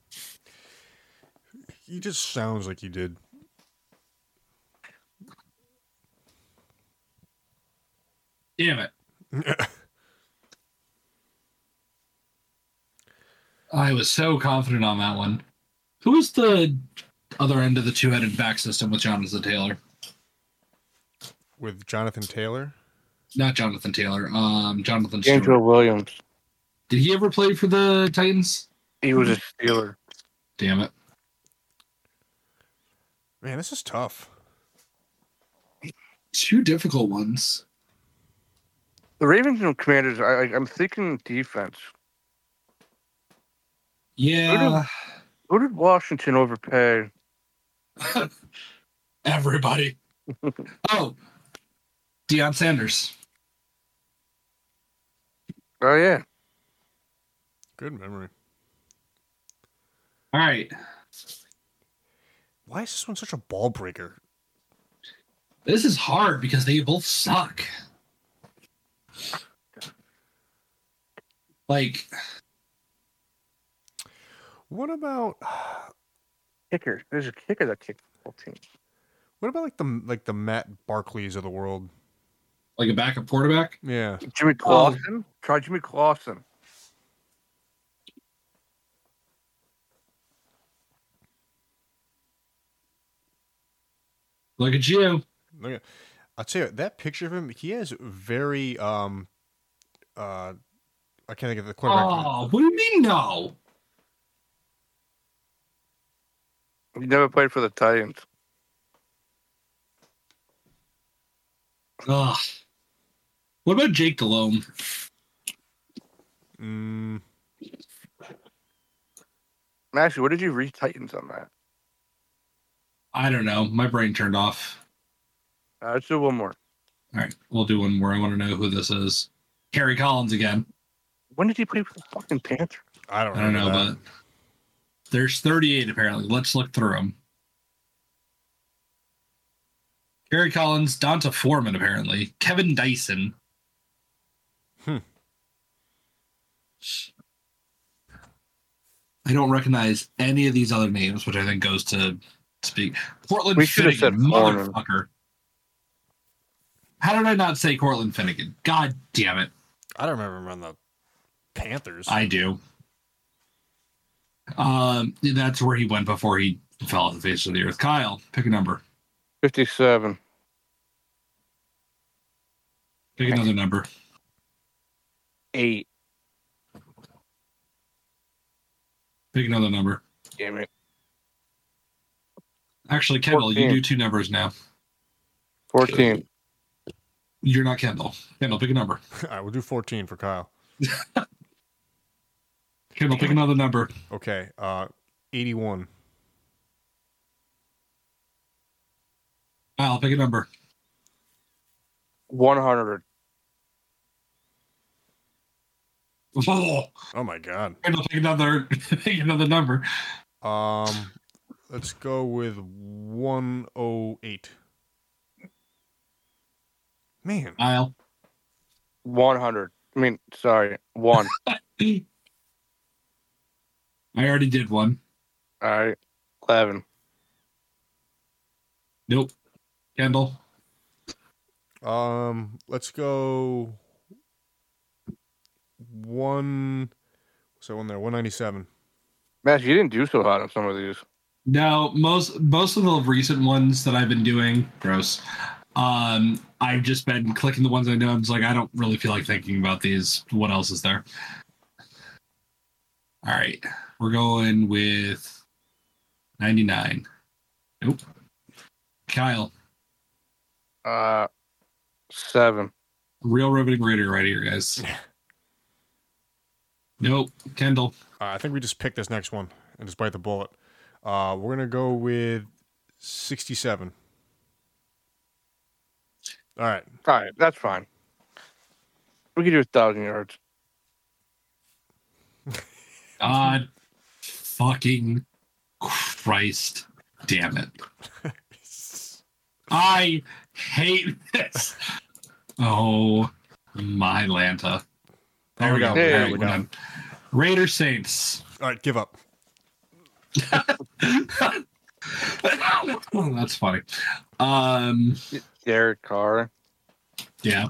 He just sounds like he did. Damn it. I was so confident on that one. Who was the other end of the two headed back system with Jonathan Taylor? With Jonathan Taylor. Not Jonathan Taylor. Um, Jonathan Stewart. D'Angelo Williams. Did he ever play for the Titans? He was a Steeler. Damn it. Man, this is tough. Two difficult ones. The Ravens and Commanders. I, I, I'm thinking defense. Yeah. Who did Washington overpay? Everybody. oh, Deion Sanders. Oh yeah, Good memory. All right. Why is this one such a ball breaker? This is hard because they both suck. Like, What about kicker. There's a kicker that kicked the whole team. what about like the like the Matt Barclays of the world? like a backup quarterback? Yeah. Jimmy Clausen. Try Jimmy Clausen. Look at you. Look at, I'll tell you that picture of him. He has very um, uh, I can't think of the quarterback. Oh, what do you mean no? He never played for the Titans. Ugh. What about Jake Delhomme? Mm, Actually, what did you read Titans on that? I don't know. My brain turned off. Uh, let's do one more. All right, we'll do one more. I want to know who this is. Kerry Collins again. When did he play for the fucking Panthers? I don't. I don't know, remember that. but there's 38 apparently. Let's look through them. Kerry Collins, Donta Foreman apparently, Kevin Dyson. Hmm. I don't recognize any of these other names, which I think goes to speak. Portland We should have Finnegan, said Foreman. motherfucker. How did I not say Cortland Finnegan? God damn it. I don't remember him on the Panthers. I do. Um, that's where he went before he fell off the face of the earth. Kyle, pick a number. Fifty-seven. Pick another number. Eight. Pick another number. Damn it. Actually, Kendall, you 14. do two numbers now. 14. You're not Kendall. Kendall, pick a number. I will do 14 for Kyle. Kendall, pick another number. Okay, uh, 81. Kyle, pick a number. 100. Oh, Oh my god. Kendall, pick another. pick another number. Um, let's go with 108. Man, Kyle, 100. I mean, sorry, one. I already did one. All right, 11. Nope. Kendall, um, let's go one. So one there, 197. Matt, you didn't do so hot on some of these. No, most most of the recent ones that I've been doing, gross. Um, I've just been clicking the ones I know. I'm just like, I don't really feel like thinking about these. What else is there? All right, we're going with 99. Nope. Kyle, Uh, seven. real riveting radio right here, guys. Nope. Kendall, Uh, I think we just pick this next one and just bite the bullet. Uh, we're gonna go with sixty-seven. All right, All right, that's fine. We could do a thousand yards. God, fucking Christ, damn it. I hate this. Oh my Lanta. Oh, There we go. Hey. There There we go. go. Raider Saints. All right, give up. Oh, that's funny. Um Derek Carr. yeah.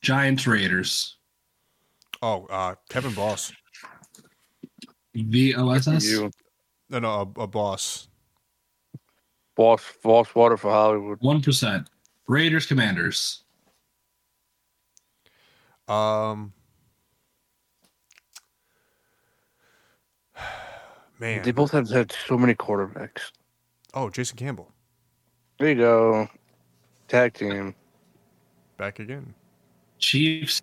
Giants Raiders. Oh, uh, Kevin Boss. V O S S. You. No, no, a, a boss. Boss, boss water for Hollywood. One percent. Raiders Commanders. Um, man. They both have had so many quarterbacks. oh, Jason Campbell There you go. Tag team. back again. Chiefs.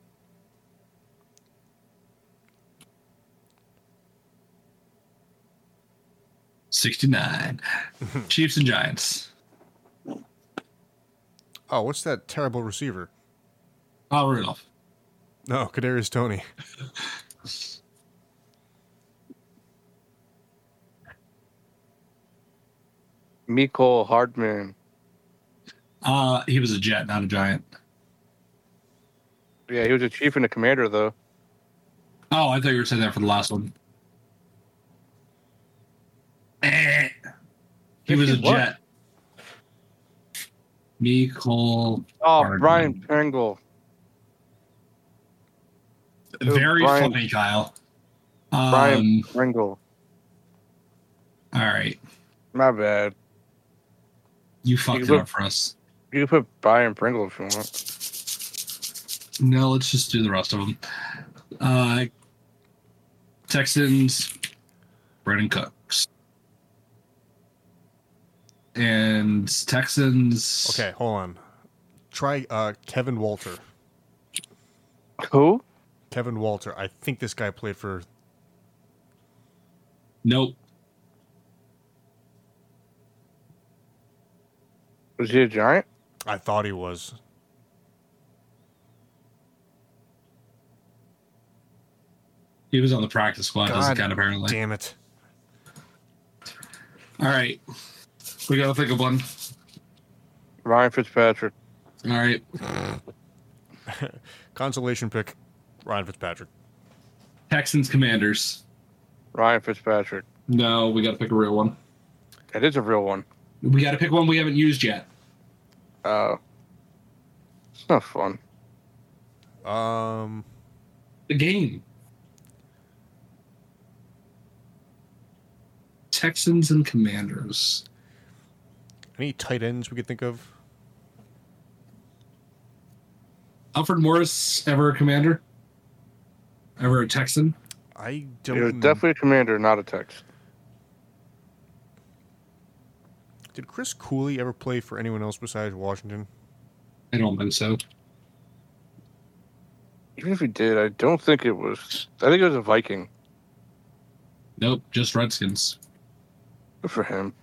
Sixty-nine. Chiefs and Giants. Oh, what's that terrible receiver? Oh Rudolph. No, Kadarius Tony. Miko Hardman. Uh he was a jet, not a giant. Yeah, he was a chief and a commander, though. Oh, I thought you were saying that for the last one. Eh. He Yes, was he a was. jet. Me, Cole. Oh, Hardman. Brian Pringle. was Very Brian- funny, Kyle. Brian Um, Pringle. all right. My bad. You fucked it look- up for us. You can put Brian Pringle if you want. No, let's just do the rest of them. Uh, Texans, Brennan Cooks. And Texans. Okay, hold on. Try uh, Kevin Walter. Who? Kevin Walter. I think this guy played for Nope. Was he a giant? I thought he was. He was on the practice squad. doesn't God count apparently. Damn it. All right. We got to think of one. Ryan Fitzpatrick. All right. Consolation pick, Ryan Fitzpatrick. Texans, Commanders. Ryan Fitzpatrick. No, we got to pick a real one. That is a real one. We got to pick one we haven't used yet. Uh, it's not fun. Um, The game. Texans and Commanders. any tight ends we could think of? Alfred Morris, ever a Commander? Ever a Texan? I It don't. was kn- definitely a commander, not a text. Did Chris Cooley ever play for anyone else besides Washington? I don't think so. Even if he did, I don't think it was. I think it was a Viking. Nope, just Redskins. Good for him.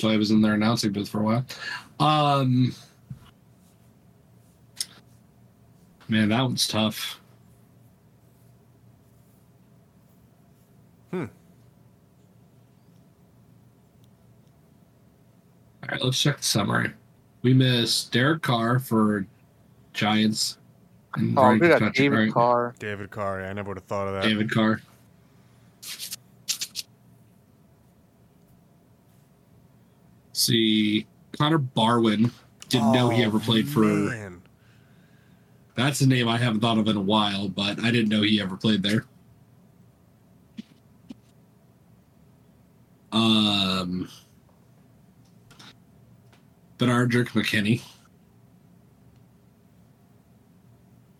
So I was in their announcing booth for a while. Um, man, that one's tough. Hmm. All right, let's check the summary. We missed Derek Carr for Giants. and Oh, Brian we got Fitzpatrick, David right? Carr. David Carr. Yeah, I never would have thought of that. David Carr. See, Connor Barwin didn't know he Oh, ever played for. man. That's a name I haven't thought of in a while, but I didn't know he ever played there. Um, Benardrick McKinney.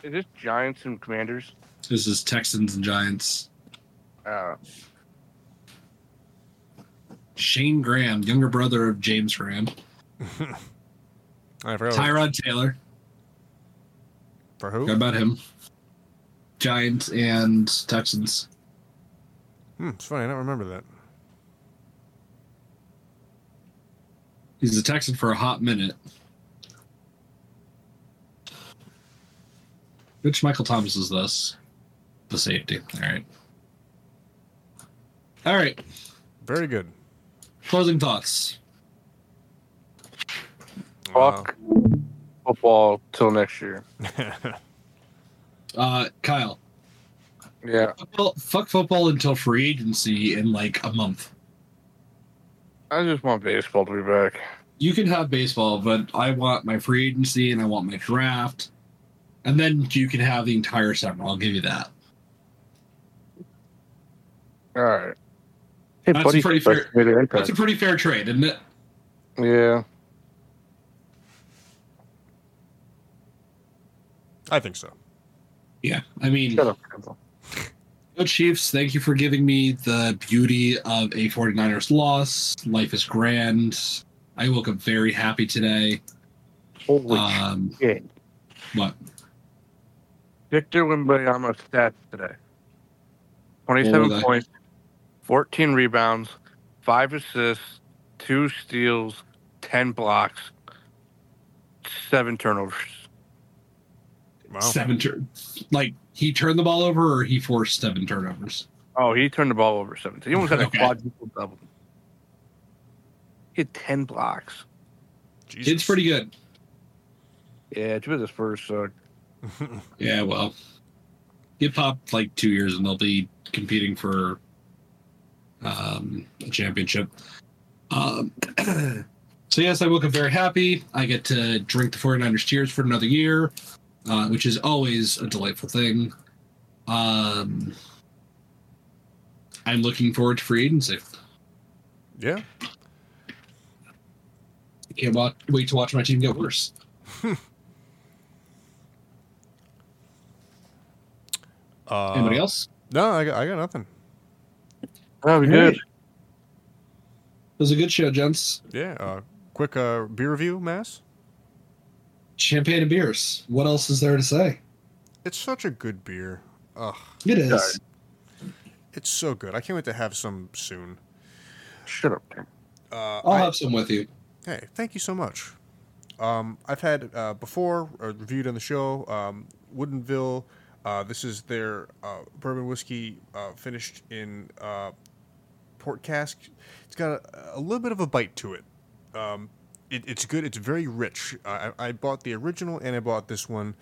Is this Giants and Commanders? This is Texans and Giants. Uh, Shane Graham, younger brother of James Graham. I forgot Tyrod Taylor. for who? Forgot about him. Giants and Texans. Hmm, it's funny. I don't remember that. He's a Texan for a hot minute. Which Michael Thomas is this? The safety. All right. All right. Very good. Closing thoughts. Wow. fuck football till next year. Uh, Kyle, Yeah, football, fuck football until free agency in like a month. I just want baseball to be back. You can have baseball, but I want my free agency and I want my draft. And then you can have the entire summer. I'll give you that. All right. Hey, That's buddy, pretty fair- made an impact. That's a pretty fair trade, isn't it? yeah, I think so. Yeah. I mean, shut up. Kendall. Go Chiefs, thank you for giving me the beauty of a 49ers loss. Life is grand. I woke up very happy today. Holy Um, shit! what? Victor Wimbayama stats today: What twenty-seven were they? points, fourteen rebounds, five assists, two steals, ten blocks, seven turnovers. Wow. Seven turn. Like, he turned the ball over or he forced seven turnovers? Oh, he turned the ball over seven. He almost had a Okay. quadruple double. He had ten blocks. Jesus. It's pretty good. Yeah, it's with his first. Uh, Yeah, well, get popped like two years and they'll be competing for um, a championship. Um, so, yes, I woke up very happy. I get to drink the 49ers cheers for another year, uh, which is always a delightful thing. Um, I'm looking forward to free agency. yeah. Can't wa- wait to watch my team get worse. Uh, Anybody else? No, I got, I got nothing. oh, we Alright. good. It was a good show, gents. Yeah. Uh, quick uh, beer review, Mass. Champagne and beers. What else is there to say? It's such a good beer. Ugh, It is. Sorry. it's so good. I can't wait to have some soon. Shut up. Ken. Uh, I'll I- have some with you. Hey, thank you so much. Um, I've had uh, before uh, reviewed on the show um, Woodenville. Uh, this is their uh, bourbon whiskey uh, finished in uh, port cask. It's got a, a little bit of a bite to it. Um, it it's good. It's very rich. I, I I bought the original and I bought this one.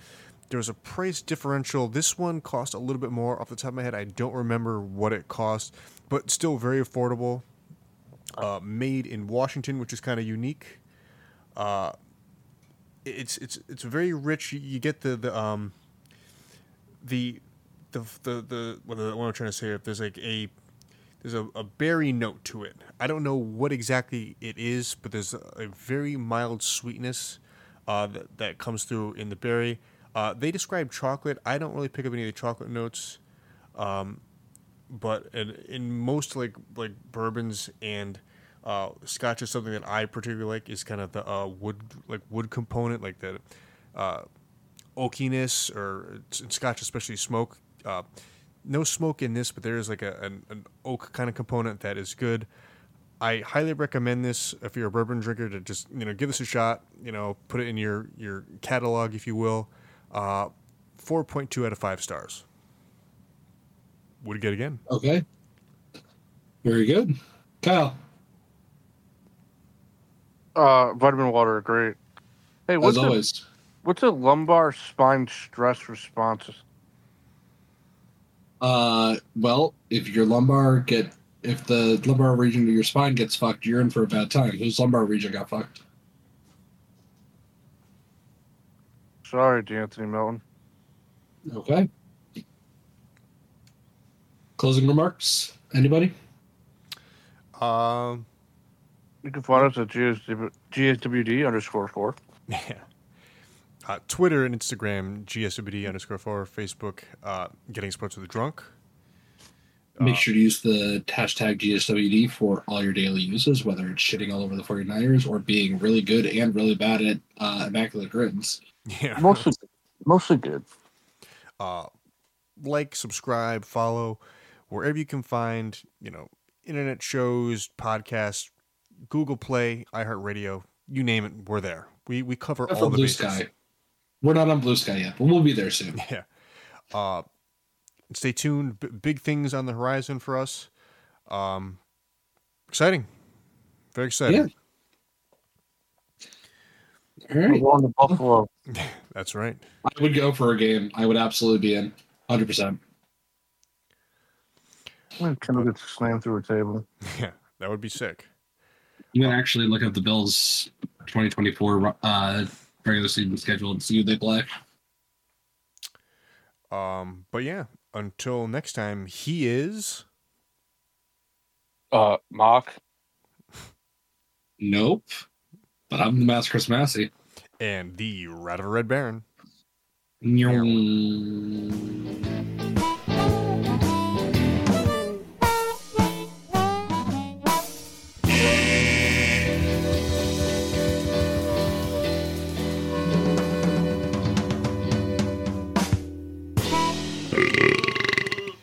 There was a price differential. This one cost a little bit more. Off the top of my head, I don't remember what it cost, but still very affordable uh, made in Washington, which is kind of unique. Uh, it's it's it's very rich. You- You get the the um, the the the, the what, the what I'm trying to say. If there's like a there's a, a berry note to it. I don't know what exactly it is, but there's a, a very mild sweetness uh, that, that comes through in the berry. Uh, they describe chocolate. I don't really pick up any of the chocolate notes um, but in, in most like like bourbons and Uh, Scotch is something that I particularly like. Is kind of the uh, wood like wood component, like the uh, oakiness, or in Scotch especially smoke. Uh, no smoke in this, but there is like a, an, an oak kind of component that is good. I highly recommend this if you're a bourbon drinker to just you know give this a shot. You know, put it in your your catalog, if you will. Uh, Four point two out of five stars. Would it get again? Okay. Very good. Kyle, Uh, vitamin water, are great. Hey, what's as a, always, what's a lumbar spine stress response? uh, well, if your lumbar get if the lumbar region of your spine gets fucked, you're in for a bad time. Whose lumbar region got fucked? Sorry, D'Anthony Melton. Okay. Closing remarks. Anybody? Um, You can find us at GSW, GSWD underscore four. yeah. Uh, Twitter and Instagram, GSWD underscore four, Facebook, uh, Getting Sports with the Drunk. Uh, Make sure to use the hashtag GSWD for all your daily uses, whether it's shitting all over the 49ers or being really good and really bad at uh, immaculate grins. Yeah. Mostly, mostly good. uh, like, subscribe, follow, wherever you can find, you know, internet shows, podcasts, Google Play, iHeartRadio, you name it, we're there. We we cover Except all for the Blue bases. Sky. We're not on Blue Sky yet, but we'll be there soon. Yeah. Uh, stay tuned. B- big things on the horizon for us. Um, exciting. Very exciting. All We're right. going to Buffalo. That's right. I would go for a game. I would absolutely be in. 100%. I'm gonna get slammed through a table. Yeah, that would be sick. You can actually look up the Bills 2024 uh, regular season schedule and see who they play. Um, but yeah, until next time, he is. Uh, mock. Nope. But I'm the Mass Chris Massey. And the Rat of a Red Baron. Nyong.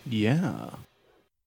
Yeah.